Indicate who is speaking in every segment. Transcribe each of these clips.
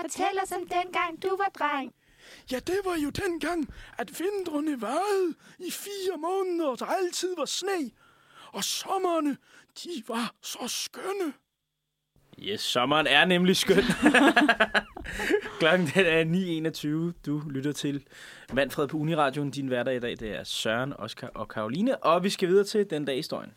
Speaker 1: Fortæl os om dengang, du var dreng.
Speaker 2: Ja, det var jo dengang, at vintrene varede i fire måneder, og der altid var sne. Og sommerne, de var så skønne.
Speaker 3: Yes, sommeren er nemlig skøn. Klokken den er 9.21. Du lytter til Manfred på Uniradioen. Din hverdag i dag, det er Søren, Oscar og Karoline. Og vi skal videre til den dag i historien.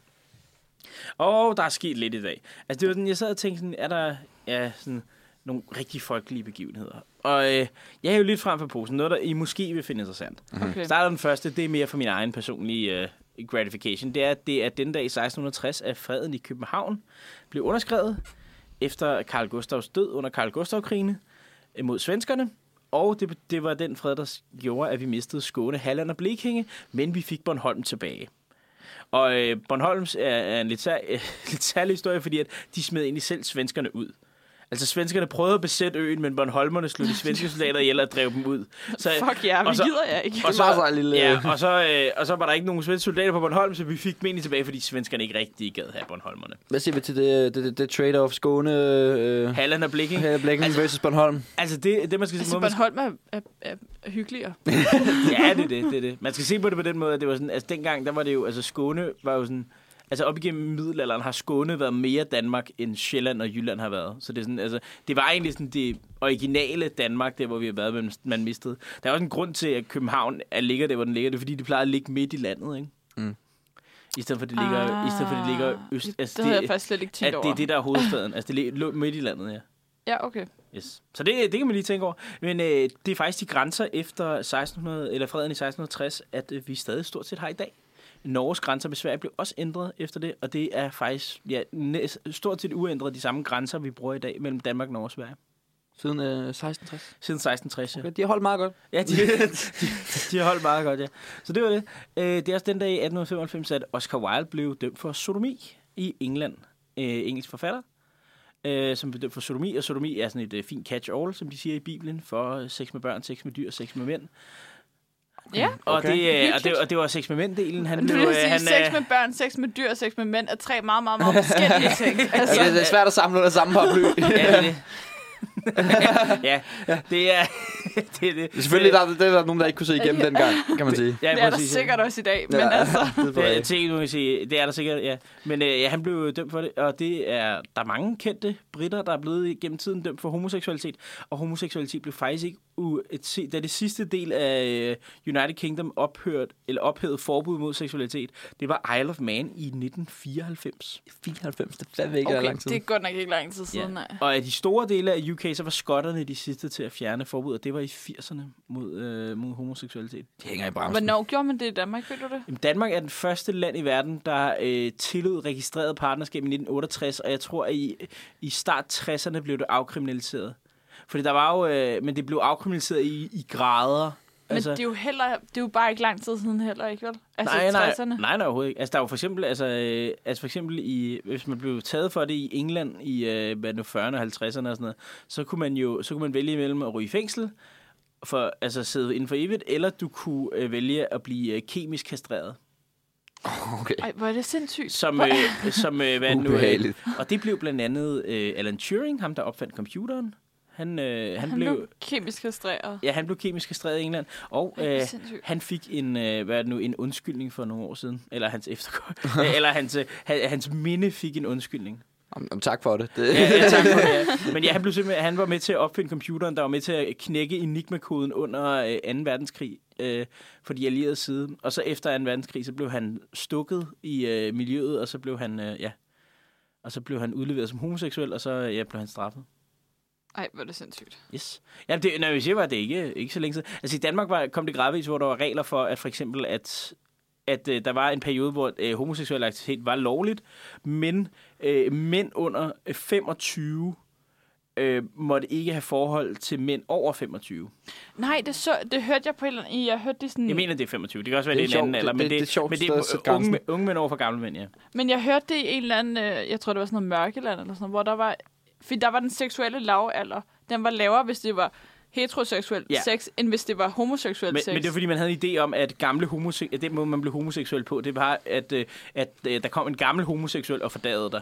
Speaker 3: Og der er sket lidt i dag. Altså, det var sådan, jeg sad og tænkte, sådan, er der ja, sådan, nogle rigtig folkelige begivenheder? Og øh, jeg er jo lidt frem for posen. Noget, der I måske vil finde interessant.
Speaker 4: Okay.
Speaker 3: Starter den første, det er mere for min egen personlige uh, gratification. Det er, at det er den dag i 1660, at freden i København blev underskrevet efter Karl Gustavs død under Karl Gustav-krigene øh, mod svenskerne. Og det, det var den fred, der s- gjorde, at vi mistede Skåne, Halland og Blekinge, men vi fik Bornholm tilbage. Og øh, Bornholms er, er en lidt, sær, øh, lidt særlig historie, fordi at de smed egentlig selv svenskerne ud. Altså, svenskerne prøvede at besætte øen, men Bornholmerne slog de svenske soldater ihjel og drev dem ud. Så,
Speaker 4: Fuck jer, vi
Speaker 3: og så-
Speaker 4: gider jeg ikke.
Speaker 3: og
Speaker 5: Det var så en lille...
Speaker 3: Ja, og så, øh, og så var der ikke nogen svenske soldater på Bornholm, så vi fik dem egentlig tilbage, fordi svenskerne ikke rigtig gad have Bornholmerne.
Speaker 5: Hvad siger vi til
Speaker 3: øh,
Speaker 5: det, det, det, det trade-off Skåne... Øh,
Speaker 3: Halland og Blik, ikke?
Speaker 5: her Blækken
Speaker 3: Altså-
Speaker 5: altså, versus Bornholm.
Speaker 3: Altså, det, det man skal se
Speaker 4: Altså,
Speaker 3: på, man skal,
Speaker 4: Bornholm er, er, er, er hyggeligere.
Speaker 3: ja, det er det, det er det. Man skal se på det på den måde, at det var sådan, altså dengang, der var det jo, altså Skåne var jo sådan, altså op igennem middelalderen har Skåne været mere Danmark, end Sjælland og Jylland har været. Så det er sådan, altså, det var egentlig sådan det originale Danmark, der hvor vi har været, men man mistede. Der er også en grund til, at København er, ligger der, hvor den ligger. Det er fordi, det plejer at ligge midt i landet, ikke?
Speaker 5: Mm.
Speaker 3: I stedet for, det ligger, i stedet for, det ligger øst.
Speaker 4: Ah, det, det, havde jeg faktisk slet ikke
Speaker 3: at
Speaker 4: tænkt over.
Speaker 3: det er det, der er hovedstaden. altså, det lig- lå midt i landet, ja.
Speaker 4: Ja, okay.
Speaker 3: Yes. Så det, det kan man lige tænke over. Men øh, det er faktisk de grænser efter 1600, eller freden i 1660, at øh, vi stadig stort set har i dag. Norges grænser med Sverige blev også ændret efter det, og det er faktisk ja, næst, stort set uændret de samme grænser, vi bruger i dag mellem Danmark, Norge og Sverige.
Speaker 5: Siden øh, 1660.
Speaker 3: Siden 1660, ja.
Speaker 5: Okay, de har holdt meget godt.
Speaker 3: Ja, de, de, de har holdt meget godt, ja. Så det var det. Øh, det er også den dag i 1895, at Oscar Wilde blev dømt for sodomi i England. Øh, engelsk forfatter, øh, som blev dømt for sodomi. Og sodomi er sådan et øh, fint catch-all, som de siger i Bibelen, for øh, sex med børn, sex med dyr, sex med mænd.
Speaker 4: Ja,
Speaker 3: Og,
Speaker 5: Okay.
Speaker 3: det, øh, og, det,
Speaker 4: Hyggeligt.
Speaker 3: og det var sex med mænd-delen. Han
Speaker 4: Men det
Speaker 3: blev...
Speaker 4: vil
Speaker 3: Øh,
Speaker 4: sige,
Speaker 3: han,
Speaker 4: sex
Speaker 3: øh,
Speaker 4: med børn, sex med dyr og sex med mænd er tre meget, meget, meget forskellige ting.
Speaker 5: Altså,
Speaker 4: Altså,
Speaker 5: det, det, er svært at samle under samme paraply.
Speaker 3: ja, det er det. ja, det er det. Er det.
Speaker 5: Selvfølgelig, der, det er der nogen, der ikke kunne se igennem dengang, kan man sige.
Speaker 3: ja,
Speaker 4: det er der
Speaker 3: præcis, ja.
Speaker 4: sikkert også i dag, men altså...
Speaker 5: det ved jeg
Speaker 3: Det er
Speaker 5: ikke.
Speaker 3: ting, du kan sige. Det er der sikkert, ja. Men øh, ja, han blev øh, dømt for det, og det er, der er mange kendte britter, der er blevet gennem tiden dømt for homoseksualitet. Og homoseksualitet blev faktisk ikke, u- et, se- da det sidste del af øh, United Kingdom ophørt, eller ophævede forbud mod seksualitet, det var Isle of Man i 1994.
Speaker 5: 94, det er fandme ikke okay,
Speaker 4: Okay,
Speaker 5: lang tid.
Speaker 4: det er godt nok ikke lang tid siden, nej.
Speaker 3: Og af de store dele af UK, så var skotterne de sidste til at fjerne forbud, og det var i 80'erne mod, øh, mod homoseksualitet.
Speaker 5: Det hænger i bremsen.
Speaker 4: Hvornår gjorde man det i Danmark, ved du det?
Speaker 3: Jamen, Danmark er den første land i verden, der øh, tillod registreret partnerskab i 1968, og jeg tror, at i, i start 60'erne blev det afkriminaliseret. Fordi der var jo, øh, men det blev afkriminaliseret i, i grader. Altså,
Speaker 4: Men det er jo heller, det er jo bare ikke lang tid siden heller, ikke vel? Altså
Speaker 3: nej,
Speaker 4: i
Speaker 3: nej,
Speaker 4: 60'erne.
Speaker 3: nej, nej, overhovedet ikke. Altså, der var for eksempel, altså, øh, altså for eksempel i, hvis man blev taget for det i England i øh, hvad er det nu, 40'erne og 50'erne og sådan noget, så kunne man jo så kunne man vælge imellem at ryge i fængsel, for, altså sidde inden for evigt, eller du kunne øh, vælge at blive øh, kemisk kastreret.
Speaker 5: Okay.
Speaker 4: Ej, hvor er det sindssygt.
Speaker 3: Som,
Speaker 4: Hvor-
Speaker 3: øh, som øh, hvad er det nu, øh,
Speaker 5: Ubehageligt.
Speaker 3: Og det blev blandt andet øh, Alan Turing, ham der opfandt computeren. Han, øh, han,
Speaker 4: han,
Speaker 3: han blev,
Speaker 4: blev kemisk kastreret.
Speaker 3: ja, han blev kemisk kastreret i England, og
Speaker 4: Ej, hvor er
Speaker 3: øh,
Speaker 4: det sindssygt.
Speaker 3: han fik en, øh, hvad er det nu, en undskyldning for nogle år siden, eller hans efterkommer, eller hans, øh, han- hans minde fik en undskyldning.
Speaker 5: Om, om, tak for det. det
Speaker 3: Ja, ja, tak for, det, ja. Men ja, han, blev simpelthen, han var med til at opfinde computeren, der var med til at knække Enigma-koden under øh, 2. verdenskrig øh, for de allierede side. Og så efter 2. verdenskrig, så blev han stukket i øh, miljøet, og så blev han, øh, ja, og så blev han udleveret som homoseksuel, og så øh, ja, blev han straffet.
Speaker 4: Ej, hvor er det sindssygt.
Speaker 3: Yes. Ja, det, når vi siger bare, det er ikke, ikke så længe siden. Altså i Danmark var, kom det gradvist, hvor der var regler for, at for eksempel, at, at øh, der var en periode, hvor øh, homoseksuel aktivitet var lovligt, men øh, mænd under 25 øh, måtte ikke have forhold til mænd over 25.
Speaker 4: Nej, det, så, det hørte jeg på en eller anden... Jeg hørte det sådan...
Speaker 3: Jeg mener, det er 25. Det kan også være,
Speaker 5: Hmm. Det
Speaker 3: det
Speaker 5: er
Speaker 3: er, en anden
Speaker 5: sjovt.
Speaker 3: alder,
Speaker 5: Det-
Speaker 3: men
Speaker 5: det- det er sjovt
Speaker 3: men det
Speaker 5: sted at sætte
Speaker 3: er
Speaker 5: grænsen.
Speaker 3: unge, unge mænd over for gamle mænd, ja.
Speaker 4: Men jeg hørte det i en eller anden, øh, jeg tror det var sådan noget mørkeland eller sådan noget, hvor der var, fordi der var den seksuelle lavalder, den var lavere, hvis det var heteroseksuel
Speaker 3: Ja.
Speaker 4: ja. sex, end hvis det var homoseksuel
Speaker 3: Men,
Speaker 4: sex.
Speaker 3: men det var fordi, man havde en idé om, at gamle homose- at den måde, man blev homoseksuel på, det var, at, øh, at øh, der kom en gammel homoseksuel og fordagede dig.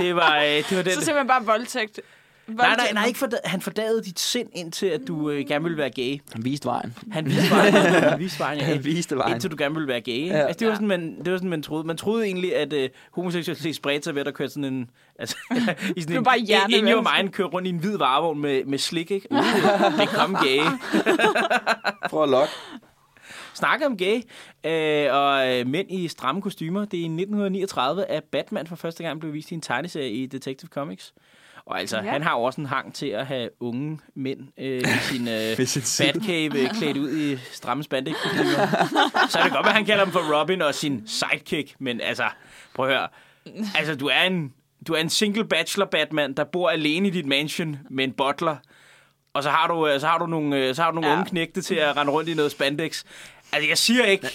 Speaker 3: det, var, øh, det var den...
Speaker 4: Så simpelthen bare voldtægt
Speaker 3: Nej, nej, nej, ikke for, han fordagede dit sind indtil, at du øh, gerne ville være gay.
Speaker 5: Han viste vejen.
Speaker 3: Han viste vejen, han viste vejen ja.
Speaker 5: Han viste vejen.
Speaker 3: Indtil du gerne ville være gay. ikke?
Speaker 5: Ja.
Speaker 3: Altså, det, var
Speaker 4: Ja.
Speaker 3: sådan, man, det var sådan, man troede. Man troede egentlig, at øh, homoseksualitet spredte sig ved, at der kørte sådan en... Altså, i sådan
Speaker 4: var bare
Speaker 3: in, in your
Speaker 4: hjernevask.
Speaker 3: mind kørte rundt i en hvid varevogn med, med slik, ikke? Uh, det kom gay.
Speaker 5: Prøv at lokke.
Speaker 3: Snakke om gay øh, og øh, mænd i stramme kostymer. Det er i 1939, at Batman for første gang blev vist i en tegneserie i Detective Comics. Og altså, ja.
Speaker 4: Ja.
Speaker 3: han har jo også en hang til at have unge mænd øh, i sin øh,
Speaker 5: Med sin sid.
Speaker 3: Batcave øh, klædt ud i stramme spandex Så er det godt, at han kalder dem for Robin og sin sidekick. Men altså, prøv at høre. Altså, du er en, du er en single bachelor Batman, der bor alene i dit mansion med en butler. Og så har du, øh, så har du nogle, øh, så har du nogle ja.
Speaker 4: Ja.
Speaker 3: unge knægte til at rende rundt i noget spandex. Altså, jeg siger ikke...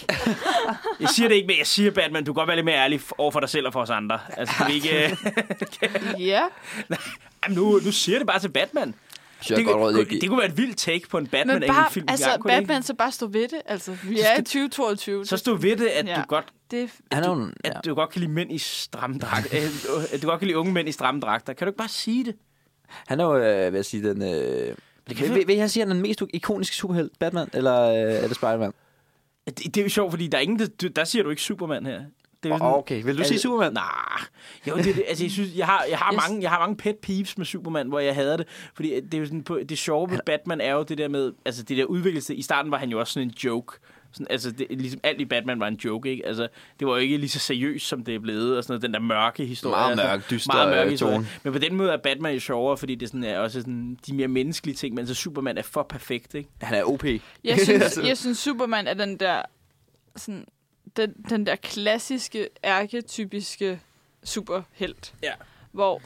Speaker 3: Jeg siger det ikke, men jeg siger, Batman, du kan godt være lidt mere ærlig f- over for dig selv og for os andre. Altså, kan vi ikke... Øh,
Speaker 4: Ja,
Speaker 3: jamen, nu, nu siger jeg det bare til Batman.
Speaker 5: Så jeg godt råd, jeg
Speaker 3: det, det, det kunne være et vildt take på en Batman
Speaker 4: men
Speaker 3: af en
Speaker 4: bare,
Speaker 3: film.
Speaker 4: altså,
Speaker 3: engang, kunne det ikke?
Speaker 4: Batman så bare stå ved det. Altså, vi er i 2022.
Speaker 3: Så stod ved det, at ja.
Speaker 4: Ja.
Speaker 3: du godt
Speaker 4: det er
Speaker 5: Han er jo en,
Speaker 3: at
Speaker 5: ja.
Speaker 3: du godt kan lide mænd i stramme dragter. Øh, at du godt kan lide unge mænd i stramme dragter. Kan du ikke bare sige det?
Speaker 5: Han er jo, øh, hvad jeg sige, den... Øh,
Speaker 3: det kan
Speaker 5: det kan
Speaker 3: vi-
Speaker 5: vil, vil, vil jeg sige, han er den mest ikoniske superhelt? Batman eller, øh, eller Spider-Man?
Speaker 3: Det, det er jo sjovt, fordi der er ingen, der, du- der siger du ikke Superman her. Det er jo
Speaker 5: Åh, okay. Vil du
Speaker 3: altså,
Speaker 5: sige Superman?
Speaker 3: Nej. Jo, det, er det, altså, jeg, synes, jeg, har, jeg, har
Speaker 4: Jeg s-
Speaker 3: mange, jeg har mange pet peeves med Superman, hvor jeg hader det. Fordi at det, er jo sådan, på, det sjove ved Batman er jo det der med, altså det der udviklelse. I starten var han jo også sådan en joke. Sådan, altså, det, ligesom alt i Batman var en joke, ikke? Altså, det var jo ikke lige så seriøst, som det er blevet, og sådan noget, den der mørke historie.
Speaker 5: Meget
Speaker 3: og sådan-
Speaker 5: mørk, dyster, øh,
Speaker 3: historie.
Speaker 5: tone.
Speaker 3: Men på den måde er Batman jo sjovere, fordi det sådan er også sådan, de mere menneskelige ting, men så Superman er for perfekt, ikke?
Speaker 5: Han er OP.
Speaker 4: Jeg
Speaker 3: Altså.
Speaker 4: synes, jeg synes Superman er den der, sådan, den, den der klassiske, ærketypiske superhelt.
Speaker 3: Ja.
Speaker 4: Hvor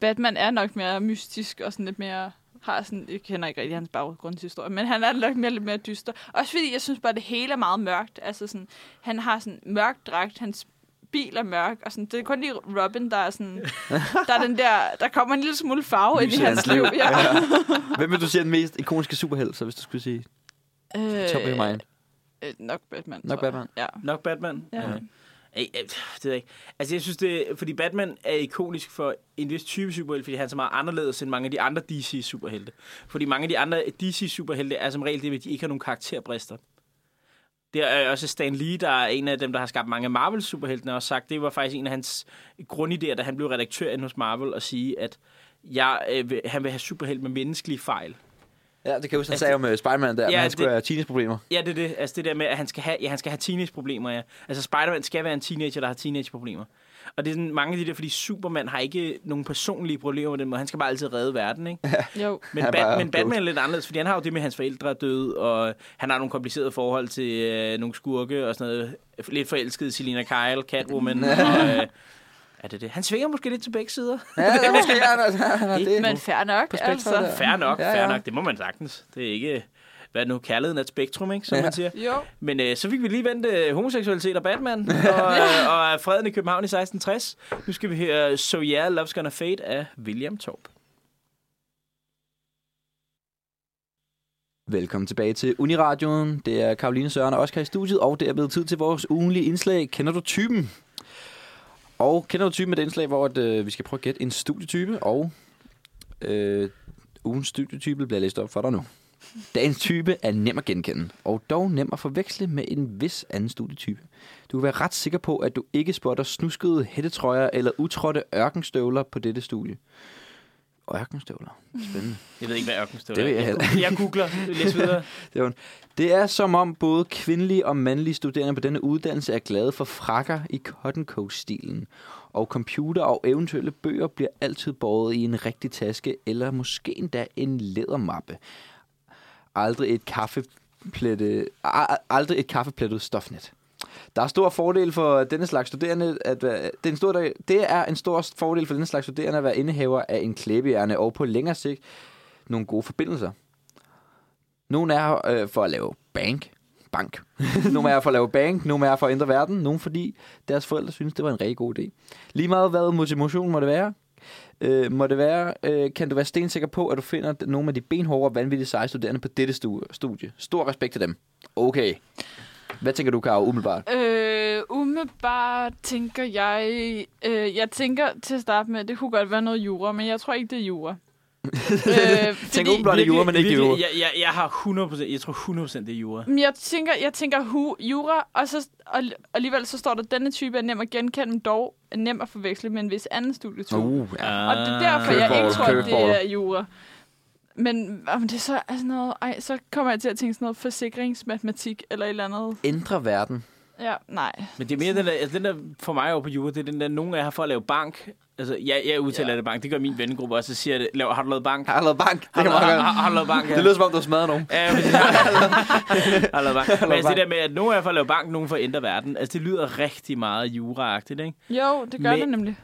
Speaker 4: Batman er nok mere mystisk og sådan lidt mere har sådan, jeg kender ikke rigtig hans baggrundshistorie, men han er nok mere lidt mere dyster. Også fordi jeg synes bare, det hele er meget mørkt. Altså sådan, han har sådan mørk dragt, hans bil er mørk, og sådan, det er kun lige Robin, der er sådan, der er den der, der kommer en lille smule farve ind i
Speaker 5: Lys i
Speaker 4: hans
Speaker 5: hans liv.
Speaker 4: liv. Ja.
Speaker 5: Hvem vil du sige er den mest ikoniske superhelt, så hvis du skulle sige
Speaker 4: Øh,
Speaker 5: top of your mind?
Speaker 4: øh, nok Batman.
Speaker 5: Nok
Speaker 4: tror jeg.
Speaker 5: Batman.
Speaker 4: Ja.
Speaker 3: Nok Batman?
Speaker 4: Ja.
Speaker 3: Ej, ej, det ved jeg ikke. Altså, jeg synes det... Fordi Batman er ikonisk for en vis type superhelte, fordi han er så meget anderledes end mange af de andre DC-superhelte. Fordi mange af de andre DC-superhelte er som regel det, med, at de ikke har nogen karakterbrister. Det er også Stan Lee, der er en af dem, der har skabt mange af Marvel-superheltene, også sagt, det var faktisk en af hans grundidéer, da han blev redaktør inde hos Marvel, at sige, at jeg, øh, vil, han vil have superhelte med menneskelige fejl.
Speaker 5: Ja, det kan jeg huske, han
Speaker 3: Altså,
Speaker 5: sagde om øh, Spider-Man der, ja,
Speaker 3: Ja,
Speaker 5: men han skulle
Speaker 3: det-
Speaker 5: have teenageproblemer.
Speaker 3: Ja, det er det. Altså det der med, at han skal have, ja, han skal have teenageproblemer, ja. Altså Spider-Man skal være en teenager, der har teenageproblemer. Og det er sådan mange af de der, fordi Superman har ikke nogen personlige problemer med den måde. Han skal bare altid redde verden, ikke?
Speaker 4: Jo.
Speaker 3: Men,
Speaker 5: Han er
Speaker 3: Bat-
Speaker 5: bare
Speaker 3: men
Speaker 5: goat.
Speaker 3: Batman er lidt anderledes, fordi han har jo det med, at hans forældre er døde, og han har nogle komplicerede forhold til øh, nogle skurke og sådan noget. Lidt forelskede Selina Kyle, Catwoman, og... Øh, er det det? Han svinger måske lidt til begge sider.
Speaker 5: Ja, det er måske, ja, altså, han er
Speaker 3: Ikke
Speaker 5: det.
Speaker 4: Men fair nok,
Speaker 5: På spektret
Speaker 4: altså.
Speaker 5: der.
Speaker 3: Fair nok,
Speaker 5: Ja,
Speaker 3: fair
Speaker 5: ja.
Speaker 3: nok. Det må man sagtens. Det er ikke... Hvad er det nu? Kærligheden er et spektrum, ikke? Som man siger.
Speaker 4: Jo.
Speaker 3: Men øh, så fik vi lige vendt øh, homoseksualitet og Batman og, øh, og freden i København i 1660. Nu skal vi høre øh, So Yeah, Love's Gonna Fade af William Taub.
Speaker 5: Velkommen tilbage til Uniradioen. Det er Karoline Søren og Oscar i studiet, og det er blevet tid til vores ugenlige indslag. Kender du typen? Og kender du typen med det indslag, hvor at, øh, vi skal prøve at gætte en studietype, og øh, ugens studietype bliver læst op for dig nu. Dagens type er nem at genkende, og dog nem at forveksle med en vis anden studietype. Du kan være ret sikker på, at du ikke spotter snuskede hættetrøjer eller utrådte ørkenstøvler på dette studie. Ørkenstøvler. Spændende.
Speaker 3: Jeg ved ikke, hvad ørkenstøvler
Speaker 5: Det ved jeg heller
Speaker 3: ikke. Jeg googler. Læs videre.
Speaker 5: Det er ondt. Det er som om både kvindelige og mandlige studerende på denne uddannelse er glade for frakker i cotton coat-stilen. Og computer og eventuelle bøger bliver altid båret i en rigtig taske, eller måske endda en lædermappe. Aldrig et kaffeplette, a- a- aldrig et kaffeplettet stofnet. Der er stor fordel for denne slags studerende at være, det, er en stor, det er en stor fordel for denne slags studerende at være indehaver af en klæbehjerne og på længere sigt nogle gode forbindelser. Nogle er her, øh, for at lave bank. Bank. nogle er her for at lave bank, nogle er her for at ændre verden, nogle fordi deres forældre synes, det var en rigtig god idé. Lige meget hvad motivation må det være, øh, må det være øh, kan du være stensikker på, at du finder d- nogle af de benhårde og vanvittige seje studerende på dette stu- studie. Stor respekt til dem. Okay. Hvad tænker du, Karo, umiddelbart?
Speaker 4: Øh, umiddelbart tænker jeg... Øh, jeg tænker til at starte med, det kunne godt være noget jura, men jeg tror ikke, det er jura. øh,
Speaker 5: Tænk åbenbart, det er jura, men ikke jura.
Speaker 3: Virkelig, jeg, jeg, jeg har 100%, jeg tror 100% det er jura.
Speaker 4: Men jeg tænker, jeg tænker hu, jura, og, så, og alligevel så står der, denne type er nem at genkende, men dog er nem at forveksle med en vis anden studietype. Uh,
Speaker 5: Uh, ja.
Speaker 3: Ah.
Speaker 4: og det er derfor, jeg ikke
Speaker 5: Curveball,
Speaker 4: tror, at
Speaker 5: curveball.
Speaker 4: det er jura. Men om det er så altså noget, ej, så kommer jeg til at tænke sådan noget forsikringsmatematik eller et eller andet.
Speaker 5: Ændre verden.
Speaker 4: Ja, nej.
Speaker 3: Men det er mere den der, altså den der for mig over på jura, det er den der, nogen af jer har for at lave bank. Altså, jeg, jeg udtaler
Speaker 5: Ja.
Speaker 3: det bank, det gør min vennegruppe også, så siger jeg det, lav, har du lavet bank?
Speaker 5: Har du lavet bank? Det
Speaker 3: Har
Speaker 5: kan
Speaker 3: du,
Speaker 5: man
Speaker 3: har,
Speaker 5: godt.
Speaker 3: har, har du lavet bank?
Speaker 5: Det lyder som om, du har smadret nogen.
Speaker 3: Ja, men det har lavet bank. Men altså, det
Speaker 5: bank.
Speaker 3: der med, at nogen af jer får lavet bank, nogen får ændre verden, altså det lyder rigtig meget juraagtigt, ikke?
Speaker 4: Jo, det gør
Speaker 3: Men-
Speaker 4: men, det nemlig.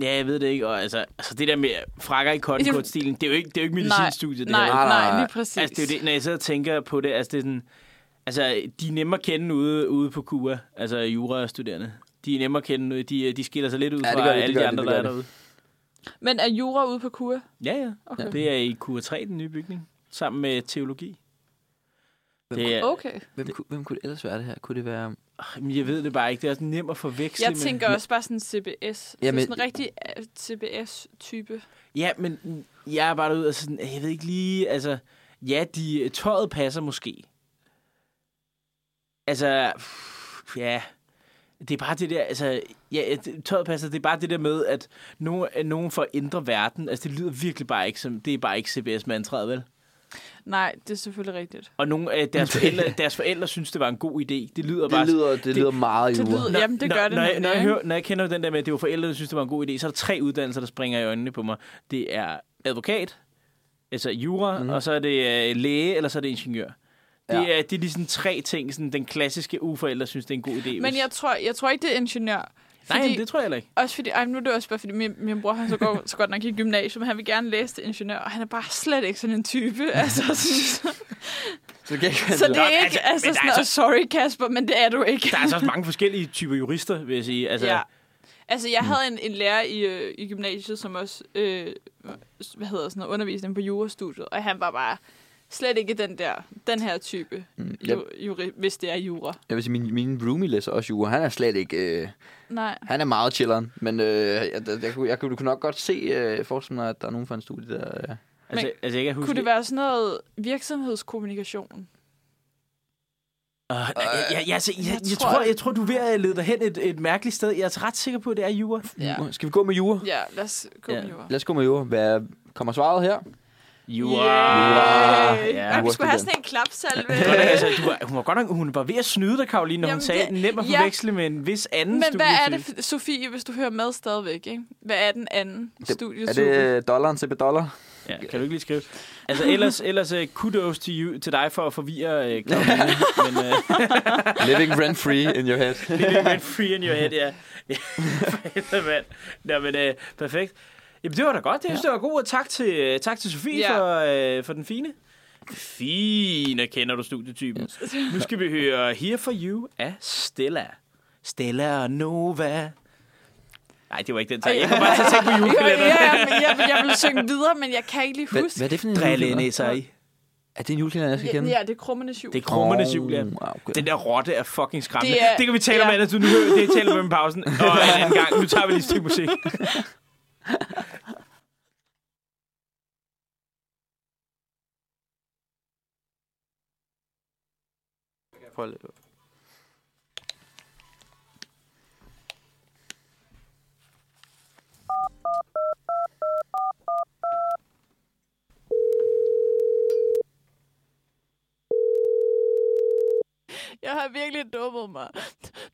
Speaker 3: Ja, jeg ved det ikke, og altså, altså det der med frakker i cotton stilen det er jo ikke, det er jo ikke medicinstudiet, det
Speaker 4: nej,
Speaker 3: her.
Speaker 5: Nej,
Speaker 4: nej,
Speaker 5: nej,
Speaker 4: nej,
Speaker 5: nej.
Speaker 4: lige præcis.
Speaker 3: Altså, det er jo det, når jeg sidder og tænker på det, altså, det er sådan, altså, de er nemme at kende ude, ude på Cuba, altså jurastuderende. De er nemme at kende, de, de skiller sig lidt ud
Speaker 5: Ja, det
Speaker 3: fra
Speaker 5: gør de, det
Speaker 3: alle
Speaker 5: gør
Speaker 3: de
Speaker 5: de,
Speaker 3: andre,
Speaker 5: det
Speaker 3: der er
Speaker 5: gør de.
Speaker 3: derude.
Speaker 4: Men er jura ude på kur?
Speaker 3: Ja, ja.
Speaker 4: Okay.
Speaker 3: Det er i Cuba 3, den nye bygning, sammen med teologi.
Speaker 5: Hvem,
Speaker 3: Det er,
Speaker 4: Okay.
Speaker 5: hvem, kunne- hvem kunne det ellers være det her? Kunne det være...
Speaker 3: Jamen, Jeg ved det bare ikke, det er sådan nemt at forveksle.
Speaker 4: Jeg
Speaker 3: med-
Speaker 4: tænker også bare sådan CBS.
Speaker 5: Jamen-
Speaker 4: Jamen, så sådan en rigtig øh, CBS-type.
Speaker 3: Ja, men jeg er bare derude, altså, sådan, jeg ved ikke lige, altså, ja, de, tøjet passer måske. Altså, pff, ja, det er bare det der, altså, ja, det- tøjet passer, det er bare det der med, at nogen, at nogen får ændre verden, altså, det lyder virkelig bare ikke som, det er bare ikke CBS-mantraet, vel?
Speaker 4: Nej, det er selvfølgelig rigtigt.
Speaker 3: Og nogle af deres forældre, deres forældre synes, det var en god idé. Det lyder bare
Speaker 5: Det lyder, det, lyder meget
Speaker 4: Det
Speaker 5: jura.
Speaker 4: lyder, jamen, det
Speaker 3: når,
Speaker 4: gør det
Speaker 3: når, jeg,
Speaker 4: nemlig,
Speaker 3: når, jeg
Speaker 4: ikke?
Speaker 3: hører, når jeg kender den der med, at det var forældre, der synes, det var en god idé, så er der tre uddannelser, der springer i øjnene på mig. Det er advokat, altså jura,
Speaker 4: Mhm.
Speaker 3: mm. og så er det øh, læge, eller så er det ingeniør. Det,
Speaker 5: Ja.
Speaker 3: er, det er de sådan tre ting, sådan den klassiske uforældre synes, det er en god idé.
Speaker 4: Men jeg tror, jeg tror ikke, det er ingeniør.
Speaker 3: Nej,
Speaker 4: fordi-
Speaker 3: men det tror jeg heller ikke.
Speaker 4: Også fordi, ej, nu er det også bare fordi, min, min bror, han så, går, så godt nok i gymnasiet, men han vil gerne læse til ingeniør, og han er bare slet ikke sådan en type. Altså, så,
Speaker 5: Så, kan jeg,
Speaker 4: så det
Speaker 3: Nå,
Speaker 4: er
Speaker 3: men altså,
Speaker 4: ikke, altså,
Speaker 3: men der
Speaker 4: sådan
Speaker 3: er
Speaker 4: noget, sorry Kasper, men det er du ikke.
Speaker 3: Der er så også mange forskellige typer jurister, vil jeg sige. Altså,
Speaker 4: Ja. Altså, jeg havde en, en lærer i, øh, i gymnasiet, som også, øh, hvad hedder sådan noget, undervisning på jurastudiet, og han var bare slet ikke den der, den her type, mm,
Speaker 5: jeg-
Speaker 4: ju, juri, hvis det er jura.
Speaker 5: jeg vil sige, min, min roomie læser også jura. Han er slet ikke... Øh,
Speaker 4: Nej.
Speaker 5: han er meget chilleren. Men øh, jeg, jeg, jeg, kunne- jeg, kunne nok godt se øh, forskellen, at der er nogen fra en studie, der... Øh,
Speaker 3: altså, altså, jeg kan huske...
Speaker 4: Kunne det være sådan noget virksomhedskommunikation?
Speaker 3: Uh, jeg, jeg, jeg, jeg, jeg, jeg, jeg,
Speaker 4: tror-
Speaker 3: tror, jeg tror, du er ved at lede dig hen et, et mærkeligt sted. Jeg er ret sikker på, at det er jura.
Speaker 4: Ja.
Speaker 5: Skal vi gå med jura?
Speaker 4: Ja, lad os gå
Speaker 3: Ja.
Speaker 4: med jura.
Speaker 5: Lad os gå med jura. Hvad kommer svaret her?
Speaker 3: Jura.
Speaker 4: Yay!
Speaker 3: Ja.
Speaker 4: Ej, vi skulle have sådan en klapsalve.
Speaker 3: Godt nok, altså, du var, hun var godt nok, hun var ved at snyde dig, Karoline, når hun
Speaker 4: Jamen,
Speaker 3: sagde,
Speaker 4: det-
Speaker 3: det, nem at
Speaker 4: ja.
Speaker 3: forveksle med en vis anden
Speaker 4: Men hvad er
Speaker 3: studietype.
Speaker 4: det, Sofie, hvis du hører med stadigvæk, ikke? Hvad er den anden
Speaker 5: Er
Speaker 4: studietype?
Speaker 5: det øh, dollaren til dollar?
Speaker 3: Ja, kan du ikke lige skrive? Altså, ellers, ellers uh, kudos til, you, til dig for at forvirre uh, Karoline, men uh,
Speaker 5: Living rent free in your head.
Speaker 3: det er jo free in your head, ja. Ja, for helvede, mand. Nå, men uh, perfekt. Jamen, det var da godt. Jeg synes, det var godt, og tak til, øh, tak til Sofie
Speaker 4: Ja.
Speaker 3: for, uh, for den fine. Fine kender du studietypen. Nu skal vi høre Here For You af Stella. Stella og Nova. Nej, det var ikke den sang. Jeg kom bare til at tænke på
Speaker 4: Jo, ja,
Speaker 3: julekalenderen.
Speaker 4: ja, men jeg, jeg ville synge videre, men jeg kan ikke lige huske.
Speaker 5: er det for en
Speaker 3: Drille næser i.
Speaker 5: Er det en julekalender, jeg skal kende?
Speaker 4: Ja, det er krummernes jul.
Speaker 3: Det er krummernes jul, ja.
Speaker 5: Okay.
Speaker 3: Den der rotte er fucking skræmmende.
Speaker 4: Det
Speaker 3: Det,
Speaker 4: er-
Speaker 3: er, det kan vi tale om
Speaker 4: ja.
Speaker 3: andet. Du nu hører det taler vi om i pausen. Og en anden gang. Nu tager vi lige et stykke musik.
Speaker 5: Prøv lidt.
Speaker 4: Jeg har virkelig dummet mig.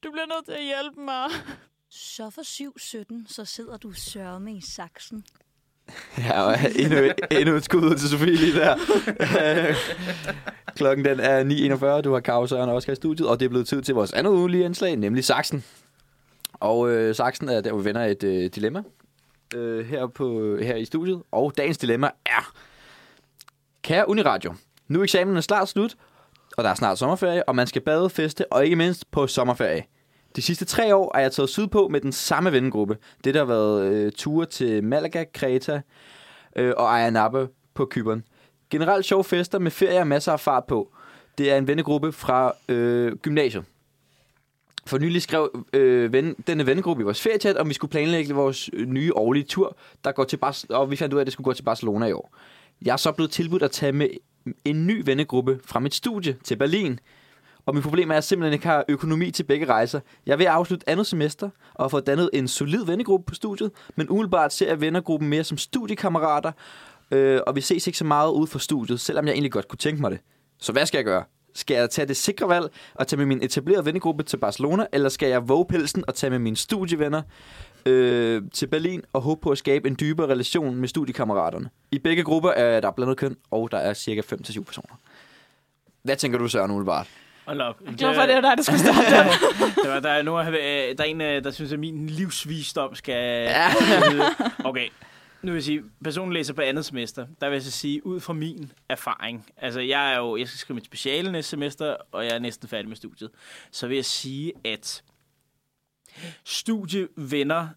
Speaker 4: Du bliver nødt til at hjælpe mig.
Speaker 6: Så for 7-17, så sidder du sørme i saksen.
Speaker 5: Ja, og endnu, endnu et skud ud til Sofie lige der. Øh, Klokken den er 9.41. Du har Karo Søren og Oscar i studiet, og det er blevet tid til vores andet ugenlige indslag, nemlig Saxen. Og øh, Saxen er der, hvor vi vender et øh, dilemma øh, her, på, her i studiet. Og dagens dilemma er... Kære Uniradio, nu er eksamen er snart slut, og der er snart sommerferie, og man skal bade, feste og ikke mindst på sommerferie. De sidste tre år er jeg taget sydpå med den samme vennegruppe. Det der har været øh, ture til Malaga, Kreta, øh, og Ayia Napa på Kyberen. Generelt sjove fester med ferie og masser af fart på. Det er en vennegruppe fra øh, gymnasiet. For nylig skrev øh, ven, denne vennegruppe i vores feriechat, om vi skulle planlægge vores øh, nye årlige tur, der går til Bar- og vi fandt ud af, at det skulle gå til Barcelona i år. Jeg er så blevet tilbudt at tage med en ny vennegruppe fra mit studie til Berlin. Og mit problem er, at jeg simpelthen ikke har økonomi til begge rejser. Jeg vil afslutte andet semester og har fået dannet en solid vennegruppe på studiet, men umiddelbart ser jeg vennegruppen mere som studiekammerater, øh, og vi ses ikke så meget ude for studiet, selvom jeg egentlig godt kunne tænke mig det. Så hvad skal jeg gøre? Skal jeg tage det sikre valg og tage med min etablerede vennegruppe til Barcelona, eller skal jeg våge pelsen og tage med mine studievenner øh, til Berlin og håbe på at skabe en dybere relation med studiekammeraterne? I begge grupper er der blandet køn, og der er cirka 5-7 personer. Hvad tænker du, Søren, umiddelbart?
Speaker 3: Hold op. Det,
Speaker 4: Hvorfor det var dig, der skulle starte der?
Speaker 3: der, var- der, er nogen, øh, der er en, øh, der synes, at min livsvisdom skal...
Speaker 5: Ja.
Speaker 3: okay. Nu vil jeg sige, personen læser på andet semester. Der vil jeg så sige, ud fra min erfaring. Altså, jeg er jo... Jeg skal skrive mit speciale næste semester, og jeg er næsten færdig med studiet. Så vil jeg sige, at studievenner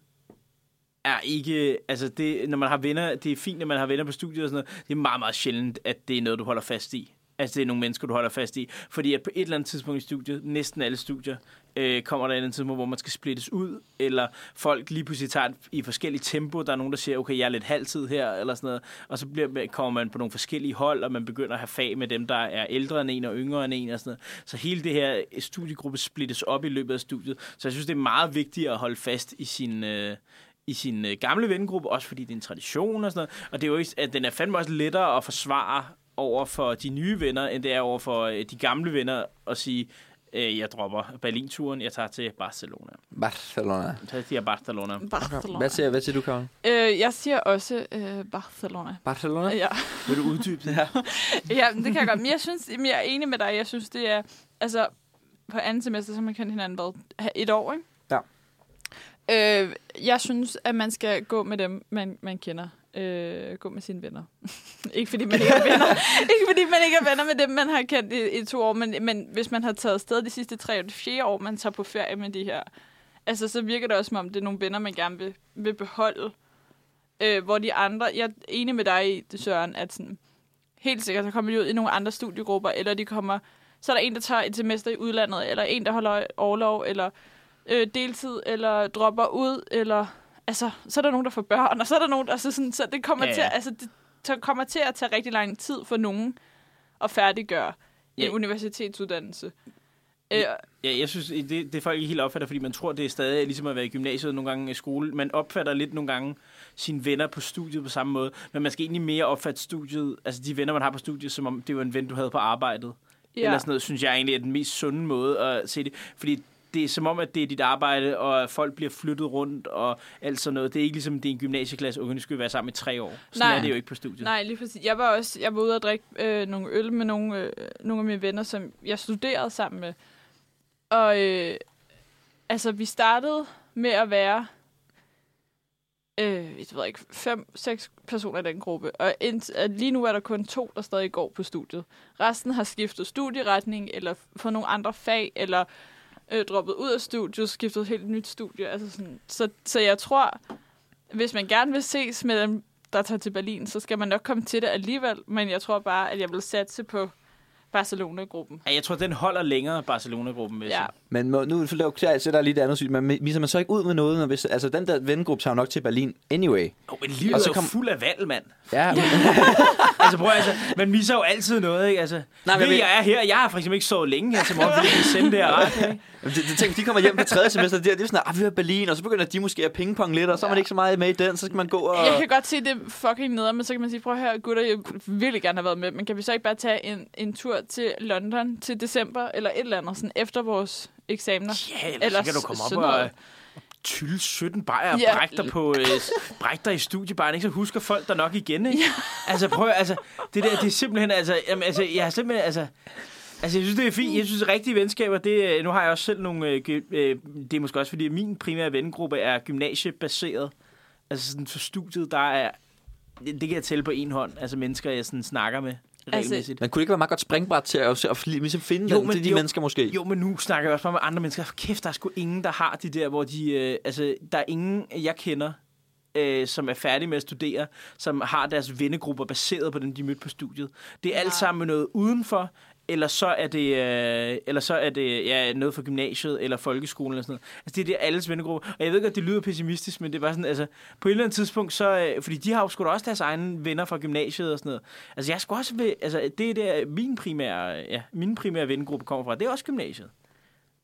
Speaker 3: er ikke... Altså, det, når man har venner... Det er fint, at man har venner på studiet og sådan noget. Det er meget, meget sjældent, at det er noget, du holder fast i. Altså, det er nogle mennesker, du holder fast i. Fordi at på et eller andet tidspunkt i studiet, næsten alle studier, øh, kommer der et eller andet tidspunkt, hvor man skal splittes ud, eller folk lige pludselig tager det i forskellige tempo. Der er nogen, der siger, okay, jeg er lidt halvtid her, eller sådan noget. Og så bliver, kommer man på nogle forskellige hold, og man begynder at have fag med dem, der er ældre end en og yngre end en, og sådan noget. Så hele det her øh, studiegruppe splittes op i løbet af studiet. Så jeg synes, det er meget vigtigt at holde fast i sin... Øh, i sin øh, gamle vennegruppe, også fordi det er en tradition og sådan noget. Og det er jo ikke, at den er fandme også lettere at forsvare over for de nye venner, end det er over for øh, de gamle venner at sige, øh, jeg dropper Berlin-turen, jeg tager til Barcelona.
Speaker 5: Barcelona.
Speaker 3: Så jeg siger Barcelona.
Speaker 4: Barcelona.
Speaker 5: Hvad siger, hvad siger du, Karin?
Speaker 4: Øh, jeg siger også øh, Barcelona.
Speaker 5: Barcelona?
Speaker 4: Ja.
Speaker 3: Vil du uddybe det?
Speaker 4: ja, men det kan jeg godt. Men jeg, synes, men jeg er enig med dig. Jeg synes, det er... Altså, på andet semester, så har man kendt hinanden hvad? Et år, ikke?
Speaker 5: Ja.
Speaker 4: Øh, jeg synes, at man skal gå med dem, man, man kender. Øh, gå med sine venner. ikke, fordi man ikke er venner. ikke fordi man ikke er venner med dem, man har kendt i, i to år. Men, men hvis man har taget afsted de sidste tre eller fire år, man tager på ferie med de her... Altså, så virker det også, som om det er nogle venner, man gerne vil, vil beholde. Øh, hvor de andre... Jeg er enig med dig, i det, Søren, at sådan, helt sikkert, så kommer de ud i nogle andre studiegrupper, eller de kommer, så er der en, der tager et semester i udlandet, eller en, der holder overlov, eller øh, deltid, eller dropper ud, eller altså, så er der nogen, der får børn, og så er der nogen, der, altså sådan, så det kommer,
Speaker 3: Ja,
Speaker 4: ja,
Speaker 3: ja.
Speaker 4: ja. Til, at- altså, det t- kommer til at tage rigtig lang tid for nogen at færdiggøre
Speaker 3: Ja.
Speaker 4: en universitetsuddannelse. Øh,
Speaker 3: Ja, jeg synes, det, det folk ikke helt opfatter, fordi man tror, det er stadig ligesom at være i gymnasiet nogle gange i skole. Man opfatter lidt nogle gange sine venner på studiet på samme måde, men man skal egentlig mere opfatte studiet, altså de venner, man har på studiet, som om det var en ven, du havde på arbejdet. Ja. Eller sådan noget, synes jeg egentlig er den mest sunde måde at se det. Fordi det er som om, at det er dit arbejde, og folk bliver flyttet rundt og alt sådan noget. Det er ikke ligesom, det er en gymnasieklasse, og nu skal vi være sammen i tre år. Sådan
Speaker 4: Nej.
Speaker 3: er det jo ikke på studiet.
Speaker 4: Nej, lige præcis. Jeg var også jeg var ude og drikke øh, nogle øl med nogle, øh, nogle af mine venner, som jeg studerede sammen med. Og øh, altså, vi startede med at være, øh, jeg ved ikke, fem, seks personer i den gruppe. Og ind, øh, lige nu er der kun to, der stadig går på studiet. Resten har skiftet studieretning, eller fået nogle andre fag, eller øh, droppet ud af studiet, skiftet et helt nyt studie. Altså sådan, så, så jeg tror, hvis man gerne vil ses med dem, der tager til Berlin, så skal man nok komme til det alligevel. Men jeg tror bare, at jeg vil satse på Barcelona-gruppen.
Speaker 3: Ja, Jeg tror, den holder længere, Barcelona-gruppen. vil jeg
Speaker 4: Ja.
Speaker 3: sige.
Speaker 5: Men må, nu så der, så er der lige det andet syn. Man viser man så ikke ud med noget, når hvis, altså den der vennegruppe tager jo nok til Berlin anyway.
Speaker 3: Jo, men livet
Speaker 5: Og så
Speaker 3: er jo
Speaker 5: kom-
Speaker 3: fuld af valg, mand.
Speaker 5: Ja, men,
Speaker 3: Altså prøv at- altså, man misser jo altid noget, ikke? Altså, Nej,
Speaker 5: men jeg
Speaker 3: ved,
Speaker 5: ved-
Speaker 3: jeg er her, jeg har for eksempel ikke sovet længe her til morgen, fordi jeg kan sende det her radio, ikke?
Speaker 5: det, det, tænk, de kommer hjem på tredje semester, det er, det er sådan, at ah, vi er i Berlin, og så begynder de måske at pingpong lidt, og så er man ikke så meget med i den, så skal man gå og...
Speaker 4: Jeg kan godt se det er fucking neder, men så kan man sige, prøv at høre, gutter, jeg ville virkelig gerne have været med, men kan vi så ikke bare tage en, en tur til London til december, eller et eller andet, sådan efter vores eksamener?
Speaker 3: Ja, ellers, ellers
Speaker 4: Ellers
Speaker 3: så kan du komme op
Speaker 4: sådan noget.
Speaker 3: og tylle 17 bajer og
Speaker 4: Ja.
Speaker 3: brække dig, på, øh, brække dig i studiebaren, ikke? Så husker folk dig nok igen, ikke? Altså prøv at- altså, det der, det er simpelthen, altså, jamen, altså, jeg har simpelthen, altså, Altså, jeg synes, det er fint. Jeg synes, at rigtige venskaber, det, øh, nu har jeg også selv nogle... Øh, gy- øh, det er måske også, fordi min primære vennegruppe er gymnasiebaseret. Altså, sådan, for studiet, der er... Det det kan jeg tælle på en hånd. Altså, mennesker, jeg sådan snakker med
Speaker 4: Altså,
Speaker 3: regelmæssigt.
Speaker 5: Man kunne det ikke være meget godt springbræt til at, at ligesom finde
Speaker 3: Jo,
Speaker 5: jo, den,
Speaker 3: men-
Speaker 5: til de
Speaker 3: jo.
Speaker 5: mennesker måske.
Speaker 3: Jo, men nu snakker jeg også bare med andre mennesker. For kæft, der er sgu ingen, der har de der, hvor de... Øh, altså, der er ingen, jeg kender, øh, som er færdige med at studere, som har deres vennegrupper baseret på dem, de mødte på studiet. Det er alt sammen noget udenfor. eller så er det, øh, eller så er det ja, noget fra gymnasiet eller folkeskolen eller sådan noget. Altså, det er det alles vennegruppe. Og jeg ved godt, det lyder pessimistisk, men det er bare sådan, altså, på et eller andet tidspunkt, så, øh, fordi de har jo sgu da også deres egne venner fra gymnasiet og sådan noget. Altså, jeg skulle også, ved, altså, det er der, min primære, ja, min primære vennegruppe kommer fra, det er også gymnasiet.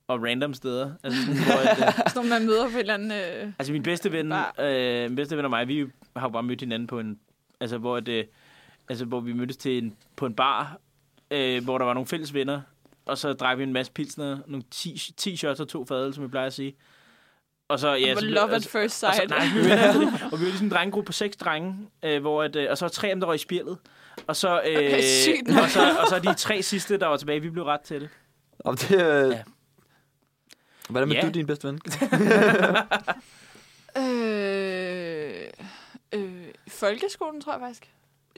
Speaker 3: Og random steder. Altså, sådan, hvor, at, øh,
Speaker 4: Sådan, når man møder på et eller andet... Øh,
Speaker 3: Altså min bedste ven,
Speaker 4: Bar.
Speaker 3: øh, min bedste ven og mig, vi har jo bare mødt hinanden på en, altså hvor det, altså hvor vi mødtes til en, på en bar, øh, hvor der var nogle fælles venner, og så drak vi en masse pilsner, nogle 10 10 shots og to fadøl, som vi plejer at sige. Og så ja,
Speaker 4: hvor
Speaker 3: så, blev-
Speaker 4: love
Speaker 3: og
Speaker 4: at
Speaker 3: så,
Speaker 4: first
Speaker 3: og så,
Speaker 4: sight.
Speaker 3: nej, vi var, altså, og vi var ligesom en drengegruppe på seks drenge, øh, hvor at, øh, og så var tre af dem, der røg i spjældet. Og så, øh,
Speaker 4: Okay, sygt nok.
Speaker 3: og, så, og så de tre sidste, der var tilbage, vi blev ret til det.
Speaker 5: Om det, øh...
Speaker 3: Ja.
Speaker 5: ja. Hvordan med
Speaker 3: Ja.
Speaker 5: ja. du, din bedste ven?
Speaker 4: Øh, øh, folkeskolen, tror jeg faktisk.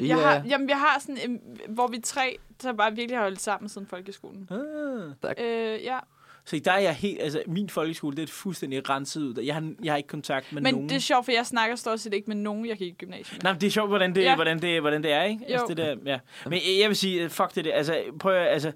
Speaker 4: Yeah. Jeg har, jamen, jeg har sådan en, hvor vi tre, der bare virkelig har holdt sammen siden folkeskolen.
Speaker 3: Ah.
Speaker 4: Øh, ja.
Speaker 3: Så der er jeg helt, altså min folkeskole, det er et fuldstændig renset ud. Jeg har, jeg har ikke kontakt med
Speaker 4: Men
Speaker 3: nogen.
Speaker 4: det er sjovt, for jeg snakker stort set ikke med nogen, jeg gik i gymnasiet med.
Speaker 3: Nej, men det er sjovt, hvordan det,
Speaker 4: Ja.
Speaker 3: ja. hvordan det, hvordan det er, ikke? Altså,
Speaker 4: Jo.
Speaker 3: det der, ja. Men jeg vil sige, fuck det der. Altså, prøv at, altså,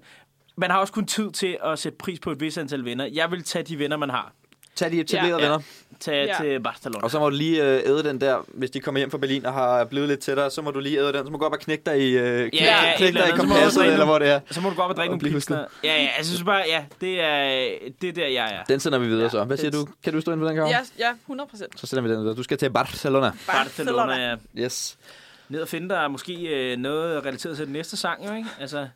Speaker 3: man har også kun tid til at sætte pris på et vis antal venner. Jeg vil tage de venner, man har.
Speaker 5: Tag de etablerede
Speaker 4: Ja.
Speaker 5: ja, ja. venner,
Speaker 3: Tag
Speaker 4: Ja.
Speaker 3: ja. til Barcelona.
Speaker 5: og så må du lige øh, æde den der, hvis de kommer hjem fra Berlin og har blevet lidt tættere, så må du lige æde den, så må du gå op og knække dig i, øh, knække,
Speaker 3: ja,
Speaker 5: ja,
Speaker 3: et
Speaker 5: knække
Speaker 3: eller
Speaker 5: dig i
Speaker 3: andet. Så må du
Speaker 5: kompasset,
Speaker 3: også
Speaker 5: eller hvor det er.
Speaker 3: Så må du gå op og drikke
Speaker 5: Og
Speaker 3: nogle
Speaker 5: blive
Speaker 3: pilsner. Ja, ja, jeg synes bare, ja, det er, det er der, jeg er.
Speaker 5: Den sender vi videre så. Hvad siger
Speaker 3: Den-
Speaker 5: du? Kan du stå ind på den, Karo?
Speaker 4: Ja, ja 100 procent.
Speaker 5: Så sender vi den videre. Du skal til Barcelona.
Speaker 3: Barcelona, ja.
Speaker 5: Yes.
Speaker 3: Ned og finde dig måske øh, noget relateret til den næste sang, jo, ikke? Altså,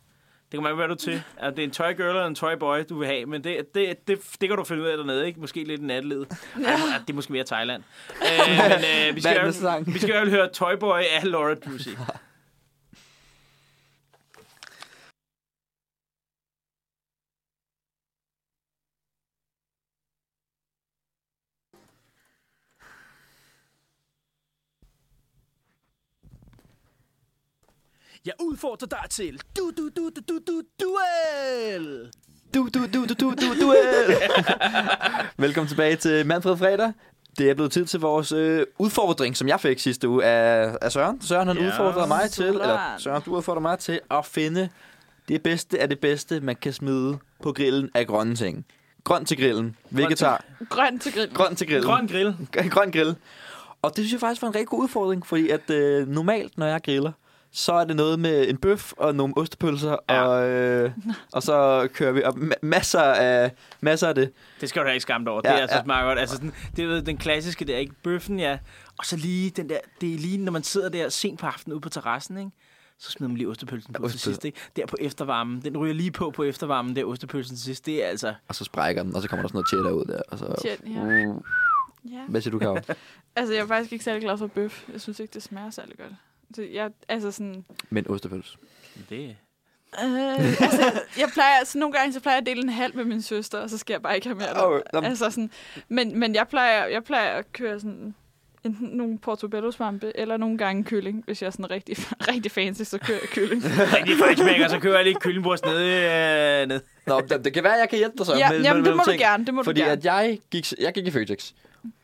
Speaker 3: det kan man være, du er til. Altså, det er en toy girl eller en toy boy, du vil have, men det, det, det, det kan du finde ud af dernede, ikke? Måske lidt i nattelivet. Ej, må- det er måske mere Thailand. Øh, men øh, vi
Speaker 5: Hvad er den
Speaker 3: skal,
Speaker 5: næste sang?
Speaker 3: vi skal jo høre Toy Boy af Laura Drusy.
Speaker 2: Jeg udfordrer dig til du du du du du du duel.
Speaker 5: Du, du, du, du, du, du, øh. duel! Velkommen tilbage til Manfred Fredag. Det er blevet tid til vores øh, udfordring, som jeg fik sidste uge af, af Søren. Søren han
Speaker 3: Ja.
Speaker 5: ja. udfordrede mig til, eller
Speaker 4: Søren.
Speaker 5: Søren, du udfordrede mig til at finde det bedste af det bedste, man kan smide på grillen af grønne ting. Grøn til grillen. Vegetar.
Speaker 4: Grøn til grillen.
Speaker 5: Grøn til grillen.
Speaker 3: Grøn grill.
Speaker 5: grøn grill. Og det synes jeg faktisk var en rigtig god udfordring, fordi at øh, normalt, når jeg griller, så er det noget med en bøf og nogle ostepølser,
Speaker 3: Ja.
Speaker 5: ja. og, øh, og så kører vi op ma- masser, af, masser af det.
Speaker 3: Det skal du da ikke skamme dig over.
Speaker 5: Ja,
Speaker 3: det er altså
Speaker 5: ja.
Speaker 3: smart godt. Altså, sådan, det er jo den klassiske, det er ikke bøffen, ja. Og så lige den der, det er lige, når man sidder der sent på aftenen ude på terrassen, ikke? Så smider man lige ostepølsen på til
Speaker 5: ostepøl.
Speaker 3: sidst, ikke? Der på eftervarmen. Den ryger lige på på eftervarmen, der ostepølsen til sidst. Det er altså...
Speaker 5: Og så sprækker den, og så kommer der sådan noget cheddar ud der. Og så,
Speaker 4: Tjen, ja. ja.
Speaker 5: hvad siger du, Karo?
Speaker 4: Altså, jeg er faktisk ikke særlig glad for bøf. Jeg synes ikke, det smager særlig godt. Så jeg, altså sådan,
Speaker 5: Men ostepølse.
Speaker 3: Det...
Speaker 4: øh, altså, jeg plejer, altså, nogle gange så plejer jeg at dele en halv med min søster, og så skal jeg bare ikke have mere.
Speaker 5: Åh, nå, men-
Speaker 4: altså, sådan, men, men jeg, plejer, jeg plejer at køre sådan, enten nogle portobello-svampe, eller nogle gange kylling. Hvis jeg er sådan rigtig, rigtig fancy, så kører jeg kylling.
Speaker 3: Rigtig frenchmaker, så kører jeg lige kyllingbors ned, øh, ned.
Speaker 5: Nå, det, det kan være, jeg kan hjælpe dig så.
Speaker 4: ja,
Speaker 5: med- med-
Speaker 4: jamen,
Speaker 5: med
Speaker 4: det
Speaker 5: nogle
Speaker 4: må du
Speaker 5: ting.
Speaker 4: gerne, det må
Speaker 5: Fordi
Speaker 4: du gerne.
Speaker 5: at jeg gik, jeg gik i Føtex.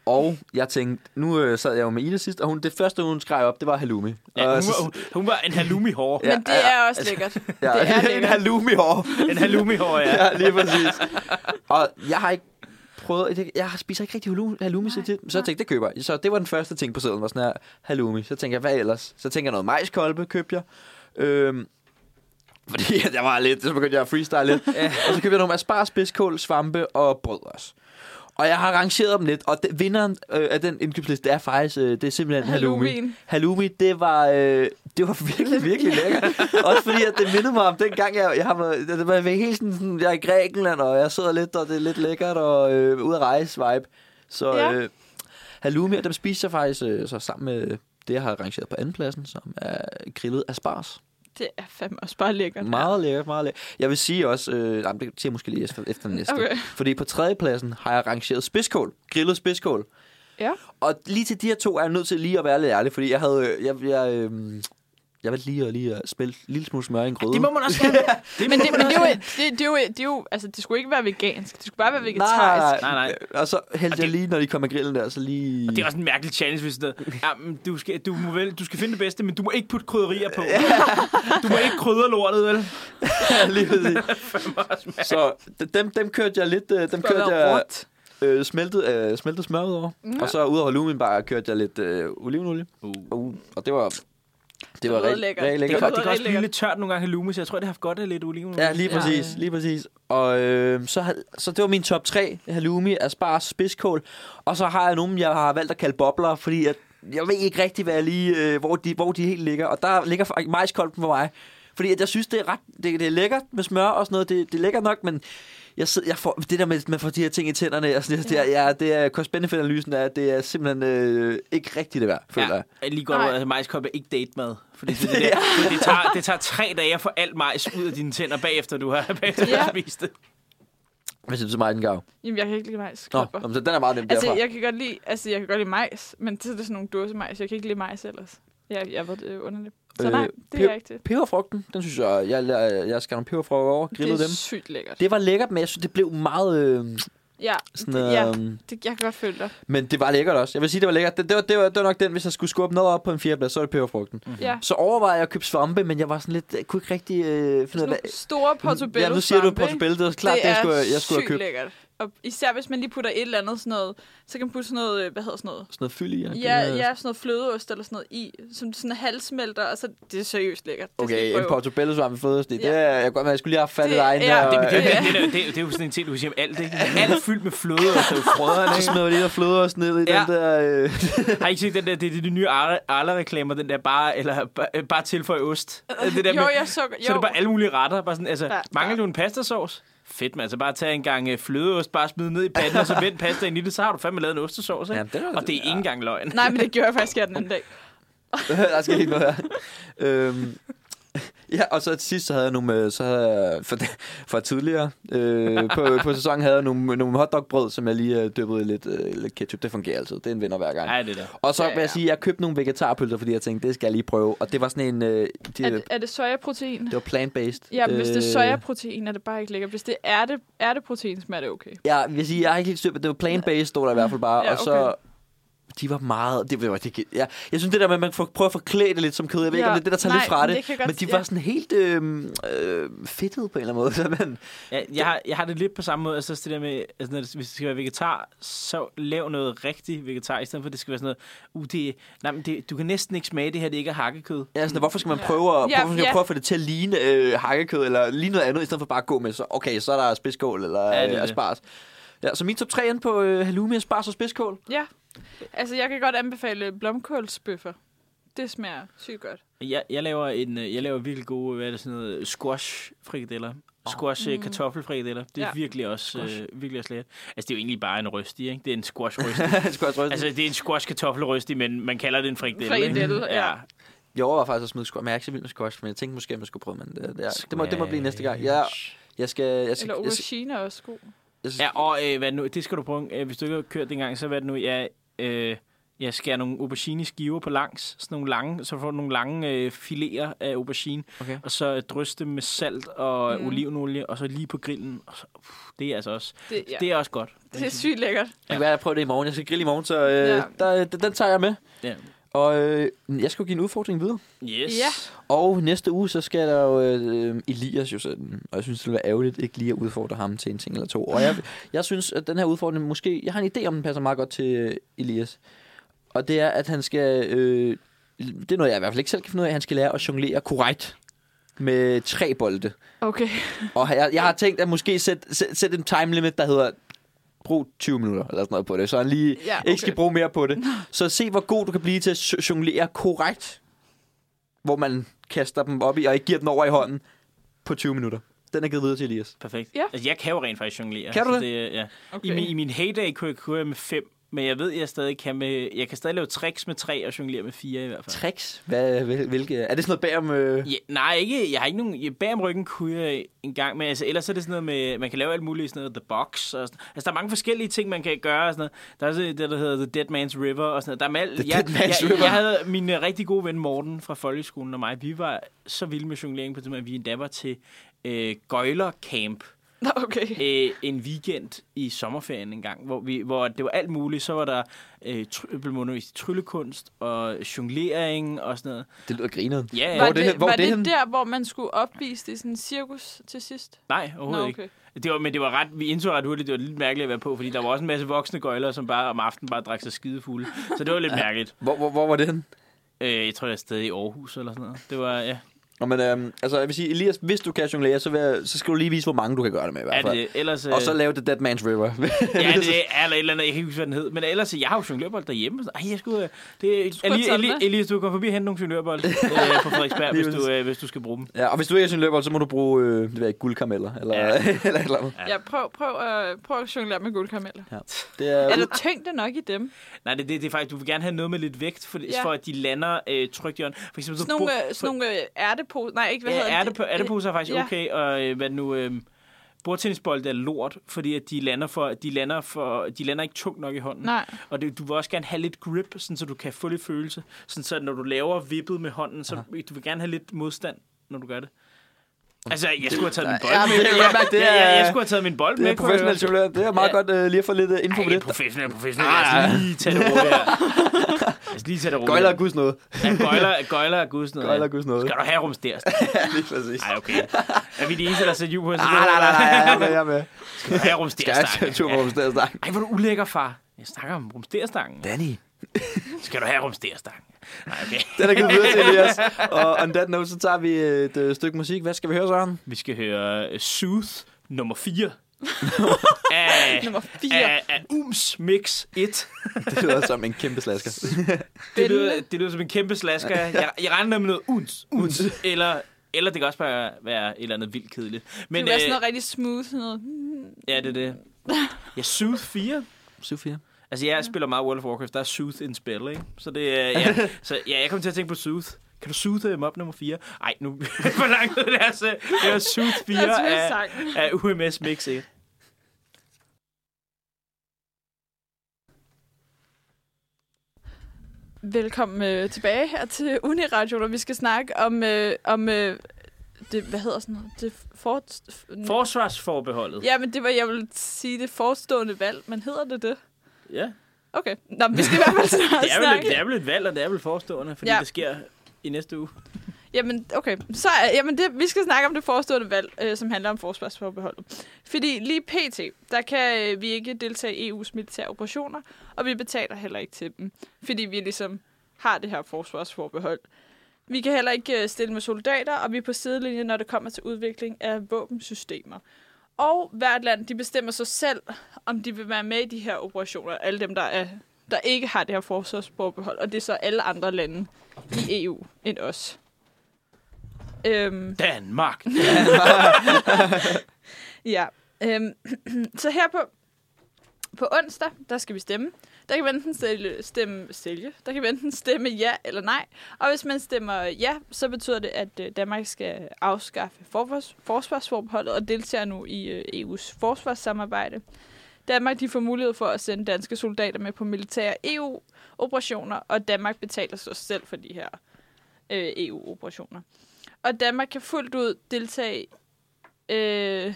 Speaker 5: Og jeg tænkte, nu øh, sad jeg jo med Ida sidst, og hun, det første, hun skreg op, det var halloumi.
Speaker 3: Ja,
Speaker 5: og
Speaker 3: hun,
Speaker 5: så-
Speaker 3: var, hun, hun var en halloumi-hår.
Speaker 4: Men det er også lækkert.
Speaker 5: ja,
Speaker 4: det er
Speaker 5: en
Speaker 4: lækkert.
Speaker 5: halloumi-hår.
Speaker 3: En halloumi-hår, ja.
Speaker 5: ja, lige præcis. Og jeg har ikke prøvet, jeg- jeg spiser ikke rigtig halloumi, halloumi så, tit. så jeg tænkte, det køber jeg. Så det var den første ting på sædlen, var sådan her, halloumi. Så tænker jeg, hvad ellers? Så tænker jeg noget majskolbe, købte jeg. Øhm, fordi at jeg var lidt, så begyndte jeg at freestyle lidt. og så købte jeg nogle asparges, spidskål, svampe og brød også. Og jeg har rangeret dem lidt, og det, vinderen øh, af den indkøbsliste, det er faktisk, øh, det er simpelthen halloumi.
Speaker 4: Halloumien.
Speaker 5: Halloumi, det var, øh, det var virkelig, virkelig lækkert. Også fordi, at det mindede mig om dengang, jeg, jeg har været, det var helt sådan, sådan, jeg er i Grækenland, og jeg sidder lidt, og det er lidt lækkert, og øh, ude at rejse vibe. Så
Speaker 4: Ja.
Speaker 5: ja. øh, halloumi, og dem spiser jeg faktisk øh, så sammen med det, jeg har rangeret på andenpladsen, som er grillet asparges.
Speaker 4: Det er fandme også bare lækkert.
Speaker 5: Meget lækkert, meget lækkert. Jeg vil sige også, øh, nej, men det siger jeg måske lige efter, efter den næste.
Speaker 4: Okay.
Speaker 5: Fordi på tredjepladsen har jeg rangeret spidskål, grillet spidskål.
Speaker 4: Ja.
Speaker 5: Og lige til de her to er jeg nødt til lige at være lidt ærlig, fordi jeg havde... øh, Jeg, jeg, øh, jeg valgte lige at, lige at spille en lille smule smør i en gryde.
Speaker 3: Det må man også gerne. det
Speaker 4: Men
Speaker 3: må man
Speaker 4: det, men det,
Speaker 3: også
Speaker 4: er jo,
Speaker 3: gerne.
Speaker 4: det, det, er jo, det er jo, altså, det skulle ikke være vegansk. Det skulle bare være vegetarisk.
Speaker 5: nej,
Speaker 3: Nej, nej.
Speaker 5: Og så hældte
Speaker 3: det-
Speaker 5: jeg lige, når de kom af grillen der, så lige...
Speaker 3: Og det er også en mærkelig challenge, hvis det ja, men du, skal, du, må vel, du skal finde det bedste, men du må ikke putte krydderier på. Du må ikke krydre lortet, vel?
Speaker 5: lige ved i. så d- dem, dem kørte jeg lidt... øh, Dem kørte jeg øh, smeltet, øh, smeltet smør ud over. Mm. Og så ud over lumen bare kørte jeg lidt øh, olivenolie.
Speaker 3: Uh.
Speaker 5: Uh, og det var... Det var
Speaker 4: lyder
Speaker 5: rigtig
Speaker 4: lækkert.
Speaker 5: rigtig
Speaker 3: Det kan,
Speaker 5: lækkert.
Speaker 4: lyder
Speaker 3: godt, det kan også
Speaker 4: rigtig
Speaker 3: blive
Speaker 4: lækkert.
Speaker 3: lidt tørt nogle gange i lume, så jeg tror, det har haft godt af lidt oliven.
Speaker 5: Mm. Ja, lige
Speaker 4: Ja.
Speaker 5: præcis, ja. lige præcis. Og øh, så, havde, så det var min top 3, halloumi, asparges, spidskål. Og så har jeg nogle, jeg har valgt at kalde bobler, fordi jeg, jeg ved ikke rigtig, hvad jeg lige, øh, hvor, de, hvor de helt ligger. Og der ligger faktisk majskolben for mig. Fordi at jeg synes, det er, ret, det, det er lækkert med smør og sådan noget. Det, det er lækkert nok, men jeg, sidder, jeg får, det der med, at man får de her ting i tænderne, og sådan, det, er, ja, det er cost-benefit-analysen, er, det er simpelthen øh, ikke rigtigt det værd, føler jeg.
Speaker 3: Ja, lige godt,
Speaker 4: Nej.
Speaker 3: over, at majskop er ikke date mad. Fordi det, det, der, fordi det, tager, det tager tre dage at få alt majs ud af dine tænder, bagefter du har, bagefter du har
Speaker 4: Ja.
Speaker 3: spist det.
Speaker 5: Hvad synes du, Martin Gav?
Speaker 4: Jamen, jeg kan ikke lide majs.
Speaker 5: Nå, jamen, så den er meget nem
Speaker 4: Altså,
Speaker 5: derfra.
Speaker 4: jeg kan godt lide, altså, jeg kan godt lide majs, men så er det sådan nogle dåsemajs. Jeg kan ikke lide majs ellers. Jeg, jeg ved det er underligt. Så
Speaker 5: Øh,
Speaker 4: nej, det er
Speaker 5: Pip-
Speaker 4: jeg ikke det.
Speaker 5: Peberfrugten, den synes jeg, jeg, jeg, jeg skal have nogle peberfrugter over, grillede
Speaker 4: det er
Speaker 5: dem.
Speaker 4: sygt lækkert.
Speaker 5: Det var lækkert, men jeg synes, det blev meget... Øh,
Speaker 4: Ja,
Speaker 5: sådan,
Speaker 4: det,
Speaker 5: øh,
Speaker 4: ja
Speaker 5: ja.
Speaker 4: det, jeg kan godt følge dig.
Speaker 5: Men det var lækkert også. Jeg vil sige, det var lækkert. Det, det, var, det, var, det var nok den, hvis jeg skulle skubbe noget op på en fjerdeplads, så var det peberfrugten. Mm.
Speaker 4: Ja.
Speaker 5: Så overvejede jeg at købe svampe, men jeg var sådan lidt... Jeg kunne ikke rigtig øh, finde ud af...
Speaker 4: Sådan
Speaker 5: hvad-
Speaker 4: nogle store portobello
Speaker 5: Ja, nu siger du portobello. Det er klart, det, jeg skulle, jeg skulle have købt
Speaker 4: lækkert. Og især hvis man lige putter et eller andet sådan noget, så kan man putte sådan noget, øh, hvad hedder sådan noget?
Speaker 5: sådan noget fyld i. og
Speaker 4: Ja,
Speaker 5: det var-
Speaker 4: ja, sådan noget flødeost eller sådan noget i, som sådan halvsmelter, og så det er seriøst lækkert. Det skal I
Speaker 5: Okay, en
Speaker 4: prøve.
Speaker 5: portobello svampe fødest. Det,
Speaker 4: Ja.
Speaker 5: er jeg godt med. Jeg skulle lige have fat i øh,
Speaker 4: Det
Speaker 5: dig.
Speaker 4: er-
Speaker 5: der,
Speaker 4: Det-
Speaker 5: og-
Speaker 3: Men det,
Speaker 4: Ja.
Speaker 3: det, det, det, det, er jo sådan en ting, du kan sige om alt, ikke? Alt er fyldt med fløde altså. og så frøderne,
Speaker 5: Så
Speaker 3: ikke?
Speaker 5: smider vi lige der fløde os ned i
Speaker 3: Ja.
Speaker 5: den der... Øh,
Speaker 3: Har I ikke set den der, det er de nye Arla-reklamer, den der bare, eller bare, bare tilføj ost? Det der
Speaker 4: jo, jeg så, jo.
Speaker 3: Så er det bare alle mulige retter. Bare sådan, altså,
Speaker 4: Ja,
Speaker 3: mangler
Speaker 4: ja.
Speaker 3: du en pastasauce? Fedt, man. Så bare tage en gang øh, flødeost, bare smide ned i panden, og så vend pastaen i det, så har du fandme lavet en ostesauce, ikke?
Speaker 5: Jamen, det
Speaker 3: og
Speaker 5: er-
Speaker 3: det er ikke engang løgn.
Speaker 4: Nej, men det gjorde jeg faktisk her den anden dag.
Speaker 5: der skal ikke noget her. øhm, ja, og så til sidst så havde jeg nogle, øh, så havde jeg, for, for tidligere øh, på, på sæsonen havde jeg nogle, nogle hotdogbrød, som jeg lige øh, dyppede i lidt, øh, lidt ketchup. Det fungerer altid. Det er en vinder hver gang.
Speaker 3: Nej, det der.
Speaker 5: Og så
Speaker 4: Ja,
Speaker 5: vil jeg
Speaker 4: ja.
Speaker 5: sige, at jeg købte nogle vegetarpølser, fordi jeg tænkte, det skal jeg lige prøve. Og det var sådan en... Øh, de,
Speaker 4: Er det, er det sojaprotein?
Speaker 5: det var plant-based.
Speaker 4: Ja, men hvis det er
Speaker 5: Øh,
Speaker 4: sojaprotein, er det bare ikke lækkert. Hvis det er det, er det protein, smager det okay.
Speaker 5: Ja, jeg vil sige, jeg har ikke helt styr på det. Det var plant-based, stod der i hvert fald bare.
Speaker 4: Ja,
Speaker 5: og så... De var meget... Det var, det, ja. Jeg synes, det der med, at man får, prøver at forklæde det lidt som kød, jeg ved ikke,
Speaker 4: Ja,
Speaker 5: om det er det, der tager
Speaker 4: nej,
Speaker 5: lidt fra
Speaker 4: men
Speaker 5: det.
Speaker 4: det kan jeg godt
Speaker 5: men de
Speaker 4: se,
Speaker 5: var
Speaker 4: ja.
Speaker 5: sådan helt øh, øh, fedtet på en eller anden måde. Så man,
Speaker 3: Ja, jeg, har, jeg har det lidt på samme måde. Altså, det der med, altså, når det, hvis det skal være vegetar, så lav noget rigtig vegetar, i stedet for, at det skal være sådan noget, uh, det, nej, men det, du kan næsten ikke smage det her, det ikke er hakkekød.
Speaker 5: ja, sådan, hvorfor skal man
Speaker 4: Ja.
Speaker 5: prøve at,
Speaker 4: Ja,
Speaker 5: hvorfor skal man
Speaker 4: ja.
Speaker 5: prøve at få det til at ligne øh, hakkekød, eller lige noget andet, i stedet for bare at gå med, så okay, så er der spidskål eller
Speaker 3: Ja,
Speaker 5: ja,
Speaker 3: det er det.
Speaker 5: asparges. Ja, så min top 3 inde på øh, halloumi, asparges og spidskål.
Speaker 4: Ja. Altså, jeg kan godt anbefale øh, blomkålsbøffer. Det smager sygt godt.
Speaker 3: Jeg, jeg, laver en, øh, jeg laver virkelig gode, hvad er det, sådan noget, squash-frikadeller. Squash mm. kartoffelfrikadeller. Det er ja.
Speaker 4: Ja.
Speaker 3: virkelig også, øh, virkelig også lækkert. Altså, det er jo egentlig bare en røsti, ikke? Det er en squash
Speaker 5: Det skulle jeg også
Speaker 3: Altså,
Speaker 5: altså,
Speaker 3: det er en squash kartoffelrøsti, men man kalder det en frikadelle. ikke?
Speaker 4: Frikadelle, ja.
Speaker 5: jeg overvejer faktisk at smide squash, men jeg er ikke så vild med squash, men jeg tænkte måske, at man skulle prøve, men det, det, er, det, må, det må blive næste gang. Jeg, jeg skal, jeg skal,
Speaker 4: Eller
Speaker 5: jeg skal, jeg skal,
Speaker 4: aubergine er også god.
Speaker 5: jeg skal
Speaker 3: Ja, og øh, hvad er det nu, det skal du prøve. Øh, Hvis du ikke har kørt den gang, så hvad er det nu, jeg, øh, jeg skærer nogle aubergine skiver på langs. Sådan nogle lange, så får du nogle lange øh, fileter af aubergine.
Speaker 5: Okay.
Speaker 3: Og så øh, drys dem med salt og mm. olivenolie, og så lige på grillen. Og så, uff, det er altså også,
Speaker 4: Det, ja.
Speaker 3: ja. det er også godt.
Speaker 4: det er sygt lækkert.
Speaker 5: Det kan være, jeg prøver det i morgen. Jeg skal grille i morgen, så øh, ja.
Speaker 4: Ja.
Speaker 5: der, øh, den, den tager jeg med.
Speaker 3: Ja.
Speaker 5: Og øh, jeg skal jo give en udfordring videre.
Speaker 3: Yes.
Speaker 4: Ja.
Speaker 5: Og næste uge, så skal der jo øh, øh, Elias jo sådan. Og jeg synes, det vil være ærgerligt ikke lige at udfordre ham til en ting eller to. Og jeg, jeg synes, at den her udfordring måske... Jeg har en idé om, den passer meget godt til øh, Elias. Og det er, at han skal... Øh, det er noget, jeg i hvert fald ikke selv kan finde ud af. Han skal lære at jonglere korrekt med tre bolde.
Speaker 4: Okay.
Speaker 5: Og jeg, jeg har tænkt at måske sætte sæt, sæt en time limit, der hedder brug 20 minutter eller sådan noget på det, så han lige ja,
Speaker 4: Ja,
Speaker 5: okay.
Speaker 4: okay.
Speaker 5: ikke skal bruge mere på det. Så se, hvor god du kan blive til at jo- jonglere korrekt, hvor man kaster dem op i, og ikke giver den over i hånden på 20 minutter. Den er givet videre til Elias.
Speaker 3: Perfekt.
Speaker 4: Ja.
Speaker 3: Altså, jeg kan jo rent faktisk jonglere.
Speaker 5: Kan du
Speaker 3: så
Speaker 5: det?
Speaker 3: det øh, ja.
Speaker 4: okay.
Speaker 3: I, min, I min heyday kunne jeg køre med fem Men jeg ved, jeg stadig kan med, jeg kan stadig lave tricks med tre og jonglere med fire i hvert fald.
Speaker 5: Tricks? Hvad, hvil- hvilke? Er det sådan noget bag om... Øh...
Speaker 3: Ja, nej, ikke, jeg har ikke nogen... ja, Bag om ryggen kunne jeg engang, men altså, ellers er det sådan noget med... Man kan lave alt muligt, sådan noget The Box og sådan, Altså, der er mange forskellige ting, man kan gøre og sådan noget. Der er også det, der hedder The Dead Man's River og sådan noget. Der er med alt,
Speaker 5: The
Speaker 3: jeg,
Speaker 5: Dead Man's
Speaker 3: jeg,
Speaker 5: River.
Speaker 3: Jeg havde min øh, rigtig gode ven Morten fra folkeskolen og mig. Vi var så vilde med jonglering på det, at vi endda var til øh, Gøjler Camp
Speaker 4: Nå, okay.
Speaker 3: øh, en weekend i sommerferien en gang, hvor, vi, hvor det var alt muligt. Så var der øh, try, blev man undervist i tryllekunst og jonglering og sådan noget.
Speaker 5: Det lyder grineren.
Speaker 3: Ja, ja.
Speaker 4: Var
Speaker 5: Hvor er det
Speaker 4: det,
Speaker 5: hen- hvor er
Speaker 4: var
Speaker 5: det
Speaker 4: det,
Speaker 5: henne?
Speaker 4: der, hvor man skulle opvise det i sådan en cirkus til sidst?
Speaker 3: Nej, overhovedet ikke. Det var, men det var ret, vi indså ret hurtigt, det var lidt mærkeligt at være på, fordi der var også en masse voksne gøjler, som bare om aftenen bare drak sig skidefulde. Så det var lidt mærkeligt.
Speaker 5: Hvor, hvor, hvor var det henne?
Speaker 3: Øh, jeg tror, jeg er stadig i Aarhus eller sådan noget. Det var, ja.
Speaker 5: Nå, men, øhm, altså, jeg vil sige, Elias, hvis du kan jonglere, så, vil jeg, så skal du lige vise, hvor mange du kan gøre det med i hvert
Speaker 3: Er
Speaker 5: fald.
Speaker 3: det, ellers, øh,
Speaker 5: Og så lave The Dead Man's River.
Speaker 3: ja, det er eller et eller andet, jeg kan ikke huske, hvad den hed. Men ellers, jeg har jo jonglørbold derhjemme. Ej, jeg skulle... øh, Det,
Speaker 4: skulle
Speaker 3: Eli,
Speaker 4: have taget
Speaker 3: Eli,
Speaker 4: med.
Speaker 3: Elias, du kan komme forbi og hente nogle jonglørbold øh, på Frederiksberg, hvis
Speaker 5: præcis.
Speaker 3: du, øh, hvis du skal bruge dem.
Speaker 5: ja, og hvis du ikke er jonglørbold, så må du bruge øh, det ved jeg ikke, guldkarameller. Eller,
Speaker 3: Ja.
Speaker 5: ja. eller, et eller andet.
Speaker 4: Ja, prøv, prøv, øh, prøv at jonglere med guldkarameller.
Speaker 5: Det er,
Speaker 4: Er der tyngde nok i dem?
Speaker 3: Nej, det, det, det er faktisk, du vil gerne have noget med lidt vægt, for,
Speaker 4: Ja.
Speaker 3: for at de lander øh, trygt i ånden. For eksempel,
Speaker 4: Sådan nogle, øh, sådan nogle øh, ærteposer. Nej, ikke hvad
Speaker 3: Ja,
Speaker 4: hedder
Speaker 3: er det, er det poser er faktisk
Speaker 4: ja.
Speaker 3: okay, og øh, hvad nu... Øh, Bordtennisbold er lort, fordi at de lander for de lander for de lander ikke tungt nok i hånden.
Speaker 4: Nej.
Speaker 3: Og det, du vil også gerne have lidt grip, sådan, så du kan få lidt følelse. Sådan, så når du laver vippet med hånden, så du vil gerne have lidt modstand, når du gør det. Altså, jeg skulle have taget min bold
Speaker 5: Ja, men
Speaker 3: med.
Speaker 5: jeg kan godt mærke, det
Speaker 3: Ja, ja, jeg
Speaker 5: er-
Speaker 3: skulle have taget min bold
Speaker 5: det er
Speaker 3: med. kunne jeg
Speaker 5: professionelt
Speaker 3: høre.
Speaker 5: jonglør. Det er meget
Speaker 3: Ja.
Speaker 5: godt øh, lige at få lidt øh, info
Speaker 3: Ej,
Speaker 5: på
Speaker 3: det er
Speaker 5: det.
Speaker 3: professionelt, professionelt. Lad os lige tage det roligt her. Lad os lige tage det roligt.
Speaker 5: Gøjler og guds noget.
Speaker 3: Ja, gøjler, gøjler er guds noget.
Speaker 5: Gøjler og guds noget.
Speaker 3: Skal du have rumsters?
Speaker 5: Lige præcis.
Speaker 3: Nej, okay. Er vi de eneste, der sætter jul på? Nej,
Speaker 5: Ah, nej, nej, nej, jeg er med, jeg er med.
Speaker 3: Her
Speaker 5: Skal jeg tage
Speaker 3: rumsterstangen.
Speaker 5: tur på rumstedet snart?
Speaker 3: Ej, hvor er du ulækker, far. Jeg snakker om rumsterstangen.
Speaker 5: Danny.
Speaker 3: Skal du have rumsterstangen? Nej, okay.
Speaker 5: Den er givet videre til Elias. Og on that note, så tager vi et øh, stykke musik. Hvad skal vi høre, Søren?
Speaker 3: Vi skal høre øh, Sooth nummer 4.
Speaker 4: Nummer 4.
Speaker 3: Af, af Ums Mix 1.
Speaker 5: Det lyder som en kæmpe slasker.
Speaker 3: Det lyder, det lyder som en kæmpe slasker. Jeg, jeg regner med noget uns, uns, eller, eller det kan også bare være et eller andet vildt kedeligt.
Speaker 4: Men,
Speaker 3: Men,
Speaker 4: det var sådan
Speaker 3: øh,
Speaker 4: noget rigtig smooth. Sådan noget.
Speaker 3: ja, det er det. Ja, Sooth 4.
Speaker 5: Sofia.
Speaker 3: Altså, jeg spiller meget World of Warcraft. Der er Sooth in spil, ikke? Så, det, øh, ja. så ja, jeg kom til at tænke på Sooth. Kan du soothe dem op nummer 4? Ej, nu for langt ud det altså. Det var Sooth 4
Speaker 4: Lad os høre
Speaker 3: af,
Speaker 4: sangen.
Speaker 3: af UMS Mix 1.
Speaker 4: Velkommen øh, tilbage her til Uniradio, hvor vi skal snakke om, øh, om øh, det, hvad hedder sådan noget? Det for, for...
Speaker 3: Forsvarsforbeholdet.
Speaker 4: Mm. Ja, men det var, jeg vil sige, det forestående valg, men hedder det det?
Speaker 3: ja.
Speaker 4: Okay, Nå, men vi skal i hvert fald
Speaker 3: Det, er vel,
Speaker 4: snakke.
Speaker 3: et- det er vel et valg, og det er vel forestående, fordi ja.
Speaker 4: Ja.
Speaker 3: det sker i næste uge.
Speaker 4: Jamen, okay. Så, øh, jamen det, vi skal snakke om det forestående valg, øh, som handler om forsvarsforbeholdet. Fordi lige pt, der kan øh, vi ikke deltage i EU's militære operationer, og vi betaler heller ikke til dem, fordi vi ligesom har det her forsvarsforbehold. Vi kan heller ikke øh, stille med soldater, og vi er på sidelinjen, når det kommer til udvikling af våbensystemer. Og hvert land, de bestemmer sig selv, om de vil være med i de her operationer, alle dem, der, er, der ikke har det her forsvarsforbehold, og det er så alle andre lande i EU end os. Øhm,
Speaker 3: Danmark.
Speaker 4: Ja. Øhm, så her på, på onsdag, der skal vi stemme. Der kan vi enten stille, stemme, stille. Der kan vi enten stemme ja eller nej. Og hvis man stemmer ja, så betyder det, at øh, Danmark skal afskaffe forfors, forsvarsforbeholdet og deltager nu i øh, EU's forsvarssamarbejde. Danmark de får mulighed for at sende danske soldater med på militære EU-operationer, og Danmark betaler sig selv for de her øh, EU-operationer. Og Danmark kan fuldt ud deltage øh,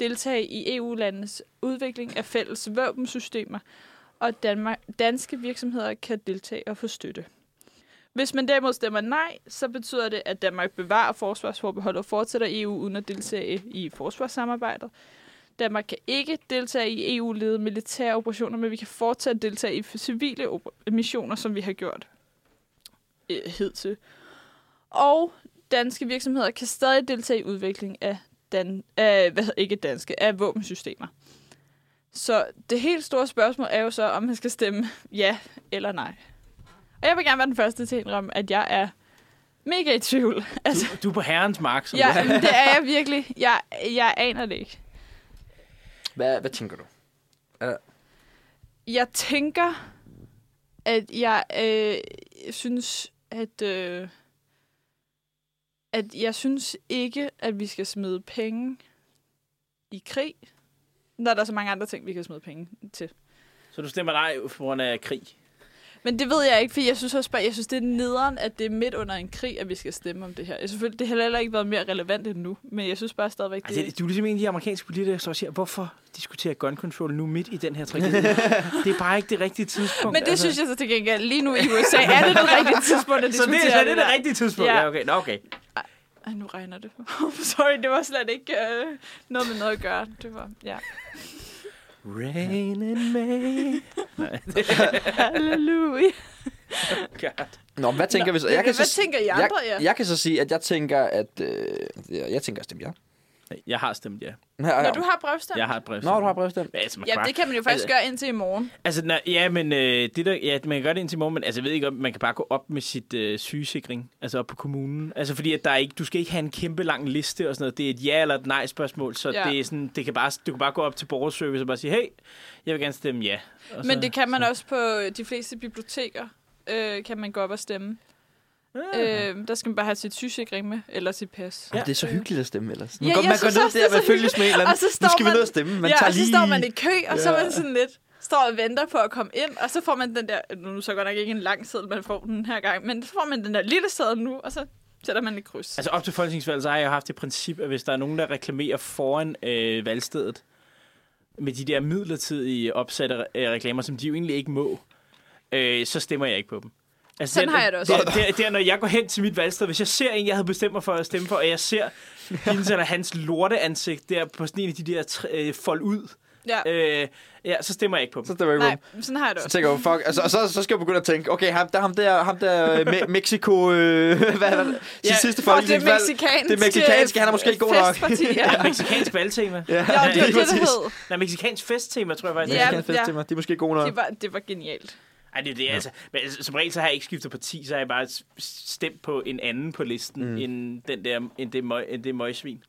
Speaker 4: deltage i EU-landenes udvikling af fælles våbensystemer, og Danmark, danske virksomheder kan deltage og få støtte. Hvis man derimod stemmer nej, så betyder det, at Danmark bevarer forsvarsforbeholdet og fortsætter i EU uden at deltage i forsvarssamarbejdet. Danmark kan ikke deltage i EU-ledede militære operationer, men vi kan fortsat deltage i civile oper- missioner, som vi har gjort øh, hidtil. Og danske virksomheder kan stadig deltage i udvikling af dan, af, hvad hedder, ikke danske, af våbensystemer. Så det helt store spørgsmål er jo så, om han skal stemme ja eller nej. Og jeg vil gerne være den første til at indrømme, at jeg er mega i tvivl. Altså,
Speaker 3: Du, du er på herrens mark. Som
Speaker 4: ja, men det er jeg virkelig. Jeg, jeg aner det ikke.
Speaker 5: Hvad, hvad tænker du?
Speaker 4: Jeg tænker, at jeg øh, synes, at... Øh, at jeg synes ikke, at vi skal smide penge i krig, når der er så mange andre ting, vi kan smide penge til.
Speaker 3: Så du stemmer nej på grund af krig?
Speaker 4: Men det ved jeg ikke, for jeg synes også bare, jeg synes, det er nederen, at det er midt under en krig, at vi skal stemme om det her. Jeg selvfølgelig, det har heller ikke været mere relevant end nu, men jeg synes bare stadigvæk,
Speaker 3: Altså,
Speaker 4: det,
Speaker 3: det, du er ligesom en af de amerikanske politikere, der står og siger, hvorfor diskuterer gun control nu midt i den her tragedie? det er bare ikke det rigtige tidspunkt. altså.
Speaker 4: Men det synes jeg så til gengæld, lige nu i USA, er det det rigtige tidspunkt at
Speaker 3: Så det,
Speaker 4: diskutere
Speaker 3: så det er det
Speaker 4: der?
Speaker 3: rigtige tidspunkt?
Speaker 4: Ja.
Speaker 3: Ja, okay. Nå, okay.
Speaker 4: Ej, nu regner det. Sorry, det var slet ikke øh, noget med noget at gøre. Det var, ja.
Speaker 3: Rain in May.
Speaker 4: Halleluja.
Speaker 3: God.
Speaker 5: Nå, hvad tænker
Speaker 4: Nå,
Speaker 5: vi så?
Speaker 4: men hvad
Speaker 5: s-
Speaker 4: tænker I andre,
Speaker 5: jeg,
Speaker 4: ja?
Speaker 5: jeg kan så sige, at jeg tænker, at... Øh, jeg jeg tænker at stemme ja.
Speaker 3: Nej, Jeg har stemt ja.
Speaker 5: Her,
Speaker 4: Når du har brevstand?
Speaker 3: Jeg har et brev.
Speaker 5: Nå, du har brevstemt.
Speaker 3: Altså, man
Speaker 4: Ja,
Speaker 3: bare-
Speaker 4: det kan man jo faktisk
Speaker 3: Altså-
Speaker 4: gøre indtil i morgen.
Speaker 3: Altså, nej, ja, men øh, det der, ja, man kan gøre det indtil i morgen, men altså, jeg ved ikke, om man kan bare gå op med sit øh, sygesikring, altså op på kommunen. Altså, fordi at der er ikke, du skal ikke have en kæmpe lang liste og sådan noget. Det er et ja eller et nej spørgsmål, så
Speaker 4: Ja.
Speaker 3: ja. det er sådan, det kan bare, du kan bare gå op til borgerservice og bare sige, hey, jeg vil gerne stemme ja. Og
Speaker 4: Men
Speaker 3: så-
Speaker 4: det kan man også på øh, de fleste biblioteker, øh, kan man gå op og stemme.
Speaker 3: Ah.
Speaker 4: Øh, der skal man bare have sit sygesikring med, eller sit pas.
Speaker 5: Ja. Det er så hyggeligt at stemme ellers.
Speaker 4: Ja,
Speaker 5: går,
Speaker 4: jeg
Speaker 5: man
Speaker 4: synes
Speaker 5: går ned
Speaker 4: også,
Speaker 5: der
Speaker 4: det er
Speaker 5: med
Speaker 4: så
Speaker 5: følges med en eller
Speaker 4: Og
Speaker 5: anden.
Speaker 4: så
Speaker 5: Nu
Speaker 4: står
Speaker 5: skal vi
Speaker 4: man-
Speaker 5: ned og stemme. Man
Speaker 4: ja,
Speaker 5: tager
Speaker 4: og så
Speaker 5: lige...
Speaker 4: står man i kø, og ja. så er
Speaker 5: Ja.
Speaker 4: man sådan lidt, står og venter på at komme ind, og så får man den der, nu er det så godt nok ikke en lang seddel, man får den her gang, men så får man den der lille seddel nu, og så sætter man et kryds.
Speaker 3: Altså op til folketingsvalget, så har jeg jo haft det princip, at hvis der er nogen, der reklamerer foran øh, valgstedet, med de der midlertidige opsatte re- øh, reklamer, som de jo egentlig ikke må, øh, så stemmer jeg ikke på dem. Altså,
Speaker 4: Sådan
Speaker 3: der-
Speaker 4: har jeg det også.
Speaker 3: Der, der, der, når jeg går hen til mit valgsted, hvis jeg ser en, jeg havde bestemt mig for at stemme for, og jeg ser hendes eller hans lorteansigt der på sådan en af de der tre, øh, fold ud,
Speaker 4: Ja.
Speaker 3: øh, ja, så stemmer jeg ikke på
Speaker 5: Så
Speaker 3: dem.
Speaker 5: stemmer jeg ikke
Speaker 4: Nej,
Speaker 5: på
Speaker 4: sådan har jeg det
Speaker 5: ham. Så
Speaker 4: også.
Speaker 5: tænker jeg, fuck, altså, og så, så skal jeg begynde at tænke, okay, ham der, ham der, ham der øh, Me- Mexico, øh, hvad er det, ja,
Speaker 4: og
Speaker 5: sidste
Speaker 4: det
Speaker 5: folketingsvalg,
Speaker 4: mexikanske,
Speaker 5: det mexikanske, han er måske ikke god nok.
Speaker 4: Festparti, ja.
Speaker 3: Ja, mexikansk valgtema. Ja.
Speaker 4: ja, det var
Speaker 5: lige
Speaker 4: det, det
Speaker 5: præcis.
Speaker 4: hed.
Speaker 3: Nej, mexikansk festtema, tror jeg faktisk.
Speaker 4: Ja,
Speaker 5: Ja, ja.
Speaker 4: ja.
Speaker 5: Til mig. Det er måske god nok.
Speaker 4: Det var, det var genialt.
Speaker 3: Ej, det er det, ja. altså. Men altså, som regel, så har jeg ikke skiftet parti, så har jeg bare s- stemt på en anden på listen, mm. end, den der, end, det møg, end det møgsvin.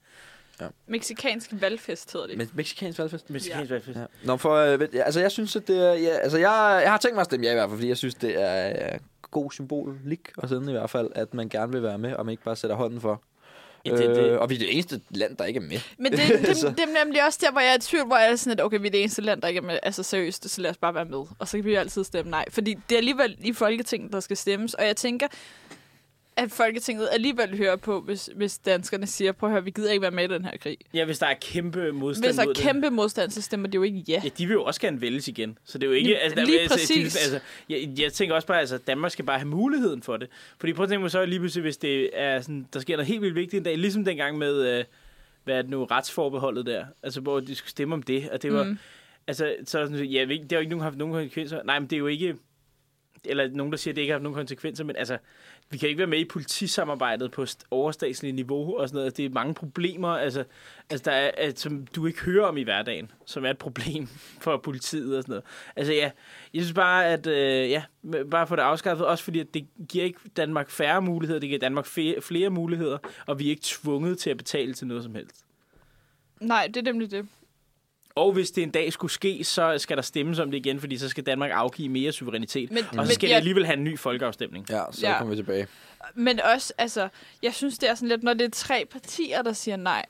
Speaker 4: Mexikansk valgfest hedder det.
Speaker 5: Men mexikansk valgfest.
Speaker 3: Mexikansk ja. valgfest.
Speaker 5: Ja. Nå, for, øh, ved- ja, altså, jeg synes, at det er, ja, altså, jeg, jeg har tænkt mig at stemme ja i hvert fald, fordi jeg synes, det er øh, god symbolik og sådan i hvert fald, at man gerne vil være med, og man ikke bare sætter hånden for.
Speaker 3: Ja, det, det,
Speaker 5: Øh, og vi er det eneste land, der ikke er med.
Speaker 4: Men det, det,
Speaker 3: Altså.
Speaker 5: Så-
Speaker 4: det, det er nemlig også der, hvor jeg er i tvivl, hvor jeg er sådan, at okay, vi er det eneste land, der ikke er med. Altså seriøst, så lad os bare være med. Og så kan vi jo altid stemme nej. Fordi det er alligevel i Folketinget, der skal stemmes. Og jeg tænker, at Folketinget alligevel hører på, hvis, hvis danskerne siger, prøv at høre, vi gider ikke være med i den her krig.
Speaker 3: ja, hvis der er kæmpe modstand
Speaker 4: Hvis der er
Speaker 3: mod det.
Speaker 4: kæmpe modstand, så stemmer de jo ikke ja.
Speaker 3: Ja, de vil jo også gerne vælges igen. Så det er jo ikke...
Speaker 4: Lige-
Speaker 3: Altså, der,
Speaker 4: lige
Speaker 3: altså,
Speaker 4: præcis.
Speaker 3: De, altså, jeg, jeg tænker også bare, altså, Danmark skal bare have muligheden for det. Fordi prøv at tænke mig så lige pludselig, hvis det er sådan, der sker noget helt vildt vigtigt en dag, ligesom dengang med, øh, hvad er det nu, retsforbeholdet der, altså hvor de skulle stemme om det, og det var...
Speaker 4: Mm.
Speaker 3: Mm. Altså, så er det sådan, ja, jeg ved ikke- det har jo ikke nogen haft nogen konsekvenser. Nej, men det er jo ikke... Eller nogen, der siger, at det ikke har haft nogen konsekvenser, men altså, vi kan ikke være med i politisamarbejdet på st- overstatsligt niveau og sådan noget. Det er mange problemer, altså, altså der er, at, som du ikke hører om i hverdagen, som er et problem for politiet og sådan noget. Altså ja, jeg synes bare, at øh, ja, m- bare få det afskaffet, også fordi at det giver ikke Danmark færre muligheder, det giver Danmark fe- flere muligheder, og vi er ikke tvunget til at betale til noget som helst.
Speaker 4: Nej, det er nemlig det.
Speaker 3: Og hvis det en dag skulle ske, så skal der stemmes om det igen, fordi så skal Danmark afgive mere suverænitet.
Speaker 4: Men-
Speaker 3: Men, og
Speaker 4: men
Speaker 3: så skal
Speaker 4: jeg-
Speaker 3: det alligevel have en ny folkeafstemning.
Speaker 5: Ja, så
Speaker 4: Ja.
Speaker 5: ja. kommer vi tilbage.
Speaker 4: Men også, altså, jeg synes, det er sådan lidt, når det er tre partier, der siger nej,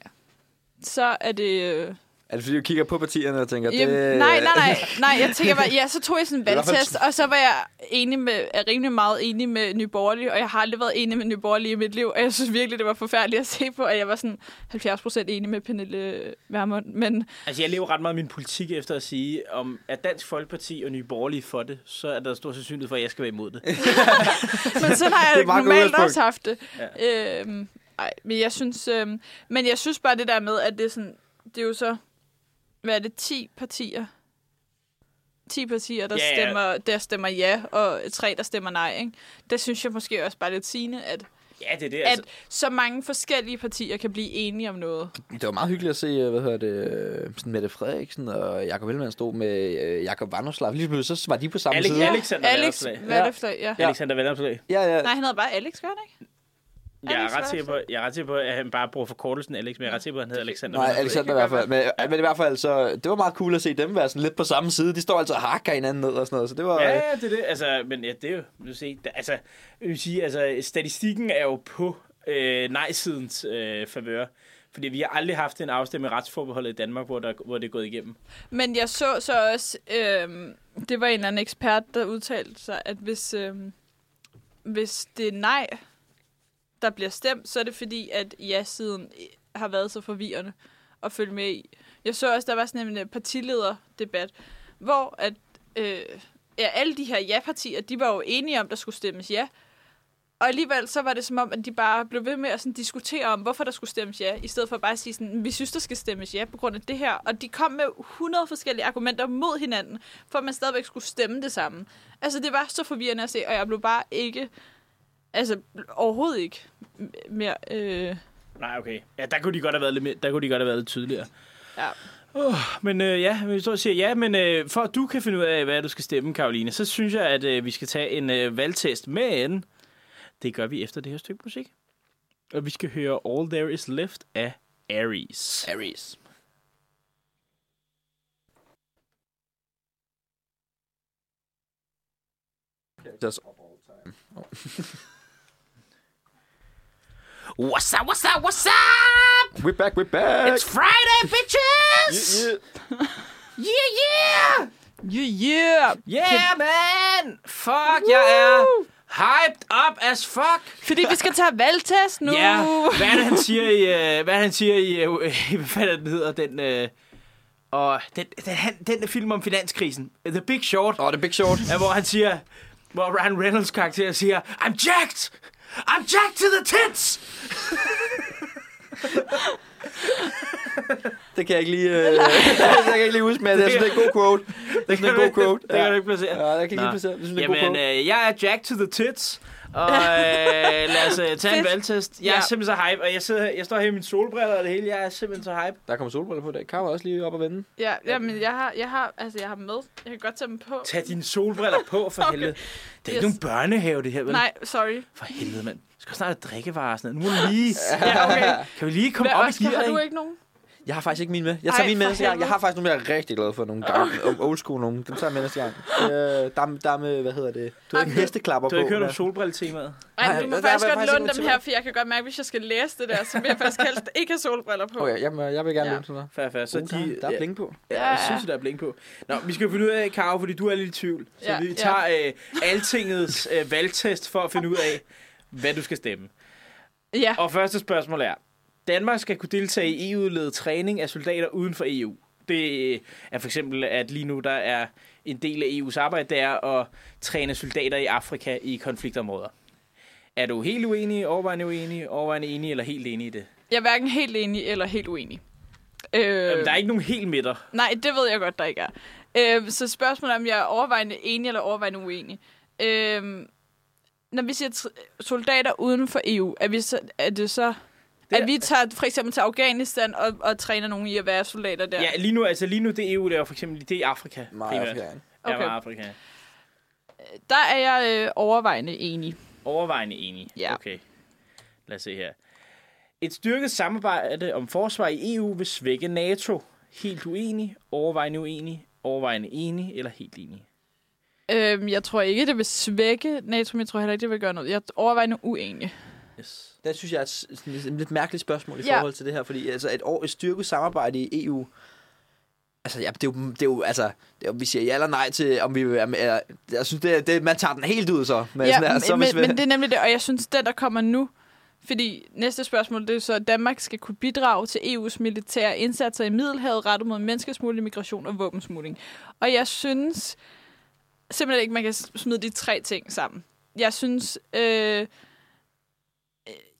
Speaker 4: så er det... Øh,
Speaker 5: Er det fordi, du kigger på partierne og tænker,
Speaker 4: Jamen,
Speaker 5: det...
Speaker 4: nej, nej, nej, nej. Jeg tænker bare, ja, så tog jeg sådan en
Speaker 5: Det er i hvert fald
Speaker 4: valgtest, og så var jeg enig med, er rimelig meget enig med Nye Borgerlige, og jeg har aldrig været enig med Nye Borgerlige i mit liv, og jeg synes virkelig, det var forfærdeligt at se på, at jeg var sådan 70 procent enig med Pernille Vermund. Men
Speaker 3: Altså, jeg lever ret meget min politik efter at sige, om at Dansk Folkeparti og Nye Borgerlige for det, så er der stor sandsynlighed for, at jeg skal være imod det.
Speaker 4: Men sådan har jeg
Speaker 5: Det er meget
Speaker 4: normalt
Speaker 5: udgangspunkt.
Speaker 4: også haft det. Ja. Øhm, ej, men jeg synes, øhm, men jeg synes bare det der med, at det er sådan, det er jo så, hvad er det, 10 partier? 10 partier, der,
Speaker 3: Ja, ja.
Speaker 4: stemmer, der stemmer ja, og tre, der stemmer nej. Ikke? Der synes jeg måske også bare er lidt sigende, at,
Speaker 3: Ja, det er det.
Speaker 4: altså. at så mange forskellige partier kan blive enige om noget.
Speaker 5: Det var meget hyggeligt at se, øh, hvad hedder det, øh, sådan Mette Frederiksen og Jakob Ellemann stod med øh, Jakob Vanderslav. Lige pludselig, så var de på samme
Speaker 3: Alex-
Speaker 5: side.
Speaker 3: Alexander
Speaker 4: Alex,
Speaker 3: Vanopslagh.
Speaker 4: Vanopslagh, ja.
Speaker 3: Alexander Vandopslag.
Speaker 5: Ja, ja.
Speaker 4: Nej, han hedder bare Alex, gør han ikke?
Speaker 3: Jeg
Speaker 4: Alex
Speaker 3: er, ret sikker på,
Speaker 4: Vanopslagh.
Speaker 3: jeg er ret sikker på, at han bare bruger forkortelsen Alex, men jeg er ret sikker på, at han hedder Alexander.
Speaker 5: Nej,
Speaker 3: Vanopslagh.
Speaker 5: Alexander i hvert fald. Men, men i hvert fald, så, det var meget cool at se dem være sådan lidt på samme side. De står altså og hakker hinanden ned og sådan noget, så det var...
Speaker 3: Ja, ja, det er det. Altså, men ja, det er jo, du se, der, altså, jeg vil sige, altså, statistikken er jo på øh, nej-sidens øh, favør. Fordi vi har aldrig haft en afstemning i retsforbeholdet i Danmark, hvor, der, hvor det er gået igennem.
Speaker 4: Men jeg så så også, øhm, det var en eller anden ekspert, der udtalte sig, at hvis, øhm, hvis det er nej, der bliver stemt, så er det fordi, at ja-siden har været så forvirrende at følge med i. Jeg så også, der var sådan en øh, partilederdebat, hvor at, øh, ja, alle de her ja-partier, de var jo enige om, der skulle stemmes ja. Og alligevel så var det som om, at de bare blev ved med at sådan diskutere om, hvorfor der skulle stemmes ja, i stedet for bare at sige sådan, vi synes, der skal stemmes ja på grund af det her. Og de kom med 100 forskellige argumenter mod hinanden, for at man stadigvæk skulle stemme det samme. Altså det var så forvirrende at se, og jeg blev bare ikke, altså overhovedet ikke m- mere, øh,
Speaker 3: Nej, okay. Ja, der kunne de godt have været lidt, mere- der kunne de godt have været lidt tydeligere.
Speaker 4: ja.
Speaker 3: Men øh, ja, hvis du siger ja, men øh, for at du kan finde ud af, hvad du skal stemme, Karoline, så synes jeg, at øh, vi skal tage en øh, valgtest. Men det gør vi efter det her stykke musik. Og vi skal høre All There Is Left af Aries.
Speaker 5: Aries. Just
Speaker 3: What's up, what's up, what's up?
Speaker 5: we're back, we're back.
Speaker 3: It's Friday, bitches!
Speaker 5: Yeah, yeah.
Speaker 3: Yeah, yeah!
Speaker 4: Yeah, yeah!
Speaker 3: Yeah, man! Fuck, jeg er hyped up as fuck!
Speaker 4: Fordi vi skal tage valgtest nu!
Speaker 3: Ja, hvad er det, han siger i... øh, hvad er det, han siger i... øh, hvad fanden er det, den hedder? Den, øh, og den, den, han, den film om finanskrisen. The Big Short.
Speaker 5: Oh, the big short.
Speaker 3: Ja, hvor han siger... Hvor Ryan Reynolds karakter siger... I'm jacked! I'm jacked to the tits!
Speaker 5: Det kan jeg ikke lige, øh, det kan jeg ikke lige huske, men det er sådan en god quote. Det er sådan en god quote.
Speaker 3: Det kan du
Speaker 5: Ja.
Speaker 3: ikke placere.
Speaker 5: Ja, jeg kan ikke lige
Speaker 3: Nå.
Speaker 5: placere. Det er sådan en god
Speaker 3: Jamen,
Speaker 5: quote.
Speaker 3: øh, jeg er Jack to the tits, og øh, lad os øh, tage en
Speaker 4: Fedt.
Speaker 3: valgtest. Jeg er
Speaker 4: Ja.
Speaker 3: simpelthen så hype, og jeg, sidder, her- jeg står her i mine solbriller og det hele. Jeg er simpelthen så hype.
Speaker 5: Der kommer solbriller på i dag. Kar var også lige op og vende.
Speaker 4: Ja, ja, men jeg har, jeg har, altså jeg har dem med. Jeg kan godt tage dem på.
Speaker 3: Tag dine solbriller på, for
Speaker 4: Okay.
Speaker 3: helvede. Det er ikke
Speaker 4: Yes.
Speaker 3: nogen børnehave, det her, vel?
Speaker 4: Nej, sorry.
Speaker 3: For helvede, mand. Vi skal snart have drikkevarer og sådan noget. Nu må vi lige...
Speaker 4: Ja, okay.
Speaker 3: Kan vi lige komme
Speaker 4: Hvad,
Speaker 3: op i
Speaker 4: Oscar,
Speaker 3: gear,
Speaker 4: har du
Speaker 3: ikke?
Speaker 4: ikke nogen?
Speaker 5: Jeg har faktisk ikke min med. Jeg tager
Speaker 4: Ej,
Speaker 5: min
Speaker 4: for
Speaker 5: med næste gang. Jeg
Speaker 4: helvede.
Speaker 5: har faktisk nogle, jeg er rigtig glad for. Nogle gamle, om- old school nogle. Dem tager jeg med næste gang. Øh, der, er- der er med, hvad hedder det? Du har ikke hesteklapper på.
Speaker 3: Du har ikke hørt om
Speaker 5: men-
Speaker 3: solbrilletemaet?
Speaker 4: Ej,
Speaker 5: Nej,
Speaker 4: du må
Speaker 5: der- der
Speaker 4: faktisk
Speaker 5: var
Speaker 4: godt
Speaker 5: faktisk
Speaker 4: låne
Speaker 5: ikke
Speaker 4: dem
Speaker 5: noget
Speaker 4: her, for jeg kan godt mærke, at hvis jeg skal læse det der, så vil jeg faktisk helst ikke have solbriller på.
Speaker 5: Okay, jeg, jeg vil gerne
Speaker 4: Ja.
Speaker 5: låne sådan noget.
Speaker 3: Fair, fair. Så
Speaker 5: Så
Speaker 3: de,
Speaker 5: der, der er bling på.
Speaker 3: Ja,
Speaker 4: Ja,
Speaker 3: jeg
Speaker 4: ja.
Speaker 3: synes, der er blink på. Nå, vi skal jo finde ud af, Karo, fordi du er lidt i tvivl. Så ja,
Speaker 4: Ja,
Speaker 3: vi
Speaker 4: ja.
Speaker 3: tager øh, altingets øh, valgtest for at finde ud af, hvad du skal stemme.
Speaker 4: Ja,
Speaker 3: Og første spørgsmål er, Danmark skal kunne deltage i EU-ledet træning af soldater uden for EU. Det øh, er for eksempel, at lige nu der er en del af EU's arbejde, det er at træne soldater i Afrika i konfliktområder. Er du helt uenig, overvejende uenig, overvejende enig eller helt enig i det?
Speaker 4: jeg er hverken helt enig eller helt uenig. Øh,
Speaker 3: Jamen, der er ikke nogen helt midter.
Speaker 4: Nej, det ved jeg godt, der ikke er. Øh, så spørgsmålet er, om jeg er overvejende enig eller overvejende uenig. Øh, når vi siger tr- soldater uden for EU, er, vi så, er det så...
Speaker 3: Det
Speaker 4: at vi tager for eksempel til Afghanistan og, og træner nogen i at være soldater der.
Speaker 3: Ja, lige nu, altså lige nu det EU laver for eksempel, det er i Afrika.
Speaker 5: Meget
Speaker 3: primært.
Speaker 5: fjern.
Speaker 3: Okay.
Speaker 4: Okay.
Speaker 3: Ja, meget Afrika.
Speaker 4: Der er jeg øh, overvejende enig.
Speaker 3: Overvejende enig.
Speaker 4: Ja.
Speaker 3: Okay. Lad os se her. Et styrket samarbejde om forsvar i EU vil svække NATO. Helt uenig, overvejende uenig, overvejende enig eller helt enig.
Speaker 4: Øhm, jeg tror ikke, det vil svække NATO, men jeg tror heller ikke, det vil gøre noget. Jeg er overvejende uenig.
Speaker 3: Yes.
Speaker 5: Det synes jeg er et, s- sådan et lidt mærkeligt spørgsmål i
Speaker 4: Ja.
Speaker 5: forhold til det her, fordi altså et, år, et styrket samarbejde i EU, altså ja, det er jo, det er jo altså, det er, jo- vi siger ja eller nej til, om vi vil være med, eller, jeg synes, det, er- det, man tager den helt ud så. Men,
Speaker 4: ja,
Speaker 5: sådan her, så
Speaker 4: men,
Speaker 5: hvis vi-
Speaker 4: men det er nemlig det, og jeg synes, den, der kommer nu, fordi næste spørgsmål, det er så, at Danmark skal kunne bidrage til EU's militære indsatser i Middelhavet rettet mod menneskesmugling, migration og våbensmugling. Og jeg synes simpelthen ikke, man kan s- smide de tre ting sammen. Jeg synes, øh, øh,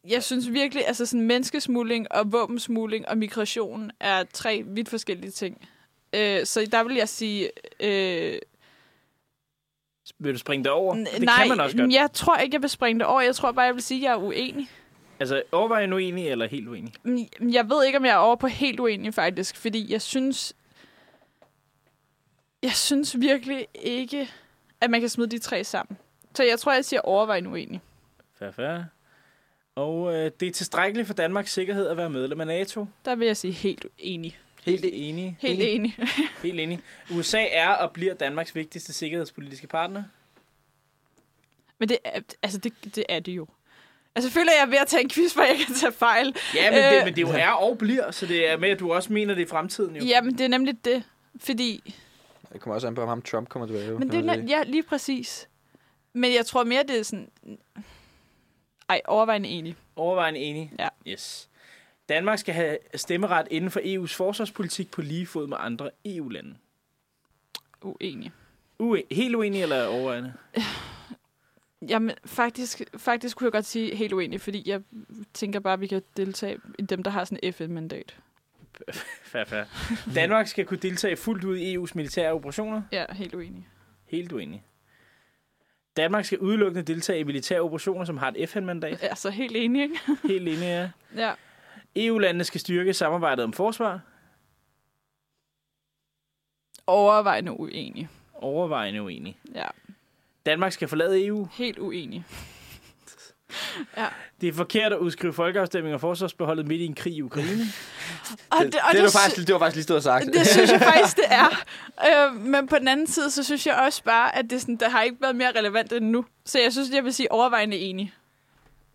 Speaker 4: jeg synes virkelig, altså sådan menneskesmugling og våbensmugling og migration er tre vidt forskellige ting. Øh, så der vil jeg sige, øh,
Speaker 3: Vil du springe det over?
Speaker 4: N-
Speaker 3: det
Speaker 4: nej,
Speaker 3: kan man også godt.
Speaker 4: jeg tror ikke, jeg vil springe det over. Jeg tror bare, jeg vil sige, at jeg er uenig.
Speaker 3: Altså overvejende uenig eller helt uenig.
Speaker 4: Men Jeg ved ikke, om jeg er over på helt uenig, faktisk. Fordi jeg synes... Jeg synes virkelig ikke, at man kan smide de tre sammen. Så jeg tror, jeg siger overvejende uenig.
Speaker 3: Fair, fair. Og øh, det er tilstrækkeligt for Danmarks sikkerhed at være medlem af NATO.
Speaker 4: Der vil jeg sige helt enig.
Speaker 3: Helt enig.
Speaker 4: Helt
Speaker 3: enig.
Speaker 4: enig.
Speaker 3: Helt enig. USA er og bliver Danmarks vigtigste sikkerhedspolitiske partner.
Speaker 4: Men det er, altså, det, det er det jo. Altså, føler jeg er ved at tage en quiz, hvor jeg kan tage fejl.
Speaker 3: Ja, men, øh, det,
Speaker 4: Øh.
Speaker 3: men det jo er og bliver, så det er med, at du også mener det i fremtiden. Jo.
Speaker 4: Jamen, det er nemlig det. Fordi...
Speaker 5: Det kommer også an på, om ham Trump kommer tilbage.
Speaker 4: Men det er, nem- ja, lige præcis. Men jeg tror mere, det er sådan... Ej, overvejende enig.
Speaker 3: Overvejende enig.
Speaker 4: Ja.
Speaker 3: Yes. Danmark skal have stemmeret inden for EU's forsvarspolitik på lige fod med andre EU-lande.
Speaker 4: Uenig.
Speaker 3: Ue- helt uenig eller overvejende?
Speaker 4: Jamen, faktisk, faktisk kunne jeg godt sige helt uenig, fordi jeg tænker bare, at vi kan deltage i dem, der har sådan et FN-mandat.
Speaker 3: Fair, fair. Danmark skal kunne deltage fuldt ud i EU's militære operationer.
Speaker 4: Ja, helt uenig.
Speaker 3: Helt uenig. Danmark skal udelukkende deltage i militære operationer, som har et FN-mandat.
Speaker 4: Altså, helt enig, ikke?
Speaker 3: Helt enig, ja.
Speaker 4: Ja.
Speaker 3: EU-landene skal styrke samarbejdet om forsvar.
Speaker 4: Overvejende uenig.
Speaker 3: Overvejende uenig.
Speaker 4: Ja,
Speaker 3: Danmark skal forlade E EU.
Speaker 4: helt uenig.
Speaker 3: Det er forkert at udskrive folkeafstemning og forsvarsbeholdet midt i en krig i Ukraine.
Speaker 4: Og
Speaker 5: det, det, det, det, var faktisk, det var faktisk lige stået og sagt.
Speaker 4: Det synes jeg faktisk, det er. Øh, men på den anden side, så synes jeg også bare, at det, sådan, det har ikke været mere relevant end nu. Så jeg synes, jeg vil sige overvejende enig.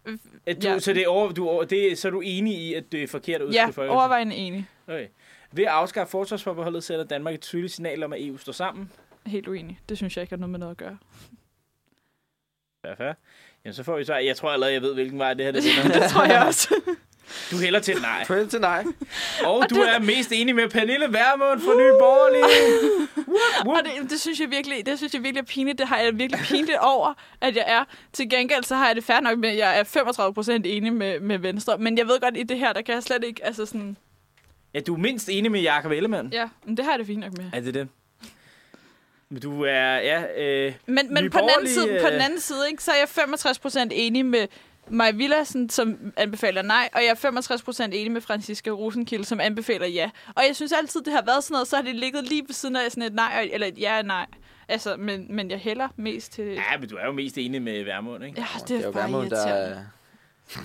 Speaker 3: Øh, Du, ja.
Speaker 4: Ja.
Speaker 3: så, det er over, du, er over- det, er- så er du enig i, at det er forkert at udskrive
Speaker 4: Ja,
Speaker 3: folkeafstemning?
Speaker 4: overvejende enig.
Speaker 3: Okay. Ved at afskaffe forsvarsforbeholdet sender Danmark et tydeligt signal om, at EU står sammen.
Speaker 4: Helt uenig. Det synes jeg ikke har noget med noget at gøre.
Speaker 3: Fair, fair. Jamen, så får vi så... Jeg tror allerede, jeg ved, hvilken vej det her det vender.
Speaker 4: det tror jeg også.
Speaker 3: Du hælder til et nej.
Speaker 5: Følg til nej.
Speaker 3: Og
Speaker 4: Og
Speaker 3: du
Speaker 4: det-
Speaker 3: er mest enig med Pernille Vermund fra Nye Borgerlige.
Speaker 4: Og det, det, synes jeg virkelig, det synes jeg virkelig er pinligt. Det har jeg virkelig pinligt over, at jeg er. Til gengæld så har jeg det fair nok med, at jeg er 35 procent enig med, med Venstre. Men jeg ved godt, i det her, der kan jeg slet ikke... Altså sådan,
Speaker 3: Ja, du er mindst enig med Jakob Ellemann.
Speaker 4: ja, men det har jeg det fint nok med.
Speaker 3: Er det det? Men du er... Ja, øh,
Speaker 4: Men,
Speaker 3: Nye
Speaker 4: men på, den anden
Speaker 3: Borgerlige,
Speaker 4: side, på
Speaker 3: øh,
Speaker 4: den anden side, ikke, så er jeg 65% enig med Maja Villersen, som anbefaler nej, og jeg er 65% enig med Franziska Rosenkilde, som anbefaler ja. Og jeg synes altid, det har været sådan noget, så har det ligget lige ved siden af sådan et nej, og- eller et ja og nej. Altså, men, men jeg hælder mest til... Ja,
Speaker 3: ja, men du er jo mest enig med Vermund, ikke?
Speaker 4: det er,
Speaker 5: jo
Speaker 4: bare
Speaker 5: Vermund, der-
Speaker 4: irriterende.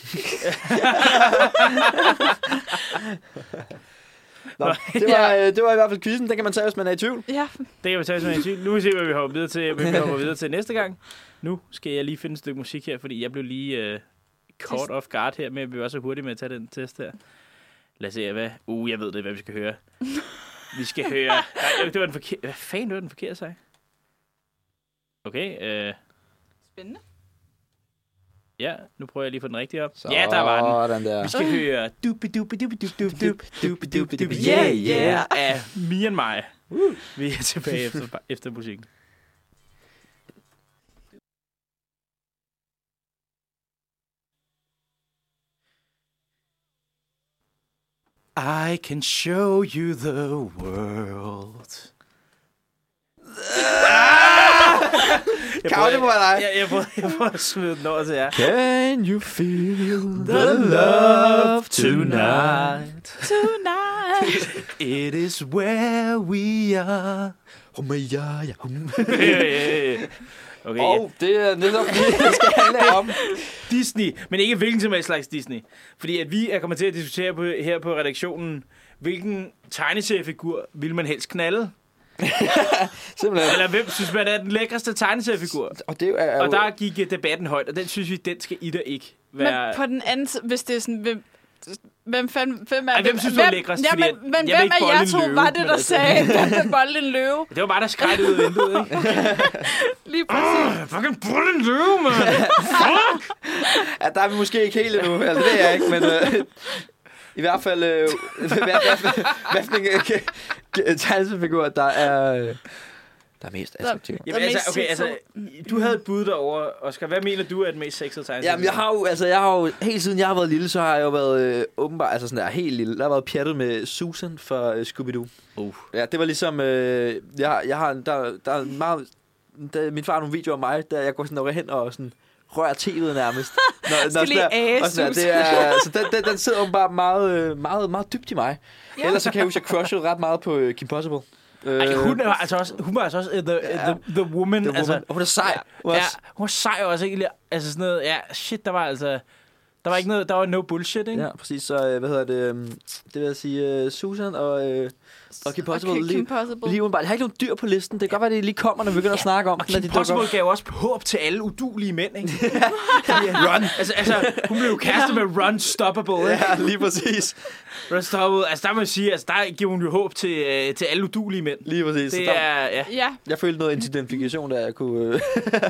Speaker 5: Nå, det, var, øh, det var i hvert fald quizzen. Den kan man tage, hvis man er i tvivl.
Speaker 4: Ja,
Speaker 3: Det kan vi tage som en tvivl. Nu må vi se, hvad vi hopper videre til, hvad vi hopper videre til næste gang. Nu skal jeg lige finde et stykke musik her, fordi jeg blev lige uh, caught off guard her med, at vi var så hurtige med at tage den test her. Lad os se, hvad... Uh, jeg ved det, hvad vi skal høre. Vi skal høre... Nej, det var den forkerte... Hvad fanden det var den forkerte sag? Okay, øh...
Speaker 4: spændende.
Speaker 3: Ja, nu prøver jeg lige at få den rigtige op. Ja, der var den.
Speaker 5: den. der.
Speaker 3: Vi skal høre dupe dupe dupe dupe dupe dupe dupe dupe dupe yeah
Speaker 5: Yeah,
Speaker 3: yeah
Speaker 5: yeah.
Speaker 3: af me and mig. Vi er tilbage efter, efter musikken. I can show you the world. Jeg
Speaker 5: Kau, det må være dig.
Speaker 3: jeg, jeg, prøver, jeg prøver at smide den over til jer.
Speaker 5: Can you feel
Speaker 3: The love tonight.
Speaker 4: Tonight.
Speaker 3: It is where we are.
Speaker 5: Oh my god, ja.
Speaker 3: okay, ja.
Speaker 5: Og det er netop det, det skal handle om.
Speaker 3: Disney, men ikke hvilken som helst slags Disney. Fordi at vi er kommet til at diskutere på, her på redaktionen, hvilken tegneseriefigur vil man helst knalde?
Speaker 5: Simpelthen.
Speaker 3: Eller hvem synes man er den lækreste tegneseriefigur?
Speaker 5: Og det er jo...
Speaker 3: Og der gik øh, debatten højt, og den synes vi, den skal I da ikke være...
Speaker 4: Men på den anden side, hvis det er sådan... Hvem, Hvem, fanden, hvem er
Speaker 3: Ej, hvem
Speaker 4: det?
Speaker 3: synes, du er lækrest?
Speaker 4: Ja,
Speaker 3: Fordi
Speaker 4: men,
Speaker 3: at-
Speaker 4: men
Speaker 3: jeg
Speaker 4: hvem
Speaker 3: vil ikke
Speaker 4: af
Speaker 3: bolle
Speaker 4: jer
Speaker 3: en
Speaker 4: to
Speaker 3: løve,
Speaker 4: var det,
Speaker 3: men
Speaker 4: der
Speaker 3: altså-
Speaker 4: sagde, hvem vil bolde en løve?
Speaker 3: Det var bare der skreg ud af vinduet, ikke?
Speaker 4: Lige præcis.
Speaker 3: Fucking brud en løve, mand!
Speaker 5: Ja, der er vi måske ikke helt endnu. Altså, det er jeg ikke, men... Øh, I hvert fald... Øh, hvad, hvad, hvad, hvad for en øh, ge- tegnelsefigur, der er... øh, Der er mest attraktiv.
Speaker 3: Jamen,
Speaker 4: Der er
Speaker 3: altså,
Speaker 4: mest
Speaker 3: okay, altså, du havde et bud derovre, Oscar. Hvad mener du er den mest sexede tegneserie?
Speaker 5: Jamen, jeg har jo, altså, jeg har jo, helt siden jeg har været lille, så har jeg jo været øh, åbenbart, altså sådan der, helt lille. Der har været pjattet med Susan fra øh, Scooby-Doo.
Speaker 3: Uh.
Speaker 5: Ja, det var ligesom, øh, jeg, har- jeg har, der, der er meget, der, min far har nogle videoer af mig, der jeg går sådan over hen og sådan rører tv'et nærmest. Når, når
Speaker 4: Skal lige
Speaker 5: sådan der-
Speaker 4: æse
Speaker 5: og sådan der, det er, så den, den, den sidder åbenbart meget, øh, meget, meget dybt i mig. Ja. Ellers så kan jeg huske, at jeg crushede ret meget på øh, Kim Possible. Øh,
Speaker 3: Ej, hun, er altså også, hun var altså også uh, the,
Speaker 5: Ja.
Speaker 3: uh, the, the woman.
Speaker 5: Øh, The
Speaker 3: altså,
Speaker 5: Woman. Hun er sej. Hun er
Speaker 3: Ja,
Speaker 5: også-
Speaker 3: hun var sej også, ikke? Altså sådan noget, ja, shit, der var altså... Der var ikke noget, der var no bullshit, ikke?
Speaker 7: Ja, præcis. Så, øh, hvad hedder det? øhm, Det vil jeg sige, øh, Susan og, øh, og Kim Possible.
Speaker 4: Okay, Kim
Speaker 7: lige,
Speaker 4: Possible.
Speaker 7: lige udenbart. Jeg har ikke nogen dyr på listen. Det kan godt være, det lige kommer, når vi begynder at snakke om
Speaker 3: Og
Speaker 7: dem, når
Speaker 3: Kim
Speaker 7: de dukker op.
Speaker 3: Possible gav også håb til alle udulige mænd, ikke? Run. Altså, altså, hun blev jo kæreste med Run Stoppable, ikke?
Speaker 7: Ja, lige præcis.
Speaker 3: Run Stoppable. Altså, der må jeg sige, altså, der giver hun jo håb til, øh, til alle udulige mænd.
Speaker 7: Lige præcis. Så
Speaker 3: Det
Speaker 7: der-
Speaker 3: er, ja.
Speaker 4: Ja,
Speaker 7: Jeg følte noget identifikation, der jeg kunne... øh,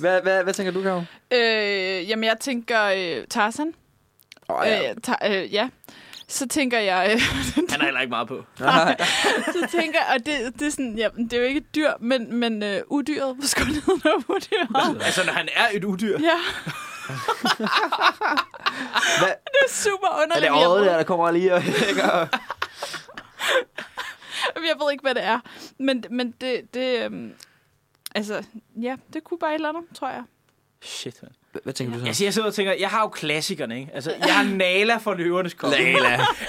Speaker 7: hvad, hvad, hvad tænker du, Kav?
Speaker 4: øh, jamen jeg tænker øh, Tarzan.
Speaker 7: Oh,
Speaker 4: Øh, ta- øh, ja. Så tænker jeg, øh,
Speaker 3: Han er heller ikke meget på.
Speaker 4: så tænker, og det, det er sådan, ja, det er jo ikke et dyr, men, men øh, udyret, hvor skulle det udyret?
Speaker 3: Altså, når han er et udyr.
Speaker 4: Ja,
Speaker 7: Hvad,
Speaker 4: det er super
Speaker 7: er
Speaker 4: underligt.
Speaker 7: det
Speaker 4: men jeg
Speaker 7: øjet
Speaker 4: ved-
Speaker 7: der, der kommer lige og
Speaker 4: Jamen, Jeg ved ikke, hvad det er. Men, men det... det øhm, altså, ja, det kunne bare et eller andet, tror jeg.
Speaker 3: Shit, man.
Speaker 7: Hvad tænker du så?
Speaker 3: Jeg, siger, Altså, jeg sidder og tænker, jeg har jo klassikerne, ikke? Altså, jeg har Nala for løvernes konge.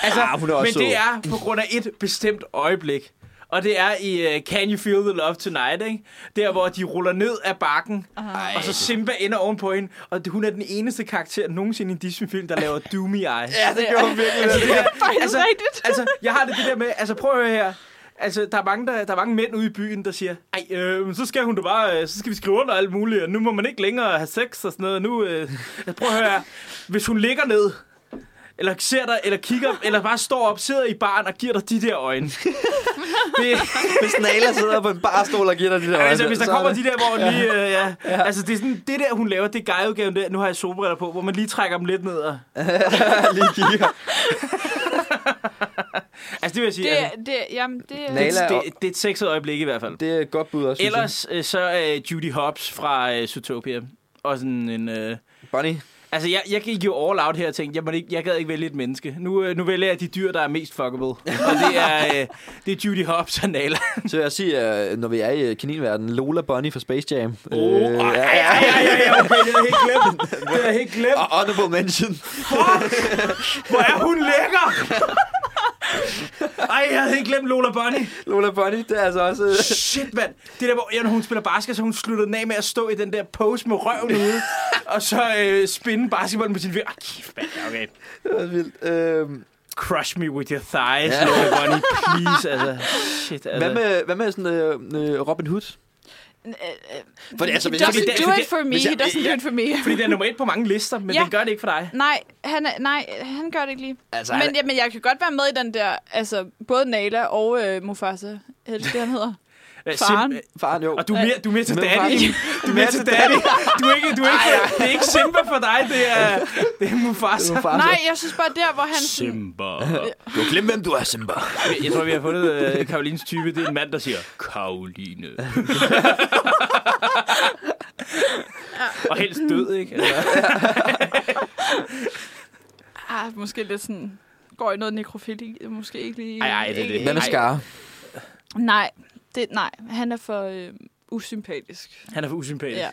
Speaker 7: Altså, ah, hun er
Speaker 3: Men
Speaker 7: også
Speaker 3: det
Speaker 7: sød.
Speaker 3: er på grund af et bestemt øjeblik. Og det er i uh, Can You Feel the Love Tonight, ikke? Der, hvor de ruller ned af bakken, Ej, og så Simba ender ovenpå hende. Og det- hun er den eneste karakter nogensinde i en Disney-film, der laver Doomy Eye.
Speaker 7: Ja, det gjorde hun virkelig.
Speaker 3: altså, det er
Speaker 4: faktisk rigtigt.
Speaker 3: Altså, jeg har det, det der med, altså prøv at høre her. Altså, der er, mange, der, der er mange mænd ude i byen, der siger, ej, øh, men så skal hun da bare, øh, så skal vi skrive under og alt muligt, og nu må man ikke længere have sex og sådan noget. Nu, øh, altså, prøv at høre her. Hvis hun ligger ned, eller ser dig, eller kigger, eller bare står op, sidder i baren og giver dig de der øjne. det,
Speaker 7: Hvis Nala sidder på en barstol og giver dig de der
Speaker 3: altså,
Speaker 7: øjne,
Speaker 3: hvis der
Speaker 7: så er
Speaker 3: kommer
Speaker 7: det-
Speaker 3: de der, hvor lige, øh, ja. Altså, det er sådan, det der, hun laver, det er udgaven der, nu har jeg solbriller på, hvor man lige trækker dem lidt ned. Og,
Speaker 7: lige kigger.
Speaker 3: altså, det vil jeg sige, altså,
Speaker 4: Det, det, jamen, det...
Speaker 7: Nej.
Speaker 3: det,
Speaker 7: Nala og-
Speaker 3: det, det er et sexet øjeblik i hvert fald.
Speaker 7: Det er et godt bud også, synes
Speaker 3: Ellers øh, så øh, Judy Hobbs fra øh, Zootopia. Og sådan en... Øh,
Speaker 7: jeg. Bonnie.
Speaker 3: altså, jeg, jeg gik jo all out her og tænkte, jeg, må ikke, jeg gad ikke vælge et menneske. Nu, øh, nu vælger jeg de dyr, der er mest fuckable. og det er, øh, det er Judy Hobbs og Nala.
Speaker 7: Så jeg siger, øh, når vi er i øh, kaninverdenen, Lola Bonnie fra Space Jam. Oh,
Speaker 3: Åh, ej, ej, ej, ej, ej, okay, det er helt glemt. Det er helt glemt.
Speaker 7: Og honorable mention.
Speaker 3: Hvor er hun lækker! Ej, jeg havde helt glemt Lola Bunny.
Speaker 7: Lola Bonnie, det er altså også... øh,
Speaker 3: Shit, mand. Det der, hvor ja, når hun spiller basket, så hun slutter den af med at stå i den der pose med røven ude. og så øh, spinde basketballen på sin vinger. Ej, kæft, mand. Okay.
Speaker 7: Det er også vildt. Øhm,
Speaker 3: Crush me with your thighs,
Speaker 7: Ja.
Speaker 3: ja. Lola Bunny, please. Altså, shit, altså.
Speaker 7: Hvad med, hvad med sådan øh, øh, Robin Hood? For det, altså,
Speaker 4: He
Speaker 7: hvis
Speaker 3: jeg-
Speaker 4: doesn't
Speaker 3: hvis-
Speaker 4: do
Speaker 3: hvis-
Speaker 4: it for me.
Speaker 7: hvis jeg-
Speaker 4: He doesn't do it for me.
Speaker 3: Fordi den er nummer et på mange lister, men
Speaker 4: Ja.
Speaker 3: ja. den gør det ikke for dig.
Speaker 4: Nej, han, er, nej, han gør det ikke lige.
Speaker 7: Altså,
Speaker 4: Men, ja, men jeg kan godt være med i den der, altså, både Nala og øh, Mufasa. Er det det, han hedder?
Speaker 3: Øh,
Speaker 4: Faren.
Speaker 3: Sim-
Speaker 7: Faren, jo.
Speaker 3: og du er mere, du er mere til
Speaker 7: Men
Speaker 3: daddy.
Speaker 7: faktisk-
Speaker 3: Du er mere til daddy. Du er ikke, du er ikke, det er ikke Simba for dig, det er, det er Mufasa.
Speaker 7: Faren,
Speaker 4: Nej, jeg synes bare der, hvor han... sådan-
Speaker 7: Du har glemt, hvem du er, Simba.
Speaker 3: Jeg tror, vi har fundet øh, Karolines type. Det er en mand, der siger, Karoline. og helst død, ikke?
Speaker 4: Ah, måske lidt sådan... Går i noget nekrofili. Måske ikke lige...
Speaker 3: Ej, ej, det er
Speaker 4: ikke-
Speaker 3: det.
Speaker 7: Hvad med
Speaker 3: Ej.
Speaker 7: Skar?
Speaker 4: Nej, det, nej, han er for øh, usympatisk.
Speaker 3: Han er for usympatisk.
Speaker 4: Ja.
Speaker 3: Ja.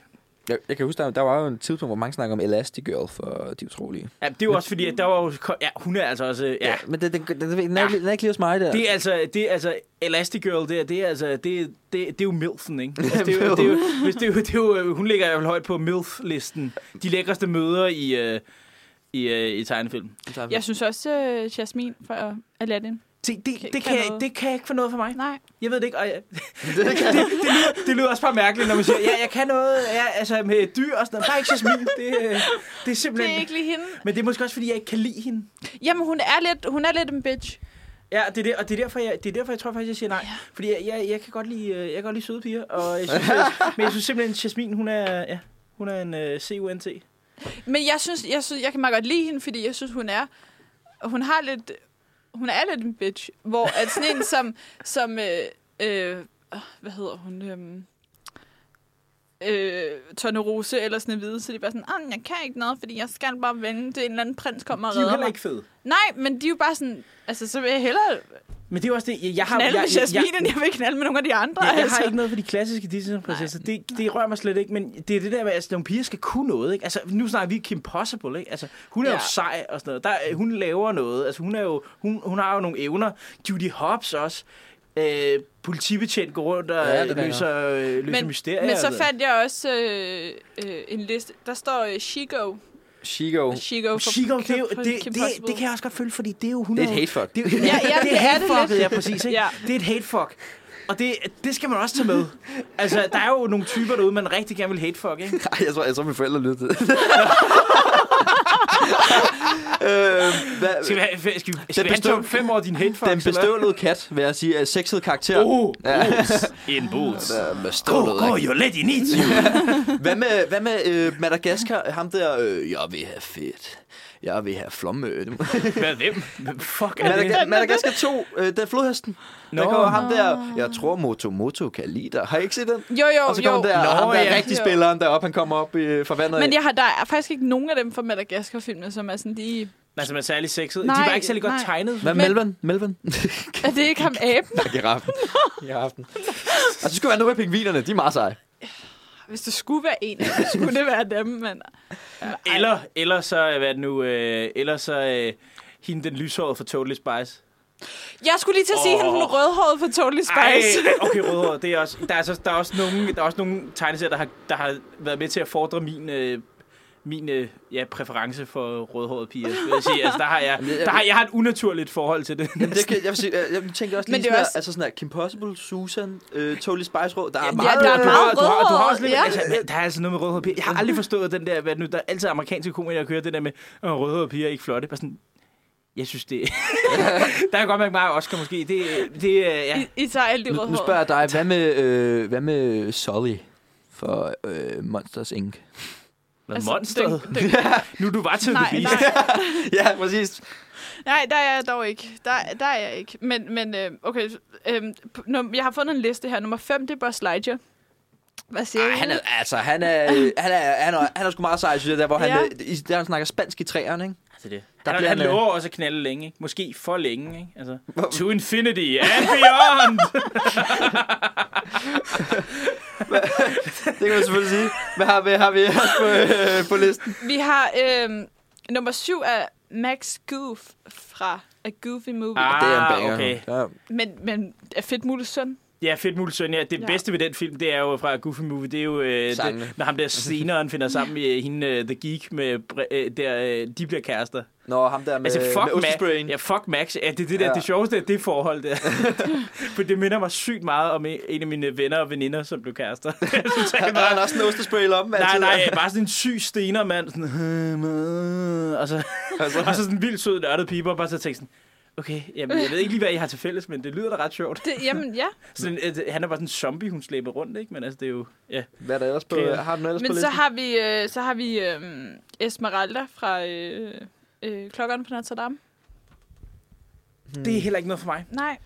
Speaker 7: Jeg, jeg kan huske, der, der var jo en tidspunkt, hvor mange snakker om Elastigirl for de utrolige.
Speaker 3: ja. det er jo også fordi, at der var jo... Ja, hun er altså også... øh, Ja,
Speaker 7: men den, den, den, den, den, er ikke- den er ikke lige hos mig, der.
Speaker 3: Det er altså, det er altså Elastigirl der, det er altså, det, det, det er jo MILF'en, ikke? Altså, det, er jo, det, er jo, hvis det, er jo, det er jo, øh, hun ligger i hvert fald højt på MILF-listen. De lækreste møder i, øh, i, øh, i tegnefilm.
Speaker 4: Jeg synes også, øh, Jasmin fra Aladdin.
Speaker 3: Se, det, det,
Speaker 4: kan
Speaker 3: kan jeg,
Speaker 4: noget.
Speaker 3: det kan jeg ikke få noget for mig.
Speaker 4: Nej.
Speaker 3: Jeg ved det ikke. Og jeg, det, det, det, lyder, det lyder også bare mærkeligt, når man siger, ja, jeg kan noget ja, altså med dyr og sådan noget. Bare ikke Jasmin. Det, øh, det er
Speaker 4: Det
Speaker 3: simpelthen...
Speaker 4: er ikke lige hende.
Speaker 3: Men det er måske også, fordi jeg ikke kan lide hende.
Speaker 4: Jamen, hun er lidt, hun er lidt en bitch.
Speaker 3: Ja, det er det, og det er derfor, jeg, det er derfor, jeg tror faktisk, jeg siger nej. Ja. Fordi jeg, jeg, jeg, kan godt lide, øh, jeg kan godt lide søde piger, og jeg synes, jeg, men jeg synes simpelthen, at Jasmin, hun er, ja, hun er en uh, CUNT.
Speaker 4: Men jeg synes, jeg synes, jeg kan meget godt lide hende, fordi jeg synes, hun er, hun har lidt, hun er lidt en bitch. Hvor at sådan en som, som øh, øh, åh, hvad hedder hun, øhm, øh, Tone Rose eller sådan en hvide, så de er bare sådan, "Ah, jeg kan ikke noget, fordi jeg skal bare vende til en eller anden prins kommer og
Speaker 3: De er jo
Speaker 4: redder
Speaker 3: heller
Speaker 4: mig.
Speaker 3: ikke fede.
Speaker 4: Nej, men de er jo bare sådan, altså så vil jeg hellere
Speaker 3: Men det er jo også det, jeg, jeg har...
Speaker 4: knalde
Speaker 3: jeg,
Speaker 4: med
Speaker 3: jeg,
Speaker 4: Jasmin,
Speaker 3: jeg,
Speaker 4: end jeg vil knalde med nogle af de andre.
Speaker 3: jeg, jeg
Speaker 4: altså.
Speaker 3: har ikke noget for de klassiske Disney-prinsesser. Det, det rører mig slet ikke, men det er det der med, at altså, nogle piger skal kunne noget. Ikke? Altså, nu snakker vi Kim Possible. Ikke? Altså, hun er ja.
Speaker 4: Ja.
Speaker 3: jo sej og sådan noget. Der, øh, hun laver noget. Altså, hun, er jo, hun, hun har jo nogle evner. Judy Hobbs også. Øh, politibetjent går rundt og
Speaker 7: Ja,
Speaker 3: ja,
Speaker 7: det er
Speaker 3: løser, øh, løser
Speaker 4: men,
Speaker 3: mysterier. altså.
Speaker 4: men
Speaker 3: og sådan
Speaker 4: så
Speaker 3: noget.
Speaker 4: fandt jeg også øh, øh, en liste. Der står øh, Shigo.
Speaker 5: Chico.
Speaker 4: Chico fra
Speaker 3: Chico, det, er jo,
Speaker 4: fra
Speaker 3: det, det,
Speaker 4: Kim
Speaker 3: det,
Speaker 4: Possible.
Speaker 3: det kan jeg også godt følge, fordi det er jo
Speaker 8: Det
Speaker 3: 100...
Speaker 8: er et hate fuck.
Speaker 3: Det,
Speaker 4: Ja, ja,
Speaker 3: det
Speaker 4: det
Speaker 3: er
Speaker 4: er det
Speaker 3: hatefucket,
Speaker 4: lidt.
Speaker 3: ja, præcis. Ikke?
Speaker 4: Ja.
Speaker 3: Det er et hatefuck. Og det, det skal man også tage med. Altså, der er jo nogle typer derude, man rigtig gerne vil hatefuck, ikke?
Speaker 5: Ej, jeg tror, jeg tror mine forældre lytter til det. øh, hvad,
Speaker 3: Skal vi, have, skal vi, skal vi
Speaker 8: består-
Speaker 3: bestå... fem år din hatefuck?
Speaker 8: Den bestøvlede kat, vil jeg sige, er sexet karakter.
Speaker 3: Oh,
Speaker 8: Ja.
Speaker 3: boots. En boots. Go,
Speaker 8: bestøvlet.
Speaker 3: go, you lady needs you.
Speaker 5: hvad med, hvad med øh, Madagaskar? Ham der, øh, jeg vil have fedt. Jeg vil have flomme.
Speaker 3: Hvad, hvem? Hvem Fuck er det?
Speaker 5: Madaga- Madagaskar 2, øh, den er flodhesten. No. Der
Speaker 3: Nå.
Speaker 5: går ham der, jeg tror Moto Moto kan lide dig. Har I ikke set
Speaker 4: Jo,
Speaker 5: den?
Speaker 4: jo,
Speaker 5: Og så
Speaker 4: jo.
Speaker 5: kommer der,
Speaker 3: Nå,
Speaker 5: ham der
Speaker 3: ja.
Speaker 5: rigtig
Speaker 4: Jo.
Speaker 5: spilleren deroppe, han kommer op øh, fra vandet.
Speaker 4: Men
Speaker 5: af.
Speaker 4: jeg har, der er faktisk ikke nogen af dem fra Madagaskar-filmene, som er sådan lige...
Speaker 3: Altså, man er særlig sexet.
Speaker 4: Nej,
Speaker 3: de var ikke særlig godt
Speaker 4: nej.
Speaker 3: tegnet.
Speaker 5: Hvad med
Speaker 4: Men-
Speaker 5: Melvin? Melvin?
Speaker 4: Er det ikke ham aben?
Speaker 5: Nej, giraffen. giraffen. Og så skal vi have noget med pingvinerne, de er meget seje.
Speaker 4: Hvis det skulle være en af dem, skulle det være dem, men...
Speaker 3: Eller, eller så, øh, hvad er det nu, øh, eller så øh, hende den lyshårede fra Totally Spice.
Speaker 4: Jeg skulle lige til at sige,
Speaker 3: Åh.
Speaker 4: at hun er rødhåret fra Totally Spice.
Speaker 3: Ej, okay, rødhåret, det er også, der er, så, der er også nogle, der er også nogle tegneserier, der har, der har været med til at fordre min, øh, min øh, ja, præference for rødhårede piger. Vil jeg sige. Altså, der har jeg, der har, jeg har et unaturligt forhold til det.
Speaker 5: Jamen, det kan, jeg, vil sige, jeg, jeg tænker også
Speaker 4: Men det
Speaker 5: lige
Speaker 4: er
Speaker 5: sådan, også...
Speaker 4: også-
Speaker 5: altså sådan her, Kim Possible, Susan, øh, Totally Spice Rå, der er
Speaker 4: Ja,
Speaker 5: meget...
Speaker 4: der er
Speaker 3: du har,
Speaker 4: meget
Speaker 3: du har, du har også
Speaker 4: rødhåret,
Speaker 3: lidt,
Speaker 4: ja.
Speaker 3: altså, men der er altså noget med rødhårede piger. Jeg har aldrig forstået den der, hvad er det nu, der er altid amerikanske komikere, der kører det der med, at rødhårede piger er ikke flotte. Bare sådan, jeg synes det. der kan jeg godt mærke mig og Oscar måske. Det, det, øh, ja.
Speaker 4: I, I tager alle de
Speaker 5: Nu, nu
Speaker 4: rødhårede.
Speaker 5: spørger jeg dig, hvad med, øh, hvad med Sully for øh, Monsters Inc.?
Speaker 3: Hvad altså, monsteret?
Speaker 4: Den, den,
Speaker 3: Nu er du bare til
Speaker 4: nej,
Speaker 3: det
Speaker 4: nej,
Speaker 5: ja, præcis.
Speaker 4: nej, der er jeg dog ikke. Der, der er jeg ikke. Men, men øh, okay, øh, num- jeg har fundet en liste her. Nummer 5, det er Buzz Lightyear. Hvad siger
Speaker 5: Ej,
Speaker 4: I?
Speaker 5: han er, altså, han er, øh, han er, han er, han er sgu meget sej, synes jeg, der hvor
Speaker 4: Ja.
Speaker 5: han, øh, i- der han snakker spansk i træerne, ikke?
Speaker 3: Altså det.
Speaker 5: Der
Speaker 3: Der han,
Speaker 5: bliver
Speaker 3: han
Speaker 5: han, øh,
Speaker 3: lover også at knalde længe. Ikke? Måske for længe. Ikke? Altså, to infinity and beyond.
Speaker 5: Det kan man selvfølgelig sige. Hvad har vi, har vi ellers på, øh, på listen?
Speaker 4: Vi har øh, nummer 7 er Max Goof fra A Goofy Movie.
Speaker 3: Ah.
Speaker 4: Ah.
Speaker 5: det er en banger.
Speaker 3: okay.
Speaker 5: Ja.
Speaker 4: Men, men er fedt muligt søn?
Speaker 3: ja, fedt muligt søn. Ja. Det
Speaker 4: Ja.
Speaker 3: bedste ved den film, det er jo fra Goofy Movie, det er jo, øh,
Speaker 5: Sangene.
Speaker 3: det, når ham der seneren finder sammen med hende, øh, The Geek, med, Bre- øh, der, øh, de bliver kærester.
Speaker 5: Nå, ham der med,
Speaker 3: Altså, fuck,
Speaker 5: med
Speaker 3: med
Speaker 5: ostesprayen.
Speaker 3: Ma- ja, fuck Max. Ja, det, er det, der,
Speaker 5: Ja.
Speaker 3: det sjoveste er det forhold der. For det minder mig sygt meget om en en af mine venner og veninder, som blev kærester. Jeg synes, jeg
Speaker 5: Han har han også en ostespray i lommen.
Speaker 3: Nej,
Speaker 5: altid.
Speaker 3: nej, bare sådan en syg stener, mand. Sådan, "Øh, mad." og, så,
Speaker 5: Altså.
Speaker 3: og så sådan en vild sød nørdet piber, bare så tænkte sådan, okay, jamen, jeg ved ikke lige, hvad I har til fælles, men det lyder da ret sjovt.
Speaker 4: Det, jamen ja.
Speaker 3: Sådan, at, han er bare sådan en zombie, hun slæber rundt, ikke? Men altså, det er jo... Ja.
Speaker 5: Hvad er der ellers på,
Speaker 3: Okay.
Speaker 5: har du noget ellers på
Speaker 4: Men så
Speaker 5: listen?
Speaker 4: har vi, øh, så har vi øh, Esmeralda fra øh, øh, Klokkerne på Notre Dame.
Speaker 5: Hmm.
Speaker 3: Det er heller ikke noget for mig.
Speaker 4: Nej,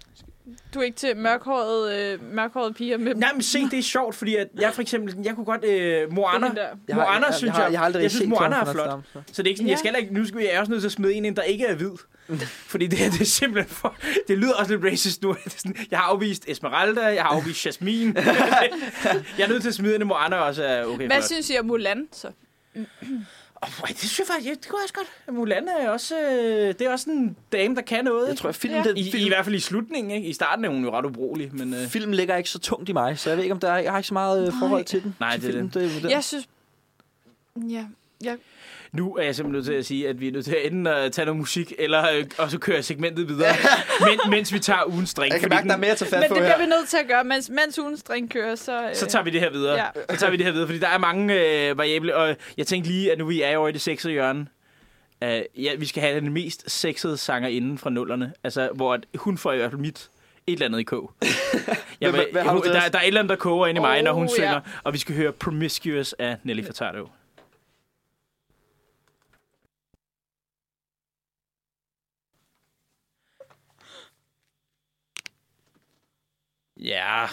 Speaker 4: du er ikke til mørkhårede, øh, mørkhårede piger med...
Speaker 3: Nej, men se, det er sjovt, fordi at jeg for eksempel, jeg kunne godt... Øh, Moana,
Speaker 4: Den der.
Speaker 5: Jeg har-
Speaker 3: Moana,
Speaker 5: jeg-
Speaker 3: synes
Speaker 5: jeg, har-
Speaker 3: jeg,
Speaker 5: jeg, har aldrig
Speaker 3: jeg synes,
Speaker 5: set
Speaker 3: Moana
Speaker 5: Klokken
Speaker 3: er
Speaker 5: fra
Speaker 3: flot.
Speaker 5: Notre Dame, så.
Speaker 3: Så det er ikke sådan,
Speaker 4: Ja.
Speaker 3: jeg skal heller ikke, nu skal jeg er også nødt til at smide en ind, der ikke er hvid. Fordi det her, det er simpelthen for... Det lyder også lidt racist nu. Det er sådan, Jeg har afvist Esmeralda, jeg har afvist Jasmine. jeg er nødt til at smide en, hvor andre også er okay
Speaker 4: Hvad
Speaker 3: flot.
Speaker 4: synes I om Mulan, så?
Speaker 3: Åh, det synes jeg faktisk, ja, det kunne jeg også godt. Mulan er også, øh, det er også en dame, der kan noget.
Speaker 5: Jeg
Speaker 3: ikke?
Speaker 5: tror, at filmen,
Speaker 4: Ja.
Speaker 5: den,
Speaker 3: I, I, I
Speaker 5: film,
Speaker 3: hvert fald i slutningen, ikke? I starten er hun jo ret ubrugelig, men... Øh,
Speaker 5: film ligger ikke så tungt i mig, så jeg ved ikke, om der er, jeg har ikke så meget øh, forhold til den.
Speaker 3: Nej,
Speaker 5: til
Speaker 3: det er det.
Speaker 5: filmen, det.
Speaker 4: Jeg synes... Ja, jeg,
Speaker 3: nu er jeg simpelthen nødt til at sige, at vi er nødt til at enten at tage noget musik, eller øh, og så kører segmentet videre, men, mens vi tager ugens drink.
Speaker 5: jeg kan
Speaker 3: fordi
Speaker 5: mærke, der
Speaker 3: den-
Speaker 5: er mere til fat
Speaker 4: men
Speaker 5: på
Speaker 4: det bliver
Speaker 5: her.
Speaker 4: vi nødt til at gøre, mens, mens ugens drink kører, så... Øh,
Speaker 3: Så tager vi det her videre.
Speaker 4: Ja.
Speaker 3: Så tager vi det her videre, fordi der er mange øh, variable, og jeg tænkte lige, at nu vi er over i det sexede hjørne, øh, ja, vi skal have den mest sexede sanger inden fra nullerne, altså, hvor at hun får i hvert fald mit et eller andet i kog. Jeg,
Speaker 5: Hvem- hvad har du
Speaker 3: hun,
Speaker 5: til
Speaker 3: der,
Speaker 5: os?
Speaker 3: der er et eller andet, der koger ind i mig, oh, når hun
Speaker 4: Oh, ja.
Speaker 3: synger, og vi skal høre Promiscuous af Nelly Furtado. Ja,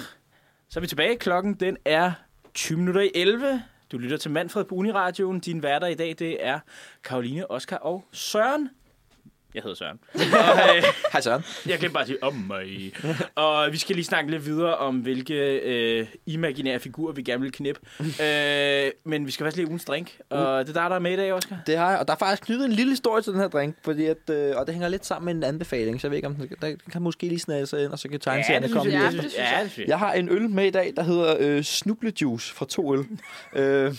Speaker 3: så er vi tilbage. Klokken den er 20 minutter i 11. Du lytter til Manfred på Uniradioen. Din værter i dag, det er Karoline, Oskar og Søren. Jeg hedder Søren. Og, øh,
Speaker 5: Hej Søren.
Speaker 3: jeg glemte bare at sige om mig. Og vi skal lige snakke lidt videre om, hvilke øh, imaginære figurer, vi gerne vil knippe. Øh, men vi skal faktisk lige ugens drink. Og det er dig, der er med i dag, Oscar.
Speaker 5: Det har jeg, og der er faktisk knyttet en lille historie til den her drink, fordi at, øh, og det hænger lidt sammen med en anbefaling, så jeg ved ikke, om den, der kan måske lige snage sig ind, og så kan tegneserierne
Speaker 4: synes
Speaker 5: komme
Speaker 4: jeg.
Speaker 5: lige
Speaker 4: Ja, det synes jeg.
Speaker 3: Ja, det synes jeg.
Speaker 5: Jeg har en øl med i dag, der hedder øh, snublejuice fra to øl. øh,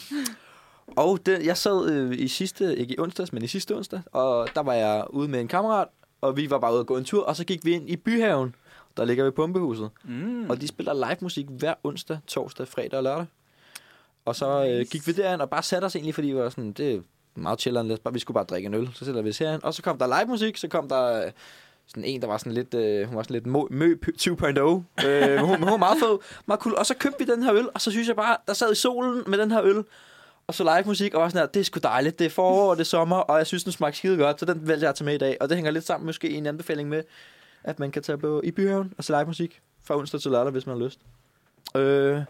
Speaker 5: Og det, jeg sad øh, i sidste, ikke i onsdags, men i sidste onsdag, og der var jeg ude med en kammerat, og vi var bare ude og gå en tur, og så gik vi ind i byhaven, der ligger ved pumpehuset. Mm. Og de spiller live musik hver onsdag, torsdag, fredag og lørdag. Og så øh, gik vi derind og bare satte os egentlig, fordi vi var sådan, det er meget chilleren, lad os bare, vi skulle bare drikke en øl, så sætter vi os herind. Og så kom der live musik, så kom der øh, sådan en, der var sådan lidt, øh, hun var sådan lidt mø, mø 2.0. Øh, hun, hun, var meget fed, meget cool. Og så købte vi den her øl, og så synes jeg bare, der sad i solen med den her øl, og så live musik, og var sådan her, det er sgu dejligt, det er forår, og det er sommer, og jeg synes, den smagte skide godt, så den vælger jeg at tage med i dag. Og det hænger lidt sammen måske i en anbefaling med, at man kan tage på i byhaven og se live musik fra onsdag til lørdag, hvis man har lyst. Øh,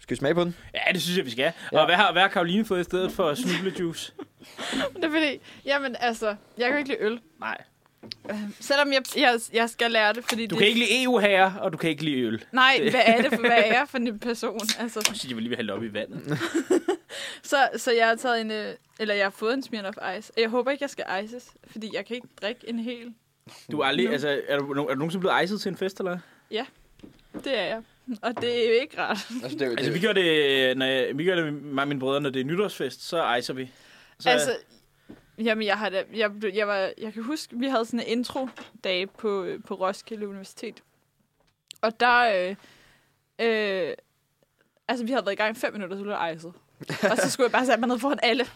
Speaker 5: skal vi smage på den?
Speaker 3: Ja, det synes jeg, vi skal.
Speaker 5: Ja.
Speaker 3: Og hvad har, hvad har Karoline fået i stedet for snublejuice?
Speaker 4: Det er fordi, jamen altså, jeg kan jo ikke lide øl.
Speaker 3: Nej.
Speaker 4: Selvom jeg, jeg, jeg skal lære det, fordi
Speaker 3: Du
Speaker 4: det...
Speaker 3: kan ikke lide eu her, og du kan ikke lide øl.
Speaker 4: Nej, hvad er det for, hvad er jeg for en person? Altså,
Speaker 3: Jeg synes, jeg vil lige vil hælde op i vandet.
Speaker 4: så, så jeg har taget en, øh, eller jeg har fået en Smirnoff Ice. Jeg håber ikke, jeg skal ices, fordi jeg kan ikke drikke en hel.
Speaker 3: Du er aldrig, altså, er du, er du nogensinde blevet ejset til en fest, eller?
Speaker 4: Det er jeg. Og det er jo ikke rart.
Speaker 5: Altså, det er jo,
Speaker 3: Altså, vi gør det, når jeg, vi gør det med mig og mine brødre, når det er nytårsfest, så ejser vi. Så,
Speaker 4: Altså, jamen, jeg, har da, jeg, blev- jeg, var, jeg kan huske, vi havde sådan en intro-dag på, øh, på Roskilde Universitet. Og der... Øh, øh, altså, vi havde været i gang i fem minutter, så blev jeg ejset. og så skulle jeg bare sætte mig ned foran alle.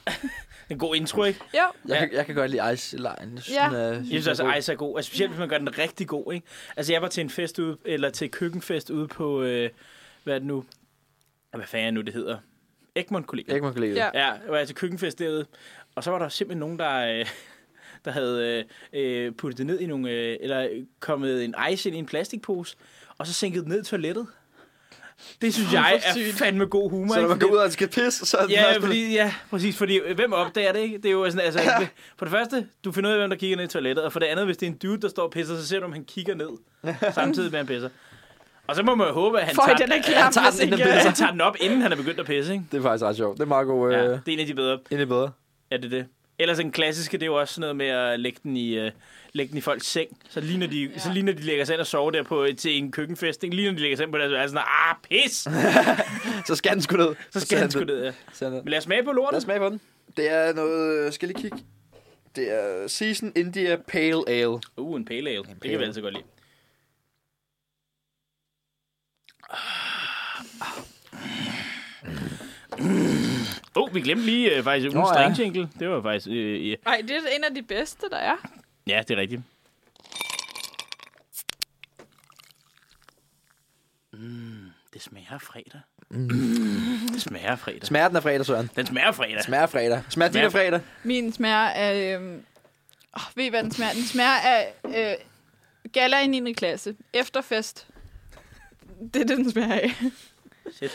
Speaker 3: en god intro, ikke?
Speaker 4: Jo,
Speaker 5: jeg, kan, jeg kan godt lide Ice Line. Jeg synes,
Speaker 4: Ja.
Speaker 5: den er-
Speaker 3: Jeg synes
Speaker 5: den er
Speaker 3: altså,
Speaker 5: god.
Speaker 3: ice er god. Altså, specielt hvis man gør den rigtig god, ikke? Altså, jeg var til en fest ude, eller til køkkenfest ude på, øh, hvad er det nu? Hvad fanden er det nu, det hedder? Egmont kollega.
Speaker 5: Jeg kan godt lide det.
Speaker 4: Ja.
Speaker 3: Ja, jeg var til køkkenfest derude. Og så var der simpelthen nogen, der, øh, der havde øh, øh, puttet det ned i nogle, øh, eller kommet en ice ind i en plastikpose, og så sænket det ned i toilettet. Det synes jeg er fandme god humor.
Speaker 5: Så når
Speaker 3: ikke?
Speaker 5: man
Speaker 3: Fordi-
Speaker 5: går ud og skal pisse, så er den
Speaker 3: Ja,
Speaker 5: første-
Speaker 3: fordi, ja, præcis, fordi øh, hvem opdager det, ikke? Det er jo sådan, altså, for det første, du finder ud af, hvem der kigger ned i toilettet, og for det andet, hvis det er en dude, der står og pisser, så ser du, om han kigger ned, samtidig med, at han pisser. Og så må man jo håbe, at han,
Speaker 4: for i
Speaker 3: tager,
Speaker 4: den er
Speaker 3: han,
Speaker 4: klar,
Speaker 3: tager,
Speaker 4: hvis
Speaker 3: den,
Speaker 4: ikke...
Speaker 3: inden han, han tager den op, inden han er begyndt at pisse, ikke?
Speaker 5: Det er faktisk ret sjovt. Det er meget god.
Speaker 3: Ja,
Speaker 5: Øh,
Speaker 3: det er en af de bedre,
Speaker 5: Endelig bedre.
Speaker 3: er det det. Ellers den klassiske, det er jo også sådan noget med at lægge den i, øh, lægge den i folks seng. Så lige når de, ja. så lige når de lægger sig ind og sover der på, øh, til en køkkenfest, ikke? lige når de lægger sig ind på deres værelse, sådan, ah, pis!
Speaker 5: Så skal den sgu ned.
Speaker 3: Så skal han sgu ned, ja. Men lad os smage på
Speaker 5: Lad
Speaker 3: lortet.
Speaker 5: os smage på den. Det er noget... øh, Skal jeg lige kigge? Det er Season India Pale Ale.
Speaker 3: Uh, en pale ale. Det
Speaker 5: pale
Speaker 3: kan vi
Speaker 5: ale.
Speaker 3: altså godt lide. Åh, oh, vi glemte lige øh, faktisk ugens
Speaker 5: Nå,
Speaker 3: oh,
Speaker 5: ja.
Speaker 3: ja. jingle. Det var faktisk... Øh, ja.
Speaker 4: Ej, det er en af de bedste, der er.
Speaker 3: ja, det er rigtigt. Mm, det smager af fredag. Mm. Det smager af fredag.
Speaker 5: Smerten af fredag, Søren.
Speaker 3: Den smager af fredag.
Speaker 5: Smager af fredag. Smager din
Speaker 3: Smager-
Speaker 5: af fredag.
Speaker 4: Min smager af... Øh, oh, ved I, hvad den smager? Den smager af øh, gala i 9. klasse. Efterfest. Det er det, den smager af.
Speaker 3: Shit.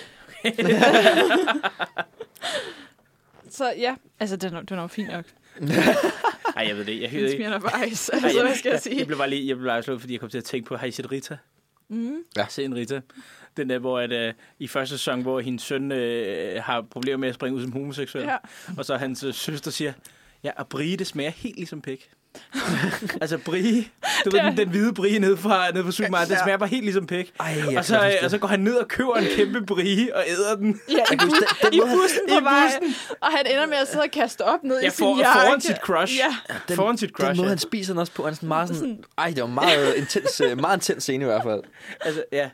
Speaker 4: Så ja, altså den er, den er jo fin nok.
Speaker 3: Ej, jeg ved det. Jeg, jeg,
Speaker 4: Den
Speaker 3: jeg,
Speaker 4: smager bare ice.
Speaker 3: Ej,
Speaker 4: Altså, hvad skal jeg
Speaker 3: Jeg
Speaker 4: sige?
Speaker 3: blev bare lige, jeg blev bare slået, fordi jeg kom til at tænke på, har I set Rita? Mm.
Speaker 5: Ja.
Speaker 3: Se en Rita. Den der, hvor at, øh, i første sæson, hvor hendes søn øh, har problemer med at springe ud som homoseksuel,
Speaker 4: Ja.
Speaker 3: og så hans øh, søster siger, ja, og Brie, det smager helt ligesom pik. altså Brie, du ved, den, den hvide Brie nede fra, nede fra Supermarket, ja. det smager bare helt ligesom pik.
Speaker 5: Ej,
Speaker 3: Og så, øh, og så går han ned og køber en kæmpe Brie og æder den.
Speaker 4: Ja, i, bus, i bussen på
Speaker 3: I
Speaker 4: vej. Og han ender med at sidde og kaste op ned i
Speaker 3: Jeg
Speaker 4: sin
Speaker 3: får,
Speaker 4: jakke.
Speaker 3: foran sit crush.
Speaker 4: Ja.
Speaker 3: Den, foran sit
Speaker 5: Den
Speaker 3: crush,
Speaker 5: måde,
Speaker 3: ja.
Speaker 5: han spiser den også på, han er sådan meget sådan... Ej, det var meget intens, øh, meget intens scene i hvert fald.
Speaker 3: Altså, ja.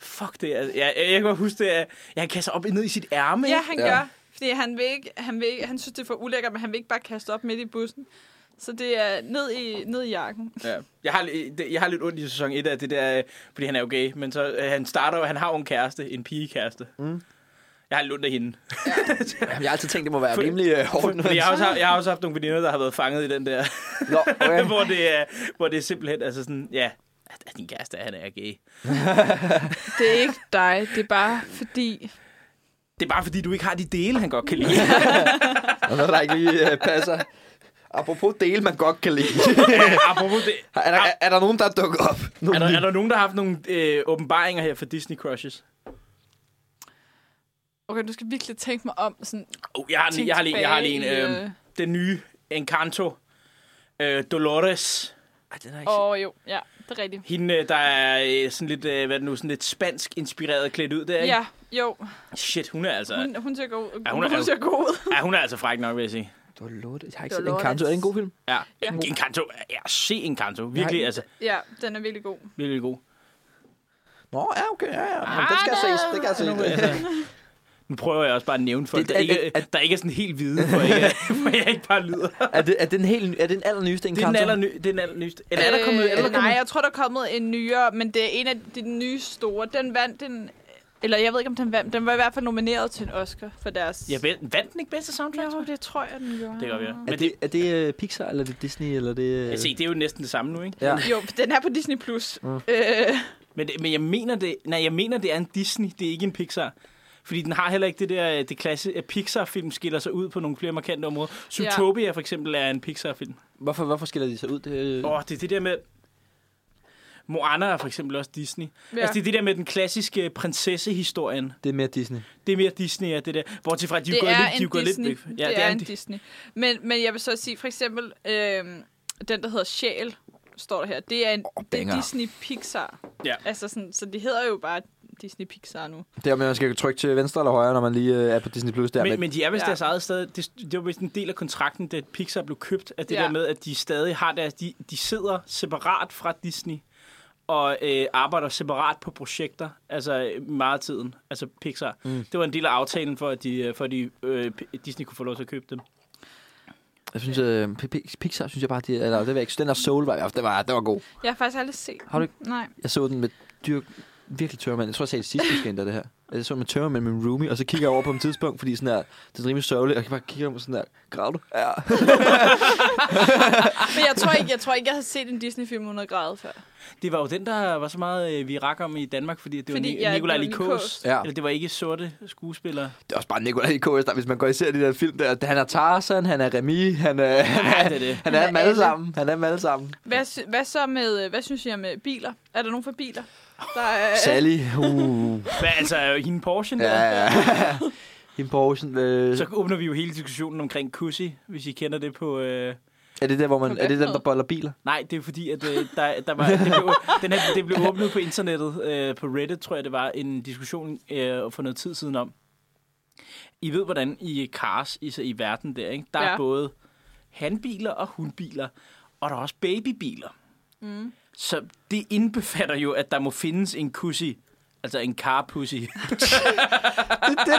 Speaker 3: Fuck det. Altså, jeg, jeg, jeg kan godt huske det. at- Ja, han kaster op i- ned i sit ærme.
Speaker 4: ja,
Speaker 3: ikke?
Speaker 4: han
Speaker 5: Ja.
Speaker 4: gør. Fordi han, vil ikke, han, vil ikke, han synes, det er for ulækkert, men han vil ikke bare kaste op midt i bussen. Så det er ned i, ned i jakken.
Speaker 3: Ja. Jeg, har, li- det- jeg har lidt ondt i sæson 1 af det der, øh, fordi han er jo gay, men så øh, han starter jo, han har jo en kæreste, en pigekæreste. Mm. Jeg har lidt ondt af hende.
Speaker 5: Jamen, jeg har altid tænkt, det må være
Speaker 3: For-
Speaker 5: rimelig øh, hårdt. nu,
Speaker 3: Fordi jeg,
Speaker 5: han-
Speaker 3: har også, haft- jeg har også haft nogle veninder, der har været fanget i den der,
Speaker 5: Nå, okay.
Speaker 3: hvor, det er, hvor det er simpelthen, altså sådan, ja, at at din kæreste, er, han er gay.
Speaker 4: Det er ikke dig, det er bare fordi...
Speaker 3: Det er bare fordi, du ikke har de dele, han godt kan lide.
Speaker 5: Der er noget, der ikke lige øh, passer. Apropos dele, man godt kan lide.
Speaker 3: Apropos det,
Speaker 5: Er der, er, er der nogen, der er dukket op?
Speaker 3: er, der, er der nogen, der har haft nogle øh, åbenbaringer her for Disney Crushes?
Speaker 4: Okay, du skal virkelig tænke mig om sådan...
Speaker 3: Oh, jeg har, en- jeg har lige, jeg har lige en, øh, den nye Encanto. Øh, Dolores.
Speaker 5: Ej, den har jeg ikke
Speaker 4: Åh, oh, jo. Ja, det er rigtigt.
Speaker 3: Hende, øh, der er øh, sådan lidt, øh, hvad er det nu, sådan lidt spansk inspireret klædt ud der, ikke?
Speaker 4: Ja, Jo,
Speaker 3: Shit, hun er altså, hun,
Speaker 4: hun, hun ser god ud.
Speaker 3: Ja, hun
Speaker 4: hun,
Speaker 3: er-
Speaker 4: hun ser god ud.
Speaker 3: er, hun er altså fræk nok, vil jeg sige.
Speaker 5: Det var lortet. Jeg har ikke
Speaker 4: Det
Speaker 5: set
Speaker 4: var
Speaker 5: Encanto. Er det en god film?
Speaker 3: Ja, ja. Encanto. Ja, se Encanto. Virkelig,
Speaker 5: Nej.
Speaker 3: altså,
Speaker 4: Ja, den er virkelig god.
Speaker 3: virkelig god.
Speaker 5: Nå, ja, okay. Ja, ja. Jamen, den skal
Speaker 4: Ah,
Speaker 5: ses. Den skal ses.
Speaker 3: Nu prøver jeg også bare at nævne folk,
Speaker 5: Det-
Speaker 3: der,
Speaker 5: at-
Speaker 3: ikke,
Speaker 5: at-
Speaker 3: der ikke er sådan helt viden, for jeg, for jeg ikke bare lyder.
Speaker 5: er, det, er, den helt, er den allernyeste
Speaker 3: Altså, Det er den
Speaker 5: Encanto?
Speaker 3: allerny, det er den allernyeste. Eller er der kommet... er der
Speaker 4: øh, nej,
Speaker 3: kommet?
Speaker 4: jeg tror, der er kommet en nyere, men det er en af de nye store. Den vandt en... Eller jeg ved ikke, om den vandt. Den var i hvert fald nomineret til en Oscar for deres...
Speaker 3: Jeg ved, vandt den ikke bedste soundtrack?
Speaker 4: Jo, det tror jeg, den gjorde.
Speaker 3: Det gør vi, ja.
Speaker 5: Er
Speaker 3: Men det,
Speaker 5: det, er det øh, Pixar, eller er det Disney, eller er det...
Speaker 3: jeg
Speaker 5: øh,
Speaker 3: se, det er jo næsten det samme nu, ikke?
Speaker 5: Ja.
Speaker 4: Jo, den er på Disney+. Plus. Mm. Øh,
Speaker 3: Men, det, men jeg, mener det, nej, jeg mener, det er en Disney, det er ikke en Pixar. Fordi den har heller ikke det der, øh, det klasse, at Pixar-film skiller sig ud på nogle flere markante områder. Zootopia for eksempel er en Pixar-film.
Speaker 5: Hvorfor, hvorfor skiller de sig ud? Det, øh,
Speaker 3: Åh, oh, det er det der med... Moana er for eksempel også Disney. Ja.
Speaker 4: ja.
Speaker 3: Altså, det er det der med den klassiske prinsessehistorien.
Speaker 5: det er mere Disney.
Speaker 3: Det er mere Disney, ja, det der. Bortset fra, at de
Speaker 4: det
Speaker 3: går
Speaker 4: er
Speaker 3: lidt, de
Speaker 4: en
Speaker 3: går lidt
Speaker 4: Disney.
Speaker 3: væk.
Speaker 4: Ja, det, det er, en Disney. Men, men jeg vil så sige, for eksempel, øh, den, der hedder Sjæl, står der her, det er en oh, det er
Speaker 5: banger.
Speaker 4: Disney Pixar.
Speaker 3: Ja.
Speaker 4: Altså sådan, så det hedder jo bare Disney Pixar nu.
Speaker 5: Det er, om man skal trykke til venstre eller højre, når man lige øh, er på Disney+. Plus der.
Speaker 3: men, men de er vist
Speaker 4: Ja.
Speaker 3: deres eget sted. Det, det var vist en del af kontrakten, da Pixar blev købt, at det
Speaker 4: Ja.
Speaker 3: der med, at de stadig har deres... De, de sidder separat fra Disney og øh, arbejder separat på projekter, altså øh, meget af tiden, altså Pixar. Mm. Det var en del af aftalen for, at, de, øh, for at de, øh, P- Disney kunne få lov til at købe dem.
Speaker 5: Jeg synes, øh, P- P- Pixar synes jeg bare, de, eller det var ikke, den der Soul var, i hvert fald- det var, det var god.
Speaker 4: Jeg har faktisk aldrig set
Speaker 5: Har du ikke?
Speaker 4: den. Nej.
Speaker 5: Jeg så den med dyr, virkelig tørmand. Jeg tror, jeg sagde det sidste måske endda, det her. Jeg så den med tørmand med min roomie, og så kigger jeg over på dem et tidspunkt, fordi sådan der, det er rimelig sørgeligt, og jeg kan bare kigge om og sådan der, græder du? Ja.
Speaker 4: Men jeg tror ikke, jeg, tror ikke, jeg har set en Disney-film 100 grader før.
Speaker 3: Det var jo den, der var så meget øh, vi rak om i Danmark, fordi det
Speaker 4: Fordi,
Speaker 3: var Ni-
Speaker 4: ja,
Speaker 3: Nikolaj
Speaker 4: det var
Speaker 3: Likos.
Speaker 4: Likos.
Speaker 5: Ja.
Speaker 3: Eller det var ikke sorte skuespillere.
Speaker 5: Det er også bare Nikolaj i KS, der, hvis man går og ser de der film der, han er Tarzan, han er Remy, han er, han er,
Speaker 3: det er det.
Speaker 5: han er, dem alle
Speaker 4: alle.
Speaker 5: sammen. Han er dem alle sammen.
Speaker 4: Hvad, sy- hvad så med, øh, hvad synes jeg med biler? Er der nogen for biler? Der er,
Speaker 5: Sally, uh,
Speaker 3: Hvad, altså, hende Porsche der?
Speaker 5: ja, ja. Hende Poulsen, øh,
Speaker 3: Så åbner vi jo hele diskussionen omkring Kussi, hvis I kender det på... Øh...
Speaker 5: er det der, hvor man, er det den, der boller biler?
Speaker 3: Nej, det er fordi, at øh, der, der var, det, blev, den her, det blev åbnet på internettet, øh, på Reddit, tror jeg, det var en diskussion øh, for noget tid siden om. I ved, hvordan i cars i, i verden der, ikke? der ja. er
Speaker 4: Ja.
Speaker 3: både handbiler og hundbiler, og der er også babybiler.
Speaker 4: Mm.
Speaker 3: Så det indbefatter jo, at der må findes en kussi, altså en carpussy.
Speaker 5: Det, det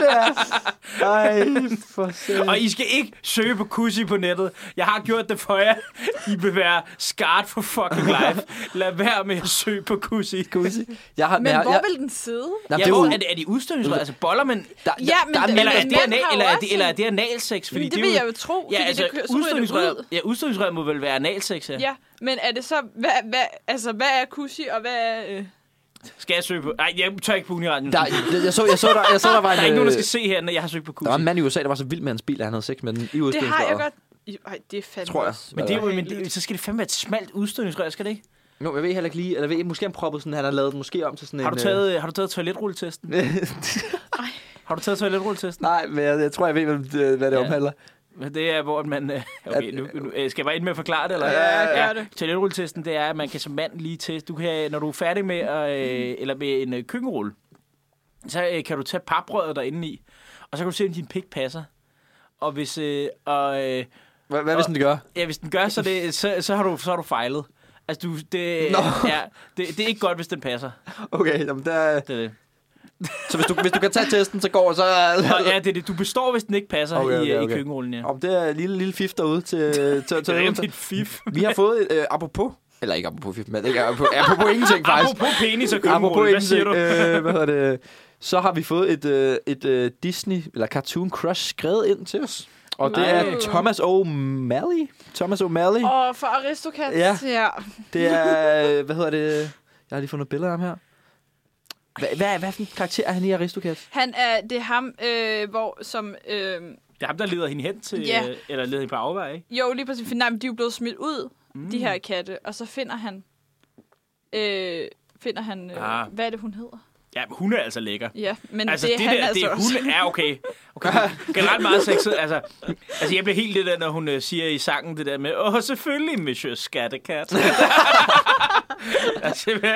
Speaker 5: der. Ej, for
Speaker 3: Og
Speaker 5: sent.
Speaker 3: I skal ikke søge på Kussi på nettet. Jeg har gjort det for jer. I vil være scarred for fucking life. Lad være med at søge på Kussi.
Speaker 5: Jeg har,
Speaker 4: Men
Speaker 5: jeg,
Speaker 4: hvor
Speaker 5: jeg,
Speaker 4: vil den sidde?
Speaker 5: Jamen,
Speaker 3: Ja,
Speaker 5: det er jo,
Speaker 3: hvor er det, er de udstødningsrør? Altså boller man...
Speaker 5: der,
Speaker 4: Ja, men
Speaker 5: der,
Speaker 4: det-
Speaker 5: der,
Speaker 3: Eller er
Speaker 4: men
Speaker 3: det,
Speaker 4: mænd
Speaker 3: anal,
Speaker 4: har jo
Speaker 3: eller, er
Speaker 4: også
Speaker 3: det,
Speaker 4: en-
Speaker 3: eller er det analsex? Fordi
Speaker 4: det, det
Speaker 3: er
Speaker 4: vil
Speaker 3: jo-
Speaker 4: jeg jo tro,
Speaker 3: Ja,
Speaker 4: fordi
Speaker 3: altså,
Speaker 4: det kører
Speaker 3: udstødningsrør,
Speaker 4: ud.
Speaker 3: ja, udstødningsrør må vel være analsex, ja.
Speaker 4: Ja, men er det så, hvad, hvad, altså, hvad er kushi, og hvad er... Øh,
Speaker 3: Skal jeg søge på... Nej, jeg tør ikke på Uniradion. Der,
Speaker 5: der, jeg, jeg, så, jeg, så, der, jeg så, der var
Speaker 3: der
Speaker 5: en,
Speaker 3: er ikke nogen, der
Speaker 5: øh,
Speaker 3: skal se her, når jeg har søgt på
Speaker 5: der var
Speaker 3: Kussi.
Speaker 5: en mand i USA, der var så vild med hans bil, at han havde sex med den i
Speaker 4: det har jeg
Speaker 5: udstødningsrøret.
Speaker 4: godt... I- Ej, det er fandme
Speaker 5: Tror jeg.
Speaker 4: også
Speaker 3: Men, det, er jo- men det,
Speaker 4: ubehageligt.
Speaker 3: så skal det fandme være et smalt udstødningsrør, skal det ikke?
Speaker 5: Jo, jeg ved heller ikke lige, eller jeg ved, ikke, måske han proppede sådan, han har lavet den måske om til sådan
Speaker 3: Har
Speaker 5: en...
Speaker 3: du
Speaker 5: øh,
Speaker 3: taget, har du taget toiletrulletesten? Har du taget toiletrulletesten?
Speaker 5: Nej, men jeg, jeg tror, jeg ved, hvad det, hvad det
Speaker 3: Ja.
Speaker 5: omhandler.
Speaker 3: Men Det er, hvor man... øh, Okay, nu, nu, øh, skal jeg bare ind med at forklare det, eller?
Speaker 4: Ja, gør det.
Speaker 3: Toiletrulletesten, det er, at man kan som mand lige teste... Du kan, når du er færdig med, at, øh, eller med en øh, køkkenrulle, så øh, kan du tage paprøret derinde i, og så kan du se, om din pik passer. Og hvis, øh, og, øh,
Speaker 5: Hvad, hvad hvis den gør?
Speaker 3: ja, hvis den gør, så, det, så, så, har du, så har du fejlet. Altså, du, det,
Speaker 5: Nå.
Speaker 3: ja, det, det er ikke godt, hvis den passer.
Speaker 5: Okay, jamen der,
Speaker 3: Det er det.
Speaker 5: så hvis du, hvis du kan tage testen, så går så...
Speaker 3: Og, ja, det er det. Du består, hvis den ikke passer
Speaker 5: Okay,
Speaker 3: okay, i,
Speaker 5: okay,
Speaker 3: okay. i
Speaker 5: okay.
Speaker 3: køkkenrullen, ja.
Speaker 5: Om det er en lille, lille fif derude til... til, til,
Speaker 3: Det er jo
Speaker 5: til
Speaker 3: dit fif.
Speaker 5: vi har fået, øh, apropos... Eller ikke apropos fif, men ikke apropos, apropos ingenting, faktisk.
Speaker 3: Apropos penis og
Speaker 5: Apropos
Speaker 3: køkkenrulle, hvad siger du?
Speaker 5: Øh, hvad hedder det? Så har vi fået et, øh, et øh, Disney, eller Cartoon Crush, skrevet ind til os. Og det
Speaker 4: Ej.
Speaker 5: er Thomas O'Malley. Thomas O'Malley.
Speaker 4: Og for Aristocats,
Speaker 5: Ja.
Speaker 4: ja. ja.
Speaker 5: Det er, øh, hvad hedder det? Jeg har lige fundet billeder af ham her. Hvad, hvad, hvad for en karakter er han i Aristocats?
Speaker 4: Han er, det er ham, øh, hvor som... Øh,
Speaker 3: Det er ham, der leder hende hen til,
Speaker 4: Ja.
Speaker 3: yeah. eller leder hende på afvej, ikke?
Speaker 4: jo, lige præcis, for nej, men de er jo blevet smidt ud, mm. de her katte, og så finder han... Øh, finder han... Øh,
Speaker 3: Ah.
Speaker 4: Hvad er det, hun hedder?
Speaker 3: Ja, men hun er altså lækker.
Speaker 4: Ja, men
Speaker 3: Altså,
Speaker 4: det
Speaker 3: det,
Speaker 4: er
Speaker 3: det
Speaker 4: han
Speaker 3: der,
Speaker 4: altså
Speaker 3: det er
Speaker 4: også.
Speaker 3: hun er okay. okay. hun er Generelt meget sexet. Altså, altså, jeg bliver helt det der, når hun øh, siger i sangen det der med, åh, selvfølgelig, Monsieur Skattekat. Altså, hvad?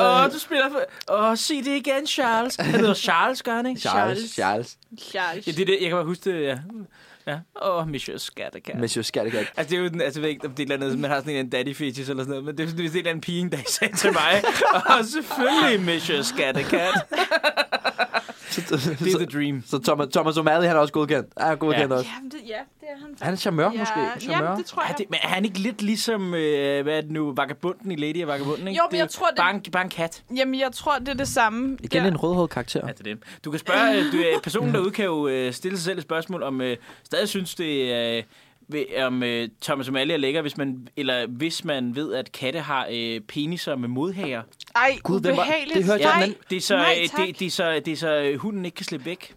Speaker 3: Åh, du spiller for... Åh, sig det igen, Charles. Han hedder Charles, gør han ikke?
Speaker 7: Charles. Charles.
Speaker 4: Charles.
Speaker 3: Ja, det er det. Jeg kan bare huske det, ja. Ja. Åh, Monsieur Skattekat.
Speaker 7: Monsieur Skattegat.
Speaker 3: Altså, det er jo den, altså, jeg ved ikke, om det er et eller andet, man har sådan en daddy fetish eller sådan noget, men det er sådan, hvis det er en eller anden pige, en dag sagde til mig, og selvfølgelig, Monsieur Skattekat. Det er the dream.
Speaker 7: Så Thomas, Thomas O'Malley, han er også godkendt. Han er godkendt
Speaker 3: Ja.
Speaker 7: ja. også.
Speaker 4: Jamen, det, ja, det er han
Speaker 7: Han er charmeur, ja. måske. Charmeur.
Speaker 4: Jamen, det tror
Speaker 3: Er
Speaker 4: jeg.
Speaker 3: det, men er han ikke lidt ligesom, øh, hvad er det nu, vagabunden i Lady og vagabunden, ikke?
Speaker 4: Jo, men
Speaker 3: Det er
Speaker 4: jeg tror, det-
Speaker 3: Bare en, bare en kat.
Speaker 4: Jamen, jeg tror, det er det samme.
Speaker 7: Igen
Speaker 4: der.
Speaker 7: en rødhåret karakter.
Speaker 3: Ja, det er det. Du kan spørge, øh, du, øh, personen derude kan jo øh, stille sig selv et spørgsmål, om øh, stadig synes det er... Øh, ved, om øh, Thomas O'Malley er lækker, hvis man, eller hvis man ved, at katte har øh, peniser med modhager.
Speaker 4: Ej,
Speaker 7: Gud,
Speaker 4: Gud,
Speaker 7: den var-
Speaker 4: ubehageligt.
Speaker 7: det hørte jeg
Speaker 4: Nej,
Speaker 7: den
Speaker 3: Det er så,
Speaker 4: Nej,
Speaker 3: øh,
Speaker 4: tak.
Speaker 3: det, det er så, det er så øh, hunden ikke kan slippe væk.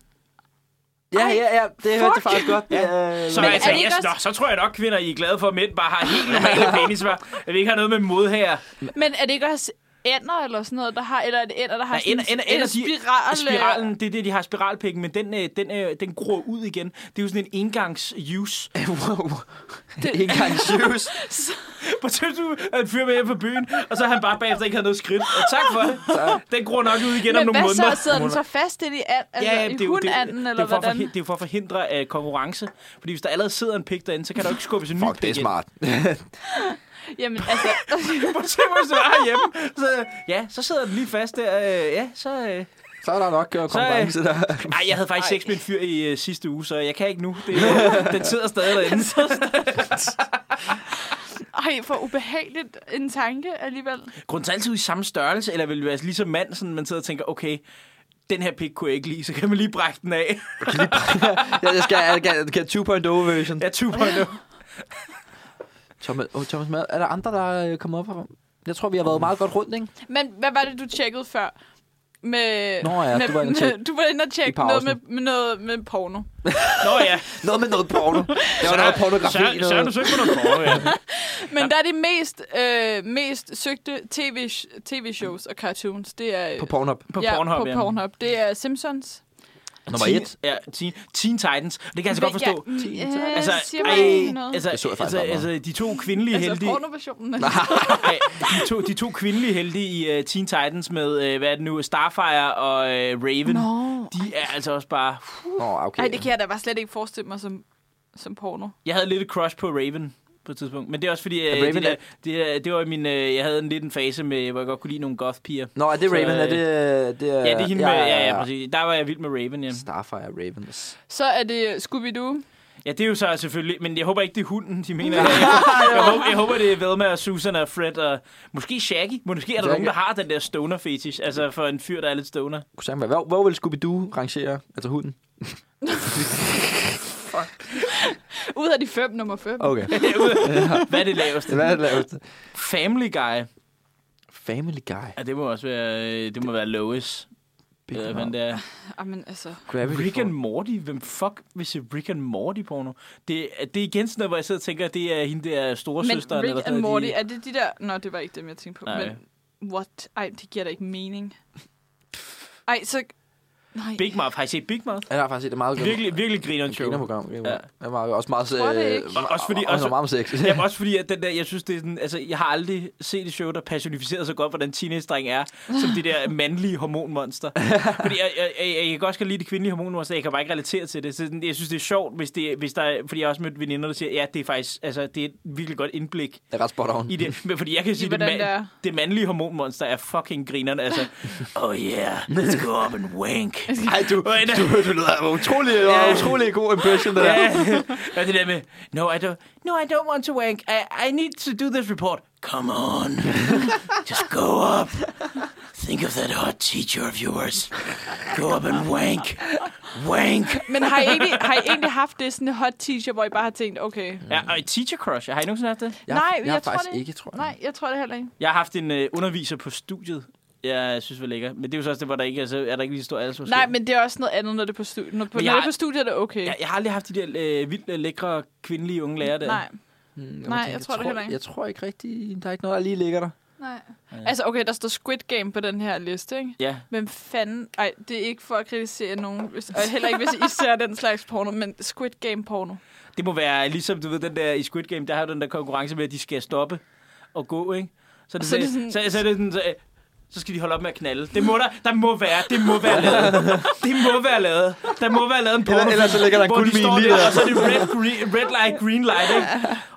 Speaker 7: Ja, ja, ja. Det hørte jeg
Speaker 4: fuck.
Speaker 7: faktisk godt. Det, er-
Speaker 3: Så,
Speaker 4: Men
Speaker 3: altså,
Speaker 4: er det ikke
Speaker 3: yes,
Speaker 4: også-
Speaker 3: nå, så tror jeg nok, kvinder, I er glade for, at mænd bare har helt normale peniser. At vi ikke har noget med mod her.
Speaker 4: Men er det ikke også ænder eller sådan noget, der har, eller er det ænder, der har
Speaker 3: Nej,
Speaker 4: sådan
Speaker 3: ender, ender, ender, de,
Speaker 4: spiral?
Speaker 3: spiralen, det er det, de har spiralpikken, men den, øh, den, øh, den gror ud igen. Det er jo sådan en engangs-use.
Speaker 7: wow. Ikke engang shoes.
Speaker 3: På tøft, du er en fyr med hjem fra byen, og så har han bare bagefter ikke havde noget skridt. Og tak for det. Den gror nok ud igen om
Speaker 4: Men
Speaker 3: nogle
Speaker 4: hvad
Speaker 3: måneder.
Speaker 4: så? Sidder den så fast ind i, and, altså,
Speaker 3: Ja, ja,
Speaker 4: i
Speaker 3: det er jo- det er jo-
Speaker 4: hundanden,
Speaker 3: det er
Speaker 4: eller
Speaker 3: jo for at
Speaker 4: hvordan?
Speaker 3: forhi- Det er jo for at forhindre øh, konkurrence. Fordi hvis der allerede sidder en pik derinde, så kan der jo ikke skubbes en ny
Speaker 7: Fuck,
Speaker 3: pik
Speaker 7: det er
Speaker 3: ind.
Speaker 7: smart.
Speaker 4: Jamen, altså,
Speaker 3: Prøv at se, hvis du er hjemme. Så, ja, så sidder den lige fast der. Øh, ja, så... Øh.
Speaker 7: Så er der nok øh, konkurrence der.
Speaker 3: Ej, jeg havde faktisk sex med en fyr i øh, sidste uge, så jeg kan ikke nu. Det, øh, den sidder stadig derinde.
Speaker 4: ej, for ubehageligt en tanke alligevel.
Speaker 3: Grunden til altid i samme størrelse, eller vil det være ligesom mand, sådan man sidder og tænker, okay, den her pik kunne jeg ikke lide, så kan man lige brække den af.
Speaker 7: Ja, jeg skal jeg skal- jeg skal have 2.0 version.
Speaker 3: Jeg tuber nu.
Speaker 7: Thomas, oh, Thomas Mad, er der andre, der øh, kommer op her? Jeg tror, vi har været meget godt rundt, ikke?
Speaker 4: Men hvad var det, du tjekkede før? Med,
Speaker 7: Nå ja,
Speaker 4: med,
Speaker 7: du var inde og tjekke-
Speaker 4: med, du var inde og
Speaker 7: i
Speaker 4: tjekke noget
Speaker 7: pausen.
Speaker 4: med, med, noget med porno.
Speaker 3: Nå ja,
Speaker 7: Noget med noget porno. Det var noget pornografi.
Speaker 3: så, så er du
Speaker 7: noget.
Speaker 3: søgt på noget porno, ja.
Speaker 4: Men der er de mest, øh, mest søgte tv, tv-shows og cartoons. Det er,
Speaker 7: På Pornhub.
Speaker 3: På
Speaker 4: ja,
Speaker 3: Pornhub,
Speaker 4: på Pornhub. Det er Simpsons.
Speaker 7: Nummer
Speaker 3: Teen-
Speaker 7: et.
Speaker 3: Ja, teen, teen Titans. Og Det kan jeg altså godt forstå.
Speaker 4: Ja, mm, øh,
Speaker 3: Altså,
Speaker 4: siger man ikke
Speaker 3: ej,
Speaker 4: noget?
Speaker 3: altså,
Speaker 7: Det så jeg faktisk
Speaker 3: altså,
Speaker 7: ret meget.
Speaker 3: altså, de to kvindelige
Speaker 4: altså
Speaker 3: heldige...
Speaker 4: pornoversionen.
Speaker 3: Ej, de, to, de to kvindelige helte i uh, Teen Titans med, uh, hvad er det nu, Starfire og uh, Raven, no.
Speaker 4: Nå.
Speaker 3: de er altså også bare...
Speaker 7: Nå, okay.
Speaker 4: Ej, det kan jeg da bare slet ikke forestille mig som, som porno.
Speaker 3: Jeg havde lidt et crush på Raven på et tidspunkt, men det er også fordi, uh,
Speaker 7: Er Raven
Speaker 3: det,
Speaker 7: er-
Speaker 3: der, det, der, det var min, uh, jeg havde en lidt en fase, med, hvor jeg godt kunne lide nogle goth-piger.
Speaker 7: Nå, er det
Speaker 3: Så,
Speaker 7: Raven? Er
Speaker 3: øh,
Speaker 7: det... øh, det
Speaker 3: Ja, det er hende ja, med, ja, ja, præcis. Der var jeg vild med Raven, ja.
Speaker 7: Starfire Ravens.
Speaker 4: Så er det Scooby-Doo.
Speaker 3: Ja, det er jo så selvfølgelig, men jeg håber ikke, det er hunden, de mener. Jeg, jeg, jeg, håber, jeg håber, det er Velma og Susan og Fred og måske Shaggy. Måske er der
Speaker 7: Shaggy.
Speaker 3: nogen, der har den der stoner fetish, altså for en fyr, der er lidt stoner.
Speaker 7: Kunne sagtens være- Hvor, hvor vil Scooby-Doo rangere? Altså hunden?
Speaker 4: Ud af de fem, nummer fem.
Speaker 7: Okay.
Speaker 3: Hvad er det laveste?
Speaker 7: Hvad er det laveste?
Speaker 3: Family Guy.
Speaker 7: Family Guy.
Speaker 3: Ja, det må også være, øh, det må være Lois. Jeg ved, hvad det er.
Speaker 4: Jamen, altså.
Speaker 7: Gravity
Speaker 3: Rick and Morty? Hvem fuck vil se Rick and Morty porno? Det, er- det er igen sådan noget, hvor jeg sidder og tænker, at det er hende der store
Speaker 4: Men
Speaker 3: søster.
Speaker 4: Rick and Morty, er det de der... Nå, det var ikke dem, jeg tænkte på.
Speaker 3: Nej.
Speaker 4: Men what? Ej, det giver da ikke mening. Ej, så... Nej.
Speaker 3: Big Mouth. Har I set Big Mouth?
Speaker 7: Ja, Jeg har faktisk set det meget godt.
Speaker 3: Virkelig, virkelig griner
Speaker 7: Show.
Speaker 3: show.
Speaker 7: program. Ja.
Speaker 3: Ja.
Speaker 7: Det var også meget...
Speaker 4: Tror det ikke.
Speaker 3: Og- også fordi-
Speaker 7: Også
Speaker 3: også-
Speaker 7: meget om sex.
Speaker 3: Jamen også fordi, at den der, jeg synes, det er den, altså, jeg har aldrig set et show, der personificerer så godt, hvordan teenage-dreng er, som de der mandlige hormonmonster. Fordi jeg, jeg, jeg, jeg kan godt skal lide det kvindelige hormonmonster, jeg kan bare ikke relatere til det. Så sådan, jeg synes, det er sjovt, hvis det, hvis der, er- fordi jeg har også mødt veninder, der siger, ja, det er faktisk, altså, det er et virkelig godt indblik
Speaker 7: Det er ret spot on.
Speaker 3: i det. Men fordi jeg kan sige, det,
Speaker 4: hvordan
Speaker 3: man,
Speaker 4: det er.
Speaker 3: det mandlige hormonmonster er fucking grineren, altså. Oh yeah, let's go up and wank.
Speaker 7: Ej, du,
Speaker 3: Hvordan er-
Speaker 7: du, du lyder utrolig,
Speaker 3: Ja.
Speaker 7: utrolig god impression, det der.
Speaker 3: Ja, og det der med, no, I don't, no, I don't want to wank. I, I need to do this report. Come on. Just go up. Think of that hot teacher of yours. Go up and wank. Wank.
Speaker 4: Men har I, egentlig, har I egentlig haft det sådan en hot teacher, hvor I bare har tænkt, okay...
Speaker 3: Ja, og et teacher crush. Har I nogensinde haft det?
Speaker 7: Jeg,
Speaker 4: Nej,
Speaker 7: jeg,
Speaker 4: jeg
Speaker 7: har
Speaker 4: tror
Speaker 7: faktisk
Speaker 4: det-
Speaker 7: ikke, tror jeg.
Speaker 4: Nej, jeg tror det heller ikke.
Speaker 3: Jeg har haft en øh, underviser på studiet. Jeg synes, det var lækker. Men det er jo så også det, hvor der ikke er, så er der ikke lige stor aldersforskel.
Speaker 4: Nej, men det er også noget andet, når det er på studiet. Når, på,
Speaker 3: Men
Speaker 4: når
Speaker 3: jeg-
Speaker 4: det er på studiet, er det okay.
Speaker 3: Jeg, jeg har aldrig haft de der øh, vildt øh, lækre kvindelige unge lærere der.
Speaker 4: Nej,
Speaker 7: Hmm, må
Speaker 4: Nej,
Speaker 7: tænke,
Speaker 4: jeg tror det heller ikke.
Speaker 7: Jeg tror ikke rigtig, der er ikke noget, der lige ligger der.
Speaker 4: nej. Altså, okay, der står Squid Game på den her liste, ikke?
Speaker 3: Ja.
Speaker 4: Hvem fanden... Ej, det er ikke for at kritisere nogen, hvis, og heller ikke, hvis I ser den slags porno, men Squid Game porno.
Speaker 3: Det må være ligesom, du ved, den der i Squid Game, der har du den der konkurrence med, at de skal stoppe og gå, ikke? Så er det,
Speaker 4: Så er
Speaker 3: sådan,
Speaker 4: det
Speaker 3: så,
Speaker 4: sådan-
Speaker 3: så, er det sådan, så, øh, så skal de holde op med at knalde. Det må der, der må være, det må være lavet. Det må være lavet. Der må være lavet en porno.
Speaker 5: ellers så ligger der en
Speaker 3: hvor de
Speaker 5: guldmine
Speaker 3: står
Speaker 5: lige
Speaker 3: der,
Speaker 5: der.
Speaker 3: og så er det red, green, red light, green light, ikke?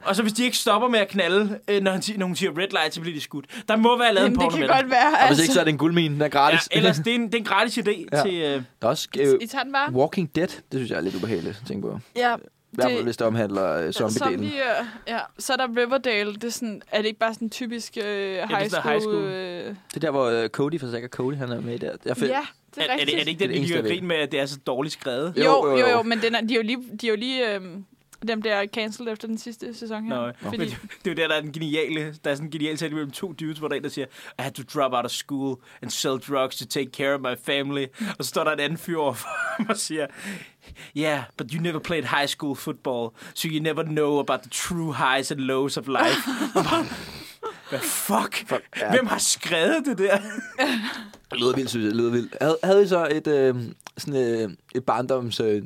Speaker 3: Og så hvis de ikke stopper med at knalde, øh, når, han, siger- når hun siger red light, så bliver de skudt. Der må være lavet
Speaker 4: Jamen,
Speaker 3: en
Speaker 4: det
Speaker 3: porno
Speaker 4: kan
Speaker 3: med
Speaker 4: godt være.
Speaker 5: Og hvis ikke, så er det en guldmine, den er
Speaker 3: Ja,
Speaker 5: gratis.
Speaker 3: ellers, det er, en, det er en gratis idé
Speaker 5: Ja.
Speaker 3: ja. til... Øh,
Speaker 5: Der er også
Speaker 4: I
Speaker 5: øh,
Speaker 4: tager den bare.
Speaker 5: Walking Dead, det synes jeg er lidt ubehageligt at tænke på. I
Speaker 4: Ja,
Speaker 5: hvert fald, hvis det omhandler øh, zombie-delen.
Speaker 4: zombie, ja. Så er der Riverdale. Det er, sådan, er det ikke bare sådan en typisk øh,
Speaker 3: sådan
Speaker 4: high
Speaker 3: noget
Speaker 4: school?
Speaker 3: high school.
Speaker 4: Øh,
Speaker 5: Det er der, hvor øh, Cody for sikkert Cody, han er med der. Jeg find,
Speaker 4: ja, det er,
Speaker 3: er, er, det, er det
Speaker 4: rigtigt.
Speaker 3: ikke den,
Speaker 5: Det er
Speaker 3: de
Speaker 5: det
Speaker 3: gør
Speaker 5: eneste, jeg
Speaker 3: grin med, at det er så dårligt skrevet?
Speaker 4: Jo, jo, jo,
Speaker 5: jo.
Speaker 4: jo, men den er, de er jo lige, de er jo lige øh, dem der cancelled efter den sidste sæson her.
Speaker 3: Nå,
Speaker 4: fordi,
Speaker 3: Det er jo der, der er den geniale, der er sådan en genial sætning mellem to dudes, hvor der er en, der siger, I had to drop out of school and sell drugs to take care of my family. Og så står der en anden fyr overfor ham og siger, Yeah, but you never played high school football, so you never know about the true highs and lows of life. Og bare, Hvad fuck?
Speaker 5: ja.
Speaker 3: Hvem har skrevet det der?
Speaker 5: Det lyder vildt, synes jeg. Det lyder vildt. Havde, havde I så et, øh, sådan, øh, et barndoms øh,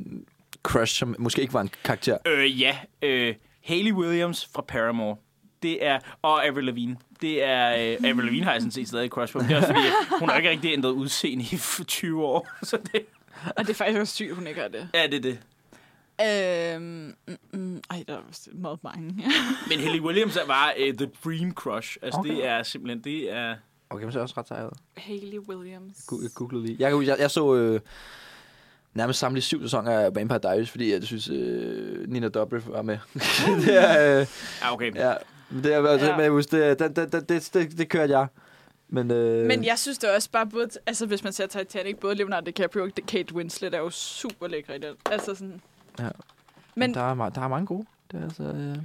Speaker 5: crush, som måske ikke var en karakter?
Speaker 3: Øh, ja. Øh, Haley Williams fra Paramore. Det er, og Avril Lavigne. Det er, øh, Avril Lavigne har jeg sådan set stadig et crush på, men det er også fordi, at hun har ikke rigtig ændret udseende i 20 år. Så det,
Speaker 4: og det er faktisk også sygt, hun ikke har det.
Speaker 3: ja, det er det.
Speaker 4: Øhm, mm, mm, ej, der er vist meget mange.
Speaker 3: Men Haley Williams er bare øh, the dream crush. Altså, okay. det er simpelthen, det er...
Speaker 5: Okay, men så er jeg også ret sejret.
Speaker 4: Hayley Williams.
Speaker 5: Gu- Jeg googlede lige. Jeg, kan huske, jeg, jeg så øh, nærmest samlet syv sæsoner af Vampire Diaries, fordi jeg synes, øh, Nina Dobrev var med. det er, øh,
Speaker 3: Ja, okay. Ja.
Speaker 5: ja, men det, er, ja.
Speaker 4: Ja.
Speaker 5: men jeg husker, det, det, det, det, det, det, det kørte jeg. Men, øh,
Speaker 4: Men jeg synes det er også bare, både, altså hvis man ser Titanic, både Leonardo DiCaprio og Kate Winslet er jo super lækre i den. Altså sådan...
Speaker 5: Ja.
Speaker 4: Men
Speaker 5: der, er, ma- der er mange gode. Det er altså, øh,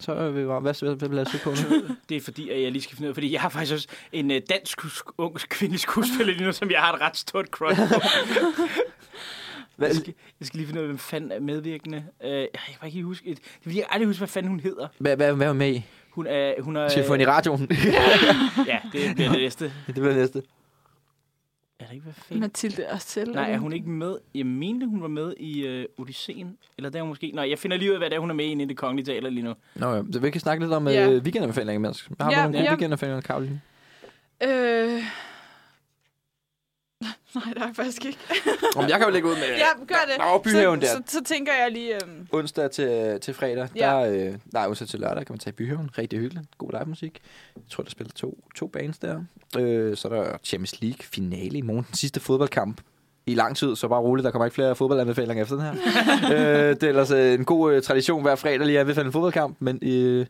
Speaker 5: så er vi bare, hvad, hvad, hvad bliver jeg søge på nu?
Speaker 3: Det er fordi, at jeg lige skal finde ud af, fordi jeg har faktisk også en øh, dansk sk- ung kvindelig skuespillerinde, som jeg har et ret stort crush på.
Speaker 5: Hvad,
Speaker 3: Jeg skal, jeg skal lige finde ud af, hvem fanden er medvirkende. Øh, jeg kan bare ikke lige huske... Et, det er fordi, jeg kan aldrig huske, hvad fanden hun hedder.
Speaker 5: hvad, hvad, hvad var med i?
Speaker 3: Hun er... Hun er
Speaker 5: Skal vi få hende i radioen?
Speaker 3: Ja, det bliver det næste.
Speaker 5: det bliver næste.
Speaker 3: Er det ikke, hvad fanden?
Speaker 4: Mathilde er selv.
Speaker 3: Nej, er hun ikke med? Jeg mente, hun var med i øh, Odysseen. Eller der er hun måske... Nej, jeg finder lige ud af, hvad det er, hun er med i inden i det kongelige teater lige nu.
Speaker 5: Nå ja, så vi kan snakke lidt om
Speaker 4: Ja.
Speaker 5: yeah. øh, weekendanbefalinger imens. Har du
Speaker 4: Ja,
Speaker 5: nogle gode
Speaker 4: ja.
Speaker 5: weekendanbefalinger, Karoline?
Speaker 4: Øh... Nej, der er faktisk ikke.
Speaker 5: Om jeg kan jo lægge ud med...
Speaker 4: Ja, gør det.
Speaker 5: Nå, byhaven
Speaker 4: så,
Speaker 5: der.
Speaker 4: Så, så, tænker jeg lige... Øhm,
Speaker 5: onsdag til, til fredag,
Speaker 4: Ja.
Speaker 5: der, øh, nej, onsdag til lørdag, kan man tage i Byhaven. Rigtig hyggeligt. God live musik. Jeg tror, der spiller to, to bands der. Øh, så er der Champions League finale i morgen. Den sidste fodboldkamp i lang tid, så bare roligt, der kommer ikke flere fodboldanbefalinger efter den her. øh, det er ellers øh, en god øh, tradition hver fredag lige at anbefale en fodboldkamp, men øh,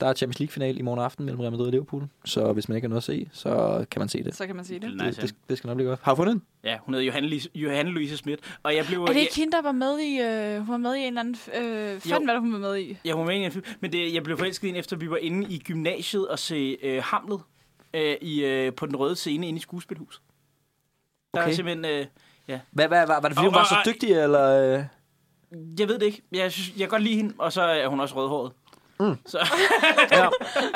Speaker 5: der er Champions League finale i morgen aften mellem Real Madrid og Liverpool, så hvis man ikke har noget at se, så kan man se det.
Speaker 4: så kan man sige det.
Speaker 3: Det er
Speaker 5: Det,
Speaker 3: nice, ja.
Speaker 5: det, det skal nok blive godt. Har du fundet den?
Speaker 3: Ja, hun hedder Johanne, Lise, Johanne Louise Schmidt. Og jeg blev...
Speaker 4: Er det
Speaker 3: jeg-
Speaker 4: ikke hende, der var med i... Øh, hun var med i en eller anden... Øh, fanden, hvad der, hun var med i?
Speaker 3: Ja, hun var med i en film. Men det, jeg blev forelsket i hende, efter vi var inde i gymnasiet og se øh, Hamlet øh, i, øh, på den røde scene inde i skuespilhuset. Der okay.
Speaker 5: Okay.
Speaker 3: er simpelthen... Øh,
Speaker 5: Hvad, hvad, hvad, var det fordi,
Speaker 3: Åh,
Speaker 5: hun var så
Speaker 3: åh, åh.
Speaker 5: dygtig, eller... Øh?
Speaker 3: jeg ved det ikke. Jeg, synes, jeg kan godt lide hende, og så er hun også rødhåret.
Speaker 5: Ja,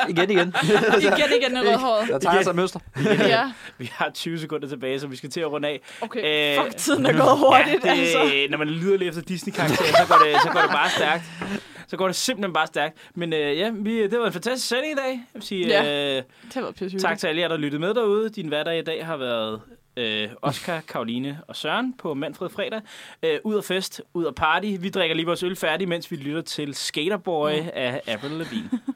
Speaker 5: igen, igen.
Speaker 4: Igen, igen, den rødhåret.
Speaker 5: Der tager sig et mønster.
Speaker 4: Ja,
Speaker 3: Vi har 20 sekunder tilbage, så vi skal til at runde af.
Speaker 4: okay.
Speaker 3: Øh,
Speaker 4: Fuck, tiden er gået hurtigt,
Speaker 3: ja, det,
Speaker 4: altså.
Speaker 3: Når man lyder lidt efter Disney-karakterer, så, går det, så går det bare stærkt. Så går det simpelthen bare stærkt. Men øh, ja, vi, det var en fantastisk sending i dag. Jeg vil sige ja. øh,
Speaker 4: Det har været pisse
Speaker 3: tak til alle jer, der lyttede med derude. Din hverdag i dag har været øh, Oscar, Karoline og Søren på Manfred Fredag. Øh, ud og fest, ud og party. Vi drikker lige vores øl færdig, mens vi lytter til Skaterboy mm. af Avril Lavigne.